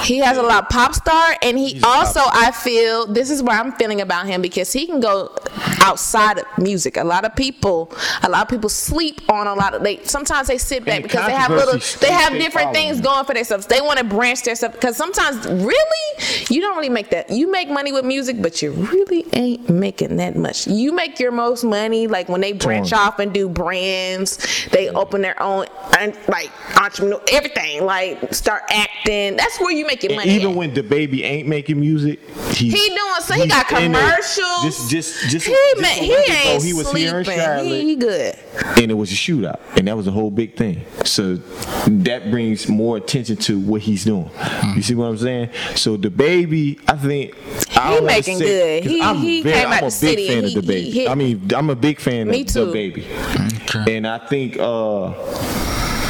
He has a lot of pop star, and he
a pop
also, I feel, this is where I'm feeling about him because he can go outside of music. A lot of people, a lot of people sleep on a lot of they. Sometimes they sit back
the
because they have little,
controversy
they have
they
different
follow
things
him.
going for themselves. They want to branch their stuff because sometimes, really, you don't really make that. You make money with music, but you really ain't making that much. You make your most money like when they branch
Touring.
off and do brands. They open their own and like entrepreneur, everything like start acting. That's where you make your
And
money.
even
at.
when the Baby ain't making music, he's,
He doing so he
he's
got
in it.
commercials.
Just, just, just.
he,
just
ma-
a
he
week ago,
ain't
he was here in
sleeping.
Charlotte.
he, he good.
and it was a shootout, and that was a whole big thing. So that brings more attention to what he's doing. You see what I'm saying? So the baby, I think I
He
don't wanna
making
say-
good.
'cause
He-
I'm
he
very-
came
I'm
out
a
the
big
city
fan
and
of the
he-
baby.
he hit.
I mean, I'm a big fan
Me
of the
too.
baby, and I think. uh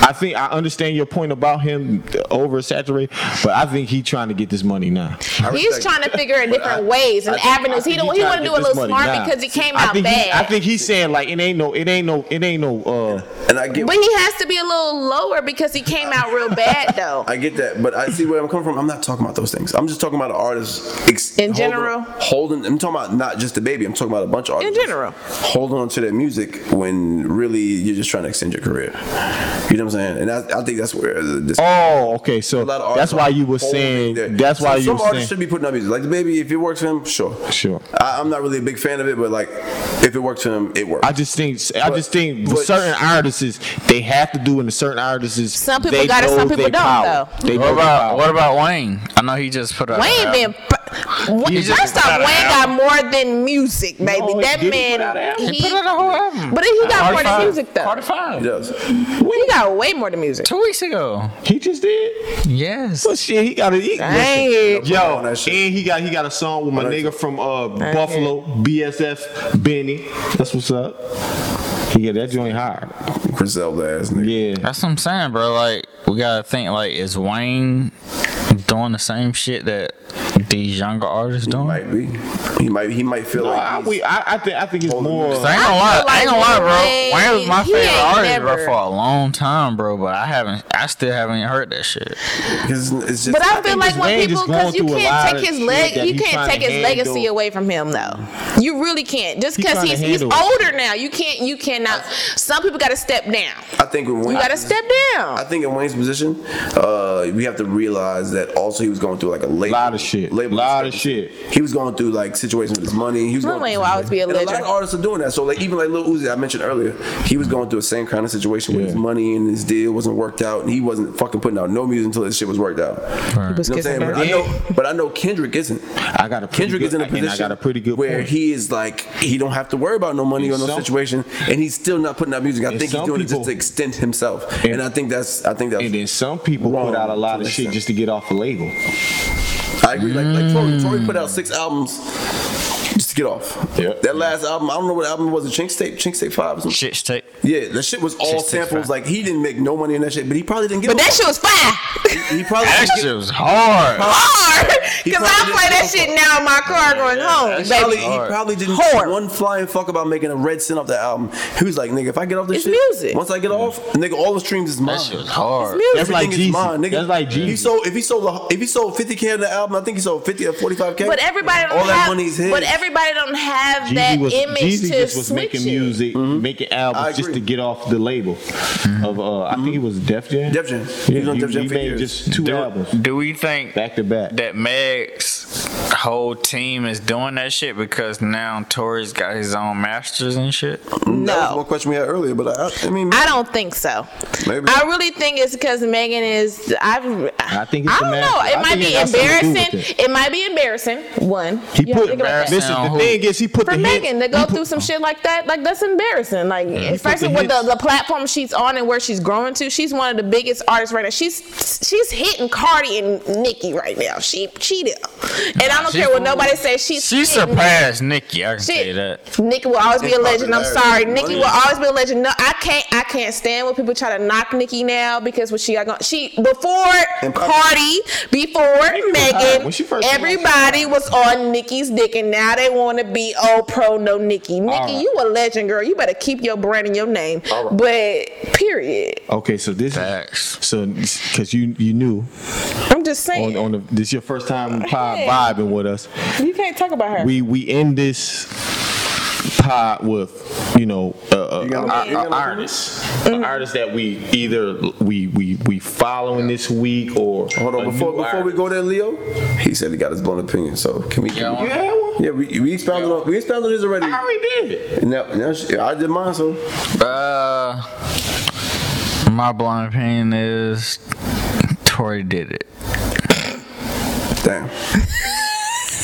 I think I understand your point about him oversaturated, but I think he trying to get this money now.
He's
respect
trying to figure out different ways and
I think- I
avenues. He
think
don't. He
trying
want to
get
do a
this
little
money
smart
now.
because he came
I
out
think he- I
bad.
think he's saying like it ain't no, it ain't no, it ain't no. uh
And I get
but he has to be a little lower because he came out real bad though.
I get that, but I see where I'm coming from. I'm not talking about those things. I'm just talking about an artist ex-
In
holding-
general?
Holding, I'm talking about not just the baby. I'm talking about a bunch of artists
general.
holding on to their music when really you're just trying to extend your career. You know what I'm saying? And I, I think that's where the, this.
Oh, okay. So
a lot of artists
that's why
are
you were
holding
saying.
their-
That's
So
why you
some
were saying.
artists should be putting out music. Like the baby, if it works for him, sure.
Sure.
I, I'm not really a big fan of it, but like if it works for him, it works.
I just think. I
But-
just think for
but-
certain artists, they have to do, and certain artists,
Some people
they
got it,
know
some people
their
don't,
power.
though.
They
What
know their
about
power.
what about Wayne? I know he just put out.
Wayne
an
been.
album.
Wayne,
just
first
put
off,
out an
Wayne got more than music, baby.
he
that
didn't put out an
man,
album.
he,
He put out a whole album.
but he got
Cardi
more than
Five.
music though.
Cardi
It
Five.
does.
He got way more than music.
Two weeks ago.
He just did.
Yes.
Well, shit, he got it.
Dang.
Yo,
on that
and
shit.
he got he got a song with my
On that
nigga from uh, Buffalo, BSF Benny. That's what's up. He got that joint hard.
Griselda ass
Yeah.
nigga.
That's what I'm saying, bro. Like we gotta think. Like is Wayne doing the same shit that these younger artists
He
doing?
might be. He might. He might feel
No,
like.
I,
he's-
we, I, I think I think it's more.
So I ain't gonna
I
lie,
feel
I ain't
like
gonna lie, bro.
Lil
Wayne was my
Wayne, he
favorite
ain't
artist,
never-
bro, for a long time, bro. But I haven't, I still haven't heard that shit.
Because it's just.
But I feel
think
like
this
when
man
people,
just going
because you
through a lot
can't
of
take his
shit
leg,
that
you
he
can't
trying to
take his legacy
handle.
away from him, though. You really can't, just
He
because
trying to
he's he's
handle it.
older now. You can't, you cannot. Some people got to step down.
I think when Wayne,
You got to step
I
down.
think in Wayne's position, uh, we have to realize that also he was going through like a label,
Lot of shit.
label
Lot of
discrepancy.
shit.
He was going through like situations with his money. He was
Lil
going
Wayne
through-
will always be a
and a lot
legend.
of artists are doing that. So like even like Lil Uzi, I mentioned earlier, he was going through the same kind of situation with his
Yeah.
money and his deal wasn't worked out, and he wasn't fucking putting out no music until his shit was worked out.
He was
You know what I'm saying?
kissing
But
her.
I know, but I know Kendrick isn't.
I got a pretty
Kendrick
good,
is in a
and
position
I got a pretty good
where
point.
he is like he don't have to worry about no money
And
or no
some-
situation, and he's still not putting out music. I
And
think he's
some
doing it
people-
just to extend himself, and,
And-
I think that's I think that's
And then some people
Wrong,
put out a lot
to
of
an
shit
extent.
just to get off a label.
I agree. Like, like Tory, Tory put out six albums just to get off.
Yeah.
That last album, I don't know what album it was. A Chink's tape, Chink's tape five. Or something.
Shit stick.
Yeah, that shit was all
Chink's Tape
samples.
Five.
Like he didn't make no money in that shit, but he probably didn't get.
But that shit was fire.
he probably
That
didn't
shit was hard.
Hard,
He
because I
probably
play that
didn't
shit now in my car going home,
He probably,
baby.
he probably didn't
Hard.
give one flying fuck about making a red cent off the album. He was like, nigga, if I get off
It's
this shit,
music.
once I get off, nigga, all the streams is mine.
That shit was hard.
Music.
That's like
Everything
Jeezy.
is mine, nigga.
That's like
He
Jeezy.
sold if he sold the, if he sold 50k on the album, I think he sold 50 or 45k.
But everybody don't
all that
have.
money's his.
But everybody don't have that
was,
image
Jeezy
to
just was
switch
making
it.
music, making
I
albums just
agree.
to get off the label of uh, I think it was Def Jam.
Def Jam. He
Yeah,
was on
he,
Def Jam
he
for
made
years.
just two
Do,
albums
do we think
back to back.
that Meg's whole team is doing that shit because now Tori's got his own masters and shit.
That was
No.
one question we had earlier, but I, I mean,
I don't think so.
Maybe.
I really think it's because Megan is. I've,
I think it's
I
the
don't
man-
know.
I
It might
think
be
it has something to do
embarrassing.
with
It. might be embarrassing. One.
He
You have to
put
think about that.
this is the
Who?
thing is he put Oh.
for
the hint-
Megan to go through some shit like that, like that's embarrassing. Like, especially
the
with the,
hits-
the platform she's on and where she's growing to, she's one of the biggest artists right now. She's she's hitting Cardi and Nicki right now. She cheated, and I don't
she's
care what
cool.
nobody says. She's
She
hitting
surpassed Nikki. I can
Shit.
say that.
Nikki will always be a
It's
legend. I'm sorry.
popularity.
Nikki will always be a legend. No, I can't. I can't stand when people try to knock Nikki now because what she got going. She before
And pop-
Cardi, before Megan,
when she first came out,
everybody was on Nikki's dick, and now they want to be all pro no Nikki. Nikki,
Alright.
you a legend, girl. You better keep your brand and your name. But period.
Okay, so this
Facts.
is so because you you knew
I'm just
on
saying.
on the, this your first time pod
Hey.
vibing with us.
you can't talk about her.
We we end this pod with you know uh,
You gonna- you gonna-
artists, an artist that we either we we we following this week or
hold on
a
before
new
before we go there, Leo. He said he got his blown opinion, so can we?
Yeah,
Can
I
we
want-
Yeah, well,
yeah, we, we expounded on we expounded on his already.
I already did it.
Now, now she, I did mine, so
Uh, my blind opinion is Tori did it.
damn.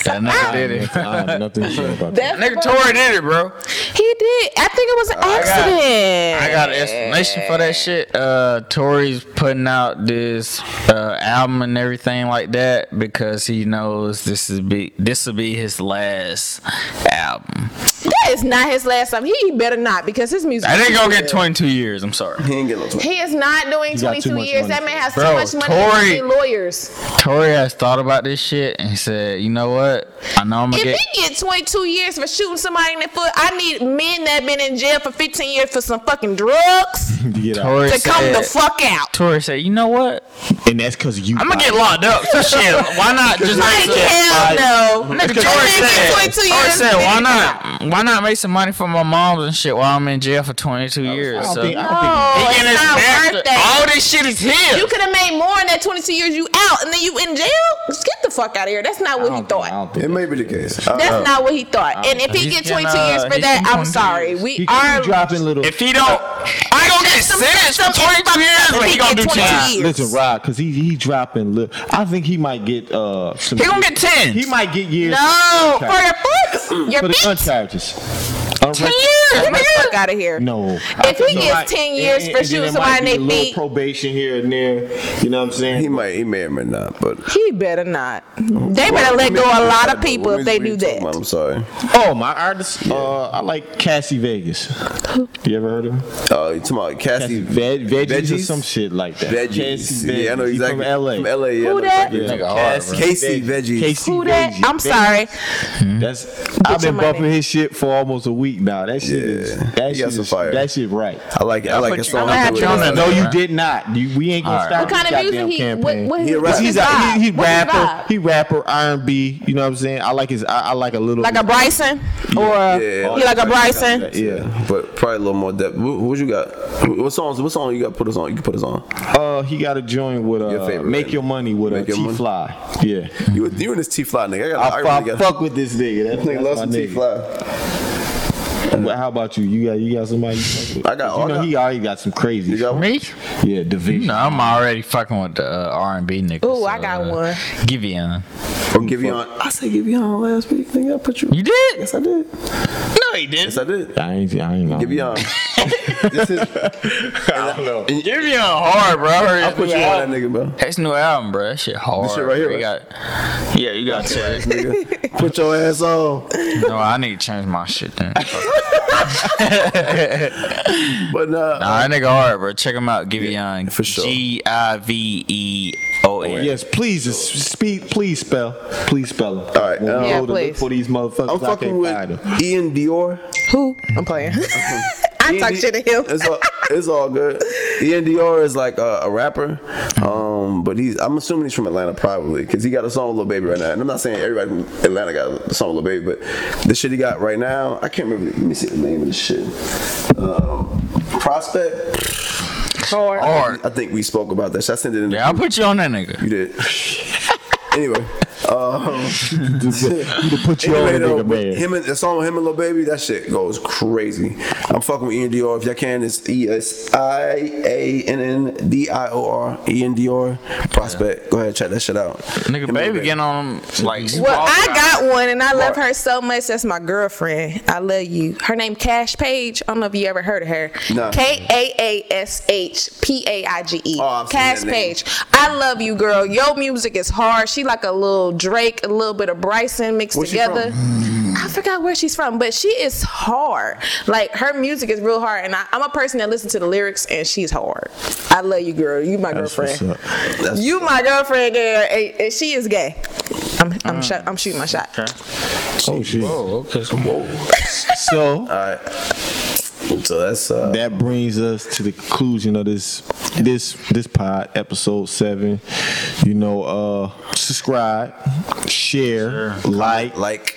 That
Ah!
nigga did it.
I have nothing to say about that.
That's
Nigga
what-
Tori did it, bro.
He did. I think it was an
I got-
accident.
I got an explanation for that shit. Uh, Tori's putting out this uh, album and everything like that because he knows this is be this will be his last album.
That is not his last time. He better not because his music.
I didn't go
is
get
good.
22 years. I'm sorry.
He ain't getting no twenty.
He is not doing
He got
22
too much
years.
money
That man has
Bro,
too much money
Tory-
to pay lawyers.
Tori has thought about this shit and he said, you know what? I know I'm gonna
If
get.
he get 22 years for shooting somebody in the foot, I need men that been in jail for 15 years for some fucking drugs
You get out.
Tori
to come the
said,
fuck out.
Tori said, you know what?
And that's because you.
I'm gonna get locked up. So shit, why not just
Like
make some-
hell no.
Nigga,
That
Tori
man get
said,
22
Tori
years,
said,
nigga,
why
get
not? Why not make some money for my moms and shit while I'm in jail for 22 years?
I don't
So-
think- I
No,
don't think-
He
Oh, it's
getting his
not
master-
worth that.
All this shit is his.
You could have made more in that 22 years you out and then you in jail? Just get the fuck out of here. That's not
I
what he
don't think- I
thought.
don't think
It may be the case. I-
That's not what he thought. And if he
He's
get 22
getting,
years
uh,
for
he's
that,
getting
I'm
22
sorry.
years.
We
He
are
keep dropping little.
If he don't, I gonna get
Some-
sentenced for
some-
22 years, but he
some-
gonna do
some-
10.
years.
Listen, Rod, because he he dropping. Li- I think he might get uh. Some
He gonna get 10.
He might get years.
No,
for
for
the gun charges.
your butts, your
for the gun
bitch.
charges.
Ten
Unrest-
years, get the
unrest-
fuck out of here.
No.
If he gets ten years for shooting somebody in their feet,
probation here and there. You know what I'm saying?
He might, he may or may not, but
he better not. They better
Well,
let
we-
go a
we-
lot of
we-
people
we-
if they
we
do
talking about,
that.
I'm sorry.
oh, my artist. Uh, I like Cassie Vegas. You ever heard of her?
Uh, you talking about Cassie
Cassie Ve- veggies, or
Veggies?
some shit like that.
Veggies.
Cassie
Yeah, I know
Veggies. He
exactly.
From LA.
From LA. Yeah,
Who
I know
that?
exactly.
Nigga hard, bro.
Casey Veggies.
Casey
Who that?
Veggies.
I'm sorry.
Mm-hmm.
That's I've been
your money.
bumping his shit for almost a week now. That shit is
Yeah.
that
He got
shit
some
is,
fire.
that shit right.
I like it. I like
put
a
you-
song.
I'm
that
gonna have
do it.
you on
No,
that.
you did not. You, we ain't gonna
Alright.
stop.
What kind of
this
music
goddamn
he? What,
campaign.
what his,
He a
what's
rapper.
He's
his
a,
vibe?
he, he
What's his
rapper,
vibe?
he rapper, R and B. You know what I'm saying? I like his. I, I like a little.
Like a Bryson or
Yeah,
he like a Bryson?
yeah.
But probably a little more depth. What, what you got? What what songs? What song you got? Put us on. You can put us on.
Uh, he got a joint with uh,
Your favorite,
make
right?
your money with
Make
a
Your Money.
T Fly. Yeah,
You, you and this T Fly nigga. I got.
I,
I,
I
really got.
fuck with this nigga. That
Nigga,
nigga
love
loves my
some T
nigga.
Fly.
Well, How about you? You got you got somebody? You fuck with?
I got-
You
I
know
got-
he already got some crazy.
You got one?
Me?
shit. yeah, division.
No, I'm already fucking with the uh, R&B niggas.
Ooh, I got
uh,
one.
Giveon.
Or give you on. I said give you on last week. Nigga, I put you.
You did?
Yes, I did.
No, he did.
Yes, I did.
I ain't. I ain't.
Give you on. This is.
I don't know.
Giveon hard, bro. I heard
I
his
put
new
you on that
album.
nigga, bro.
His new album, bro. That shit hard.
shit right here,
You
right?
got, yeah, you got to.
Nigga, Put your ass on.
no, I need to change my shit then.
But uh, nah.
Nah, that nigga hard, bro. Check him out. Giveon.
for sure. Oh,
G I V E O N.
Yes, please, just speak. Please spell. Please spell them. All
right,
When
um,
we
Yeah,
go to look
please.
for these motherfuckers.
I'm
I can't
fucking with
find 'em.
Ian Dior.
Who? I'm playing. I talk shit to him.
E It's all, it's all good. E Ian Dior is like a, a rapper, um, but he's I'm assuming he's from Atlanta probably because he got a song with Lil Baby right now. And I'm not saying everybody from Atlanta got a song with Lil Baby, but the shit he got right now, I can't remember. Let me see the name of the shit. Um, Prospect.
Hard.
I think we spoke about that. Shit. I sent it in. the
Yeah, I'll put you on that nigga.
You did. anyway, Um,
to put you on a
Anyway, though,
nigga,
with
man.
Him and the song with him and Lil Baby, that shit goes crazy. I'm fucking with E Ian Dior. If y'all can, it's E S I A N N D I O R Ian Dior Prospect. Go ahead, check that shit out.
Nigga, baby getting on like.
Well,
small
I
guy.
got one, and I love her so much. That's my girlfriend. I love you. Her name Cash Page. I don't know if you ever heard of her.
No.
K A A S H P A I G E.
Oh, I've seen
Cash
that name.
Page. I love you, girl. Your music is hard. She like a little Drake, a little bit of Bryson mixed
Where's she
together. I forgot where she's from, but she is hard. Like her music is real hard, and I, I'm a person that listens to the lyrics, and she's hard. I love you, girl. You my
That's
girlfriend.
what's up.
That's-
You my girlfriend, girl, and, and she is gay. I'm
Mm.
I'm, shot, I'm shooting my shot.
Oh shit.
Oh, okay. So,
So
So that's uh,
that brings us to the conclusion of this this this pod episode seven. You know, uh subscribe, share, like,
like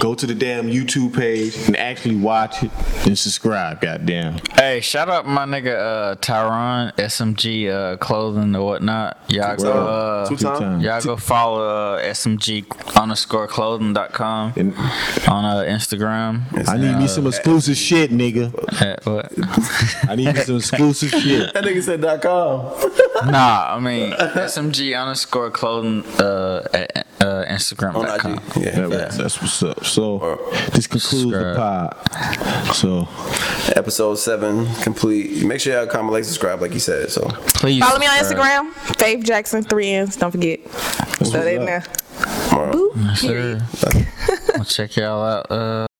go to the damn YouTube page and actually watch it and subscribe. Goddamn.
hey, shout out my nigga uh, Tyron SMG uh, clothing or whatnot. Y'all go, uh,
two times.
times.
y'all go follow uh, SMG underscore clothing.com
And
on uh, Instagram.
I need me some exclusive shit, nigga.
At what?
I need me some exclusive shit.
That nigga said dot com.
nah, I mean SMG underscore clothing uh, at uh, Instagram.com.
On IG. Yeah,
That- That's what's up. So this concludes the pod. So
Episode seven complete. Make sure y'all comment, like, subscribe, like you said. So
Please uh,
Follow me on
subscribe.
Instagram, Faith Jackson three N's. Don't forget. So
what's
they
up.
now.
tomorrow.
Boop.
Yes, sir. I'll check y'all out. Uh,